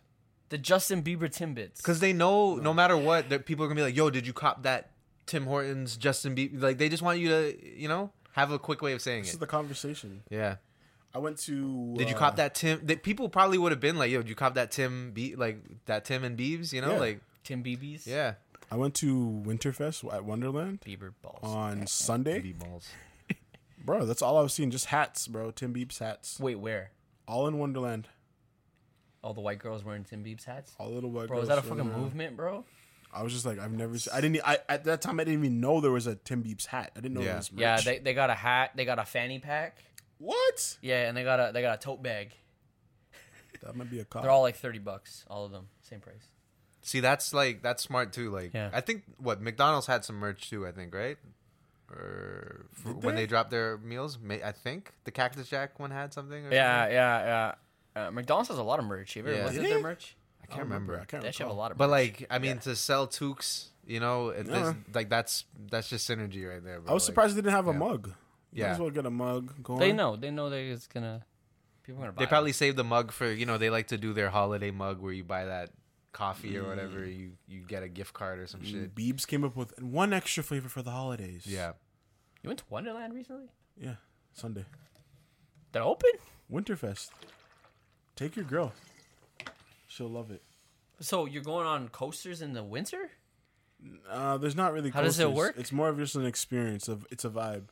Speaker 2: The Justin Bieber Timbits.
Speaker 3: Because they know no matter what, that people are gonna be like, "Yo, did you cop that Tim Hortons Justin Bieber?" Like they just want you to, you know, have a quick way of saying
Speaker 1: This is
Speaker 3: it.
Speaker 1: the conversation.
Speaker 3: Yeah.
Speaker 1: I went to.
Speaker 3: Did you
Speaker 1: uh,
Speaker 3: cop that Tim? That people probably would have been like, "Yo, did you cop that Tim Be like that Tim and Biebs?" You know,
Speaker 1: Yeah.
Speaker 3: like
Speaker 2: Tim Biebs.
Speaker 3: yeah.
Speaker 1: I went to Winterfest at Wonderland
Speaker 2: Bieber balls.
Speaker 3: Oh.
Speaker 1: on Sunday,
Speaker 3: balls.
Speaker 1: bro. That's all I was seeing. Just hats, bro. Tim Beeps hats.
Speaker 2: Wait, where?
Speaker 1: All in Wonderland.
Speaker 2: All the white girls wearing Tim Biebs hats?
Speaker 1: All little white
Speaker 2: Bro,
Speaker 1: girls
Speaker 2: is that a
Speaker 1: running
Speaker 3: uh,
Speaker 2: fucking
Speaker 1: around.
Speaker 2: movement, bro?
Speaker 1: I was just like, I've never. Seen, I didn't. e, I at that time I didn't even know there was a Tim Beeps hat. I didn't know
Speaker 3: Yeah.
Speaker 1: there was.
Speaker 2: Yeah,
Speaker 1: merch.
Speaker 2: they, they got a hat, they got a fanny pack.
Speaker 1: what?
Speaker 2: Yeah, and they got a they got a tote bag.
Speaker 1: That might be a cop.
Speaker 2: They're all like thirty bucks, all of them, same price.
Speaker 3: See, that's like that's smart too. Like,
Speaker 2: Yeah.
Speaker 3: I think what McDonald's had some merch too. I think right, or for
Speaker 1: Did
Speaker 3: when
Speaker 1: they?
Speaker 3: they dropped their meals, may, I think the Cactus Jack one had something. Or
Speaker 2: Yeah,
Speaker 3: something.
Speaker 2: yeah, yeah. Uh, McDonald's has a lot of merch. Have you ever
Speaker 3: Yeah.
Speaker 2: looked
Speaker 1: Do
Speaker 2: at their
Speaker 1: they?
Speaker 2: merch?
Speaker 3: I can't remember.
Speaker 1: I can't
Speaker 2: They actually have a
Speaker 1: recall.
Speaker 2: lot of
Speaker 3: But
Speaker 2: merch.
Speaker 3: like, I mean, to sell Tukes, you know, it,
Speaker 1: Yeah.
Speaker 3: there's- like that's that's just synergy right there. Bro.
Speaker 1: I was
Speaker 3: Like,
Speaker 1: surprised they didn't have a
Speaker 3: yeah.
Speaker 1: mug. You might
Speaker 3: Yeah.
Speaker 1: as well get a mug. Going.
Speaker 2: they know, they know that it's gonna people are gonna buy.
Speaker 3: They
Speaker 2: it.
Speaker 3: probably saved the mug for you know they like to do their holiday mug where you buy that coffee or whatever you you get a gift card or some shit.
Speaker 1: Beebs came up with one extra flavor for the holidays.
Speaker 3: Mm. Yeah.
Speaker 2: You went to Wonderland recently?
Speaker 1: Yeah. Sunday.
Speaker 2: They're open.
Speaker 1: Winterfest. Take your girl. She'll love it.
Speaker 2: So you're going on coasters in the winter?
Speaker 1: Uh, there's not really.
Speaker 2: How does it
Speaker 1: coasters.
Speaker 2: work?
Speaker 1: It's more of just an experience. Of it's a vibe.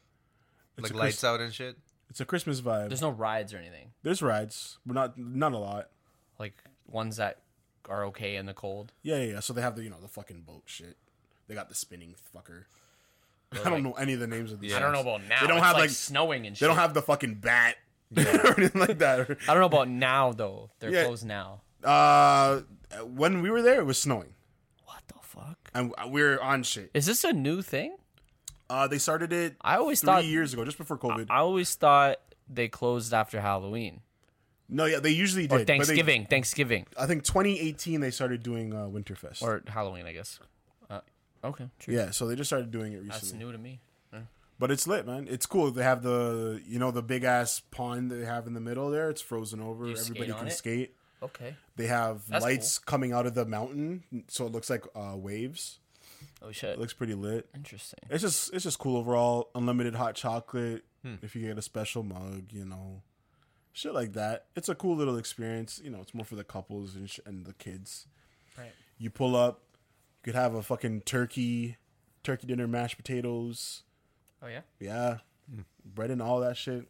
Speaker 1: It's
Speaker 3: Like
Speaker 1: a
Speaker 3: lights
Speaker 1: Christ-
Speaker 3: out and shit.
Speaker 1: It's a Christmas vibe.
Speaker 2: There's
Speaker 1: There's,
Speaker 2: no rides or anything.
Speaker 1: rides, but not not a lot.
Speaker 2: Like ones that are okay in the cold.
Speaker 1: Yeah, yeah, yeah. So they have the you know the fucking boat shit. They got the spinning fucker.
Speaker 2: Or,
Speaker 1: I don't
Speaker 2: like-
Speaker 1: know any of the names of these.
Speaker 2: I don't know
Speaker 1: things.
Speaker 2: about now.
Speaker 1: They don't
Speaker 2: It's,
Speaker 1: have
Speaker 2: like,
Speaker 1: like
Speaker 2: snowing and shit.
Speaker 1: they don't have the fucking bat or anything like that.
Speaker 2: I don't know about now though. They're
Speaker 1: Yeah.
Speaker 2: closed now.
Speaker 1: Uh, when we were there, it was snowing,
Speaker 2: What the fuck?
Speaker 1: and we were on shit.
Speaker 2: Is this a new thing?
Speaker 1: Uh, they started it.
Speaker 2: I always
Speaker 1: three
Speaker 2: thought-
Speaker 1: years ago, just before COVID.
Speaker 2: I always thought they closed after Halloween.
Speaker 1: no, yeah, they usually did.
Speaker 2: Or
Speaker 1: but they-
Speaker 2: Thanksgiving. Thanksgiving.
Speaker 1: I think 2018 they started doing uh, Winterfest.
Speaker 2: Or Halloween, I guess. Uh, okay. True.
Speaker 1: yeah, so they just started doing it
Speaker 2: That's
Speaker 1: recently.
Speaker 2: new to me.
Speaker 1: But it's lit, man. It's cool. They have the you know the big ass pond they have in the middle there. It's frozen over.
Speaker 2: you skate
Speaker 1: Everybody
Speaker 2: on
Speaker 1: can
Speaker 2: it?
Speaker 1: skate.
Speaker 2: Okay.
Speaker 1: They have
Speaker 2: That's
Speaker 1: lights coming out of the mountain, so it looks like uh, waves.
Speaker 2: Oh shit.
Speaker 1: It looks pretty lit.
Speaker 2: Interesting.
Speaker 1: It's just it's just cool overall. Unlimited hot chocolate. If you get a special mug, you know, shit like that. It's a cool little experience. You know, it's more for the couples and sh- and the kids.
Speaker 2: Right.
Speaker 1: You pull up, you could have a fucking turkey, turkey dinner, mashed potatoes,
Speaker 2: Oh yeah.
Speaker 1: yeah, bread and all that shit.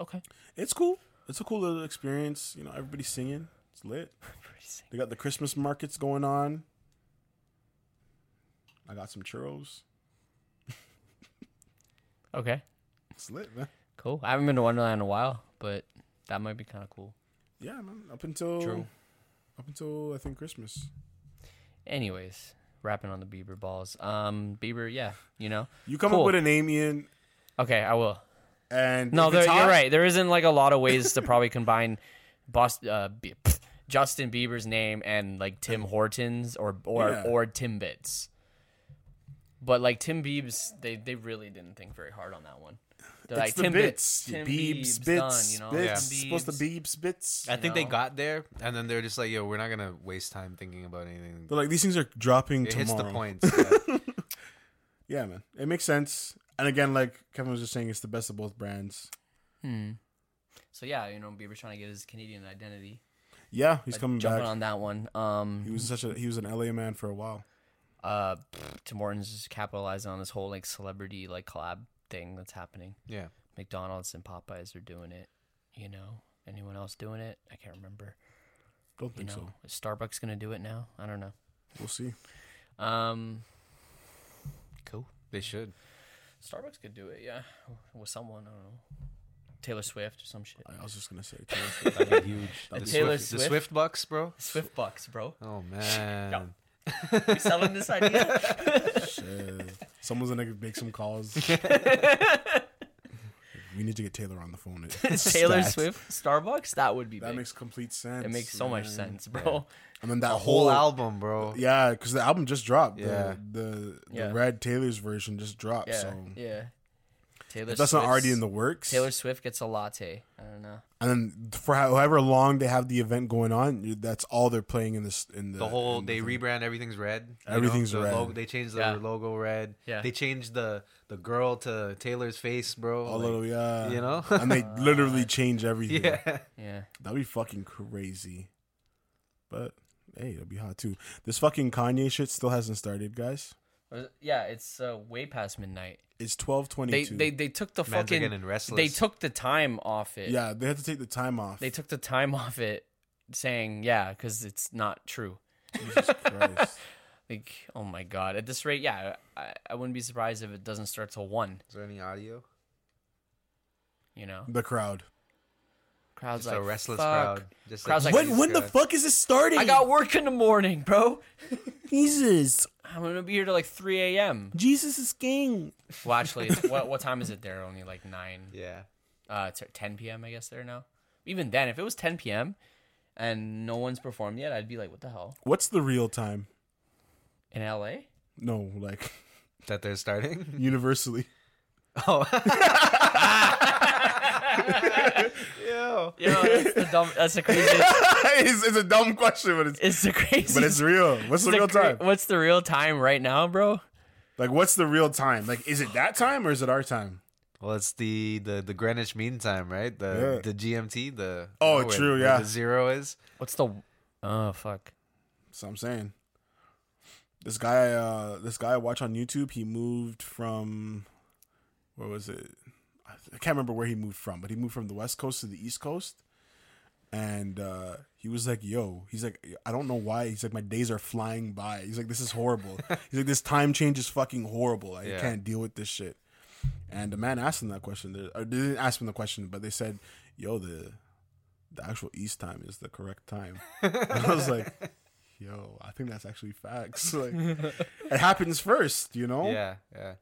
Speaker 2: Okay.
Speaker 1: It's cool. It's a cool little experience. You know, everybody's singing. It's lit.
Speaker 2: Pretty sick.
Speaker 1: They got the Christmas markets going on. I got some churros.
Speaker 2: Okay.
Speaker 1: It's lit, man.
Speaker 2: Cool. I haven't been to Wonderland in a while, but that might be kind of cool.
Speaker 1: Yeah, man. Up until
Speaker 2: True.
Speaker 1: up until I think Christmas.
Speaker 2: Anyways, wrapping on the Bieber balls. Um, Bieber, yeah, you know.
Speaker 1: You come
Speaker 2: Cool.
Speaker 1: up with a name, Ian,
Speaker 2: Okay, I will.
Speaker 1: and
Speaker 2: No,
Speaker 1: if it's
Speaker 2: there, you're
Speaker 1: hot,
Speaker 2: right. There isn't like a lot of ways to probably combine Boston, uh, B- pff, Justin Bieber's name and like Tim Hortons or or
Speaker 1: Yeah.
Speaker 2: or Timbits. But like Tim Biebs, they they really didn't think very hard on that one. They're
Speaker 1: It's
Speaker 2: like
Speaker 1: the
Speaker 2: Tim
Speaker 1: bits,
Speaker 2: Bits, Tim
Speaker 1: beebs,
Speaker 2: Biebs,
Speaker 1: bits,
Speaker 2: done, you know,
Speaker 1: bits.
Speaker 2: Tim
Speaker 1: Supposed to
Speaker 2: Biebs.
Speaker 1: beebs, bits.
Speaker 3: I think
Speaker 2: know?
Speaker 3: they got there, and then they're just like, "Yo, we're not gonna waste time thinking about anything."
Speaker 1: They're like these things are dropping
Speaker 3: It
Speaker 1: tomorrow.
Speaker 3: hits the points. yeah.
Speaker 1: Yeah, man. It makes sense. And again, like Kevin was just saying, it's the best of both brands.
Speaker 2: Hmm. So yeah, you know, Bieber's trying to get his Canadian identity.
Speaker 1: Yeah, he's coming
Speaker 2: Jumping
Speaker 1: back.
Speaker 2: on that one. Um,
Speaker 1: He was such a he was an LA man for a while.
Speaker 2: uh pfft, Tim Hortons is capitalizing on this whole like celebrity like collab thing that's happening.
Speaker 3: yeah.
Speaker 2: McDonald's and Popeyes are doing it, you know. Anyone else doing it? I can't remember.
Speaker 1: Don't
Speaker 2: You
Speaker 1: think
Speaker 2: know,
Speaker 1: so.
Speaker 2: is Starbucks gonna do it now? I don't know.
Speaker 1: We'll see.
Speaker 2: Um, cool.
Speaker 3: They should.
Speaker 2: Starbucks could do it, yeah, with someone. I don't know, Taylor Swift or some shit.
Speaker 1: I was just gonna say. Taylor Swift.
Speaker 3: That'd be huge.
Speaker 2: A
Speaker 3: the,
Speaker 2: Taylor
Speaker 3: Swift,
Speaker 2: Swift?
Speaker 3: the Swift Bucks, bro.
Speaker 2: Swift bucks, bro.
Speaker 3: Oh man.
Speaker 2: We selling this idea?
Speaker 1: Shit. Someone's gonna make some calls. we need to get Taylor on the phone. It's
Speaker 2: Taylor
Speaker 1: stacked.
Speaker 2: Swift, Starbucks. That would be.
Speaker 1: That
Speaker 2: big.
Speaker 1: makes complete sense.
Speaker 2: it makes so much
Speaker 1: man.
Speaker 2: sense, bro.
Speaker 1: And then that
Speaker 3: A
Speaker 1: whole,
Speaker 3: whole
Speaker 1: album.
Speaker 3: album, bro.
Speaker 1: Yeah, because the album just dropped.
Speaker 3: Yeah.
Speaker 1: The the,
Speaker 2: Yeah.
Speaker 1: the Red Taylor's version just dropped.
Speaker 2: Yeah,
Speaker 1: So
Speaker 2: yeah. Taylor.
Speaker 1: if that's not already
Speaker 2: Swift's-
Speaker 1: in the works.
Speaker 2: Taylor Swift gets a latte. I don't know.
Speaker 1: And then for however long they have the event going on, you- that's all they're playing in this in the,
Speaker 3: The whole
Speaker 1: in
Speaker 3: they
Speaker 1: the-
Speaker 3: rebrand everything's red. you know,
Speaker 1: Everything's
Speaker 3: the
Speaker 1: red.
Speaker 3: Logo, they changed the
Speaker 2: Yeah.
Speaker 3: logo red.
Speaker 2: Yeah.
Speaker 3: They changed the the girl to Taylor's face, bro.
Speaker 1: all
Speaker 3: like,
Speaker 1: of yeah,
Speaker 3: you know?
Speaker 1: and they literally change everything.
Speaker 3: yeah.
Speaker 2: Yeah.
Speaker 1: That'd be fucking crazy. But hey, that'd be hot too. This fucking Kanye shit still hasn't started, guys.
Speaker 2: Uh, Yeah, it's uh, way past midnight.
Speaker 1: It's twelve
Speaker 2: They
Speaker 1: twenty two.
Speaker 2: they they took the
Speaker 3: Man's are
Speaker 2: fucking
Speaker 3: getting restless.
Speaker 2: they took the time off it.
Speaker 1: yeah, they had to take the time off.
Speaker 2: They took the time off it saying, yeah, cuz it's not true.
Speaker 1: Jesus Christ.
Speaker 2: Like, oh my god. At this rate, yeah, I, I wouldn't be surprised if it doesn't start till 1,
Speaker 3: Is there any audio?
Speaker 2: you know.
Speaker 1: The crowd.
Speaker 2: Crowds
Speaker 3: Just
Speaker 2: like
Speaker 3: a restless
Speaker 2: "Fuck,
Speaker 3: crowd. Just
Speaker 2: Crowd's like,
Speaker 1: when when the fuck is this starting?
Speaker 2: I got work in the morning, bro.
Speaker 1: Jesus.
Speaker 2: I'm going to be here till like 3 a.m.
Speaker 1: Jesus is king.
Speaker 2: Well, actually, it's, what what time is it there? Only like 9.
Speaker 3: Yeah.
Speaker 2: uh, it's at 10 p.m. I guess there now. Even then, if it was 10 p.m. and no one's performed yet, I'd be like, what the hell?
Speaker 1: What's the real time?
Speaker 2: In L.A.
Speaker 1: No, like
Speaker 3: That they're starting.
Speaker 1: universally.
Speaker 3: Oh. yeah.
Speaker 2: You know, that's the dumb. That's the craziest.
Speaker 1: it's, it's a dumb question, but it's
Speaker 2: It's the craziest.
Speaker 1: but it's real. What's the
Speaker 2: the
Speaker 1: real
Speaker 2: cra-
Speaker 1: time?
Speaker 2: What's the real time right now, bro?
Speaker 1: Like, what's the real time? Like, is it that time or is it our time?
Speaker 3: Well, it's the the the Greenwich Mean Time, right? The
Speaker 1: Yeah.
Speaker 3: the GMT. The
Speaker 1: Oh,
Speaker 3: where-
Speaker 1: true,
Speaker 3: where
Speaker 1: yeah.
Speaker 3: The zero is.
Speaker 2: What's the? Oh fuck.
Speaker 1: So I'm saying, this guy, uh, this guy I watch on YouTube, he moved from, where was it? I I can't remember where he moved from, but he moved from the West Coast to the East Coast, and uh, he was like, "Yo," he's like, "I don't know why." He's like, "My days are flying by." He's like, "This is horrible." he's like, "This time change is fucking horrible. I
Speaker 3: Yeah.
Speaker 1: can't deal with this shit." And the man asked him that question. They- Or they didn't ask him the question, but they said, "Yo, the the actual East time is the correct time." And I was like, "Yo, I think that's actually facts. Like, it happens first, you know?
Speaker 3: Yeah, yeah.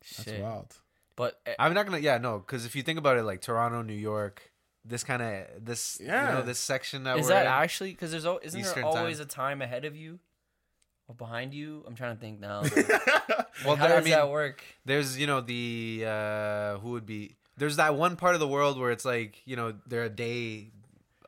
Speaker 1: that's
Speaker 2: Shit.
Speaker 1: wild.
Speaker 2: But uh,
Speaker 3: I'm not gonna. Yeah, no, because if you think about it, like Toronto, New York, this kind of this,
Speaker 1: Yeah.
Speaker 3: you know, this section that
Speaker 2: is
Speaker 3: we're
Speaker 2: that
Speaker 3: in,
Speaker 2: actually? Because there's al- isn't
Speaker 3: Eastern
Speaker 2: there
Speaker 3: time.
Speaker 2: always a time ahead of you or behind you? I'm trying to think now.
Speaker 3: well,
Speaker 2: How
Speaker 3: there, I
Speaker 2: does
Speaker 3: mean,
Speaker 2: that work?
Speaker 3: there's you know the uh who would be there's that one part of the world where it's like you know they're a day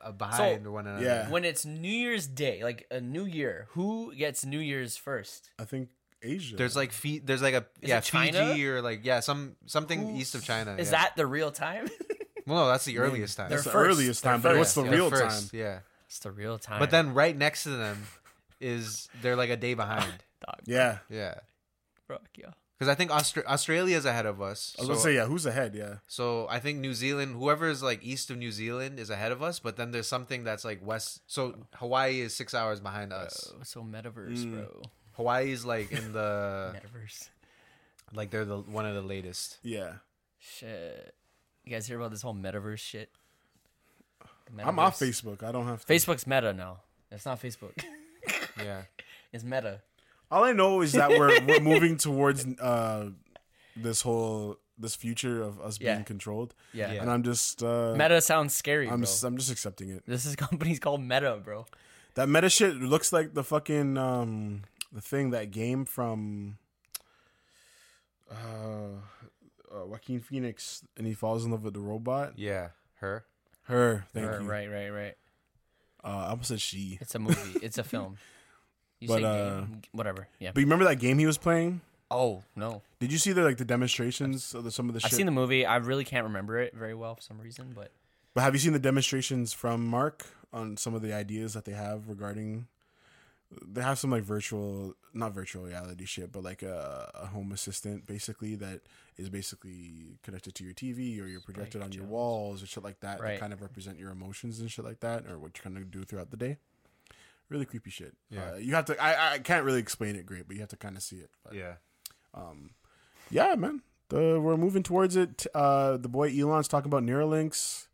Speaker 3: uh, behind one another.
Speaker 1: Yeah.
Speaker 2: When it's New Year's Day, like a New Year, who gets New Year's first?
Speaker 1: I think Asia.
Speaker 3: There's like feet. There's like a yeah
Speaker 2: it China?
Speaker 3: Fiji or like yeah some something east of China.
Speaker 2: Is
Speaker 3: Uh, yeah.
Speaker 2: that the real time?
Speaker 3: well? No, that's the earliest time.
Speaker 1: that's
Speaker 2: they're
Speaker 1: the
Speaker 2: first.
Speaker 1: earliest time,
Speaker 2: They're
Speaker 1: but what's
Speaker 2: first,
Speaker 1: the
Speaker 2: yeah.
Speaker 3: They're
Speaker 1: real time?
Speaker 3: first, Yeah.
Speaker 2: it's the real time.
Speaker 3: But then right next to them is they're like a day behind.
Speaker 2: Dog,
Speaker 1: Yeah.
Speaker 3: Yeah.
Speaker 2: fuck, yeah.
Speaker 3: Because I think Austra- Australia's ahead of us.
Speaker 1: I was
Speaker 3: so,
Speaker 1: gonna say, yeah, who's ahead? Yeah.
Speaker 3: so I think New Zealand, whoever is like east of New Zealand, is ahead of us. But then there's something that's like west. So Hawaii is six hours behind us.
Speaker 2: Oh, so metaverse, bro.
Speaker 3: Hawaii's like in the
Speaker 2: Metaverse.
Speaker 3: like they're the one of the latest.
Speaker 1: Yeah.
Speaker 2: Shit. You guys hear about this whole metaverse shit? The
Speaker 1: I'm off
Speaker 2: metaverse?
Speaker 1: Facebook. I don't have to.
Speaker 2: Facebook's meta now. It's not Facebook.
Speaker 3: Yeah.
Speaker 2: it's meta.
Speaker 1: All I know is that we're we're moving towards uh this whole this future of us
Speaker 2: Yeah.
Speaker 1: being controlled.
Speaker 2: Yeah.
Speaker 1: And I'm just uh
Speaker 2: Meta sounds scary,
Speaker 1: I'm
Speaker 2: bro.
Speaker 1: s- I'm just accepting it.
Speaker 2: this is company's called Meta, bro.
Speaker 1: That meta shit looks like the fucking um the thing that game from uh, uh Joaquin Phoenix and he falls in love with the robot.
Speaker 3: Yeah. Her.
Speaker 1: Her, thank
Speaker 2: Right,
Speaker 1: you.
Speaker 2: right, right, right.
Speaker 1: Uh, I almost said she.
Speaker 2: It's a movie. it's a film. You
Speaker 1: But,
Speaker 2: say
Speaker 1: uh,
Speaker 2: game, whatever. Yeah.
Speaker 1: But you remember that game he was playing?
Speaker 2: oh no.
Speaker 1: Did you see the like the demonstrations of the, some of the
Speaker 2: I've
Speaker 1: shit?
Speaker 2: seen the movie. I really can't remember it very well for some reason, but
Speaker 1: But have you seen the demonstrations from Mark on some of the ideas that they have regarding? They have some like virtual, not virtual reality shit, but like a, a home assistant basically that is basically connected to your TV or you're projected on your walls or shit like that
Speaker 2: Right.
Speaker 1: that kind of represent your emotions and shit like that or what you're trying to do throughout the day. really creepy shit.
Speaker 3: Yeah.
Speaker 1: Uh, you have to. I, I can't really explain it great, but you have to kind of see it. But,
Speaker 3: Yeah.
Speaker 1: Um, yeah, man. The we're moving towards it. Uh, the boy Elon's talking about Neuralinks.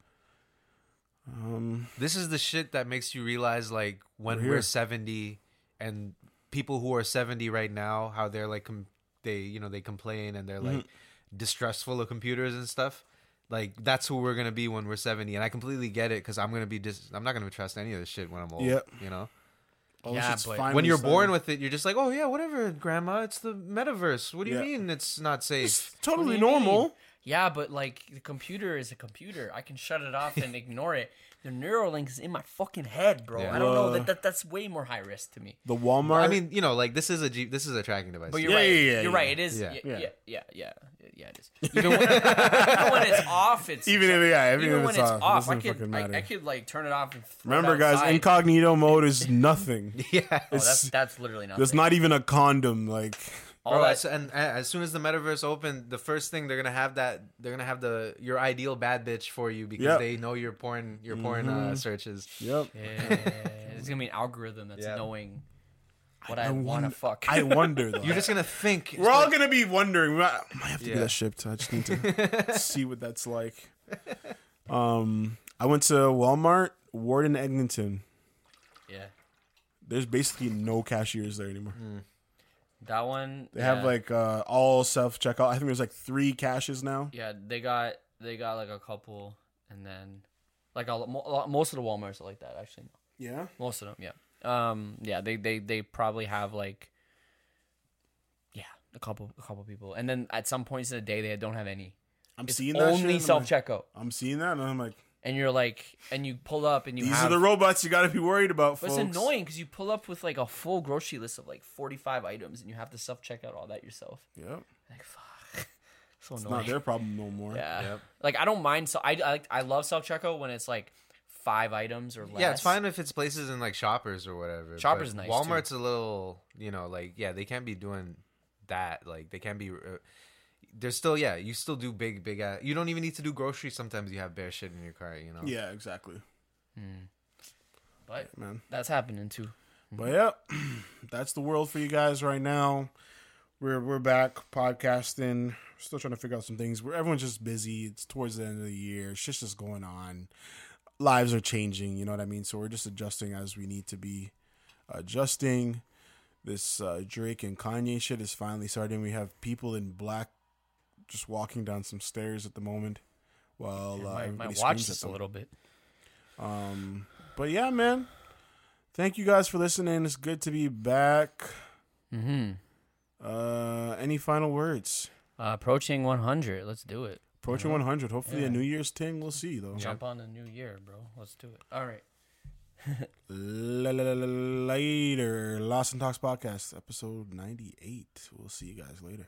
Speaker 1: Um,
Speaker 3: This is the shit that makes you realize like when
Speaker 1: We're
Speaker 3: we're,
Speaker 1: here.
Speaker 3: 70 and people who are 70 right now how they're like com- they you know they complain and they're like
Speaker 1: Mm-hmm.
Speaker 3: distrustful of computers and stuff. Like that's who we're going to be when we're 70 and I completely get it cuz I'm going to be dis- I'm not going to trust any of this shit when I'm old,
Speaker 1: Yeah.
Speaker 3: you know?
Speaker 1: all this
Speaker 2: Yeah,
Speaker 1: shit's
Speaker 2: but-
Speaker 1: finally
Speaker 3: when you're
Speaker 1: starting-
Speaker 3: born with it, you're just like, "Oh yeah, whatever, grandma, it's the metaverse. What do you
Speaker 1: Yeah.
Speaker 3: mean it's not safe?"
Speaker 1: it's totally
Speaker 2: What do you mean?
Speaker 1: normal.
Speaker 2: Yeah, but like the computer is a computer. I can shut it off and ignore it. The Neuralink is in my fucking head, bro.
Speaker 3: Yeah.
Speaker 2: I don't know
Speaker 1: Uh,
Speaker 2: that, that that's way more high risk to me.
Speaker 1: The Walmart.
Speaker 3: I mean, you know, like this is a G- this is a tracking device.
Speaker 2: But you're
Speaker 1: Yeah,
Speaker 2: right.
Speaker 1: yeah, yeah,
Speaker 2: you're
Speaker 1: yeah.
Speaker 2: right. It is.
Speaker 3: Yeah.
Speaker 2: Yeah, yeah,
Speaker 1: Yeah.
Speaker 2: yeah, yeah, yeah, yeah, It is. Even when, even when it's off, it's
Speaker 1: Even if- yeah, even if
Speaker 2: when
Speaker 1: it's
Speaker 2: it's
Speaker 1: off, it
Speaker 2: off, I
Speaker 1: doesn't fucking
Speaker 2: could
Speaker 1: matter.
Speaker 2: I, I could like turn it off. And throw it
Speaker 1: remember, guys,
Speaker 2: outside.
Speaker 1: incognito mode is nothing.
Speaker 3: yeah.
Speaker 2: Oh, that's that's literally nothing.
Speaker 1: There's not even a condom. Like,
Speaker 2: all
Speaker 3: Bro,
Speaker 2: that-
Speaker 3: as, and a- as soon as the metaverse opened, the first thing they're gonna have that they're gonna have the your ideal bad bitch for you because
Speaker 1: Yep.
Speaker 3: they know your porn your porn uh, searches.
Speaker 1: yep.
Speaker 2: Yeah, it's gonna be an algorithm that's
Speaker 3: Yeah.
Speaker 2: knowing what I,
Speaker 1: won-
Speaker 2: want to fuck.
Speaker 1: I wonder though.
Speaker 3: You're just gonna think.
Speaker 1: We're all gonna be wondering. I might have to
Speaker 3: Yeah.
Speaker 1: get that shipped. I just need to see what that's like. Um, I went to Walmart, Ward and Eglinton.
Speaker 2: yeah,
Speaker 1: There's basically no cashiers there anymore.
Speaker 2: that one.
Speaker 1: They
Speaker 2: yeah.
Speaker 1: have like uh, all self checkout. I think there's like three caches now.
Speaker 2: Yeah, they got they got like a couple, and then like a, lo- mo- a lot- most of the WalMarts are like that actually.
Speaker 1: Yeah,
Speaker 2: Most of them, yeah. Um, yeah, they they they probably have like, yeah, a couple a couple people, and then at some points in the day they don't have any.
Speaker 1: I'm
Speaker 2: It's
Speaker 1: seeing that. shit, and
Speaker 2: only
Speaker 1: I'm
Speaker 2: self
Speaker 1: like-
Speaker 2: checkout,
Speaker 1: I'm seeing that, and I'm like,
Speaker 2: and you're like, and you pull up and you
Speaker 1: these
Speaker 2: have.
Speaker 1: are the robots you got to be worried about,
Speaker 2: but
Speaker 1: folks.
Speaker 2: it's annoying because you pull up with like a full grocery list of like 45 items and you have to self check out all that yourself.
Speaker 1: Yep,
Speaker 2: Like fuck, so
Speaker 1: it's
Speaker 2: annoying.
Speaker 1: not their problem no more.
Speaker 2: Yeah.
Speaker 3: Yep.
Speaker 2: Like I don't mind. So I I, like, I love self checkout when it's like five items or less.
Speaker 3: Yeah, it's fine if it's places in like shoppers or whatever.
Speaker 2: Shoppers nice,
Speaker 3: but
Speaker 2: too.
Speaker 3: Walmart's a little, you know, like yeah, they can't be doing that. Like they can't be. Uh, there's still yeah, you still do big big. Uh, you don't even need to do groceries. Sometimes you have bare shit in your cart. You know.
Speaker 1: Yeah, exactly,
Speaker 2: But
Speaker 1: man.
Speaker 2: that's happening too.
Speaker 1: But yeah, that's the world for you guys right now. We're we're back podcasting. Still trying to figure out some things. We're, everyone's just busy. It's towards the end of the year. Shit's just going on. Lives are changing. You know what I mean. So we're just adjusting as we need to be adjusting. This uh, Drake and Kanye shit is finally starting. We have people in black just walking down some stairs at the moment. While uh,
Speaker 2: might,
Speaker 1: everybody
Speaker 2: might
Speaker 1: screams
Speaker 2: watch
Speaker 1: at
Speaker 2: this a
Speaker 1: them.
Speaker 2: little bit.
Speaker 1: Um, but yeah, man. Thank you guys for listening. It's good to be back.
Speaker 2: Mm-hmm.
Speaker 1: Uh, any final words?
Speaker 2: Uh, approaching 100. Let's do it.
Speaker 1: Approaching 100. Hopefully,
Speaker 2: Yeah.
Speaker 1: a New Year's ting. We'll see though.
Speaker 2: Jump on the new year, bro. Let's do it. All right.
Speaker 1: La- la- la- la- Later, Lost and Talks podcast, episode 98. We'll see you guys later.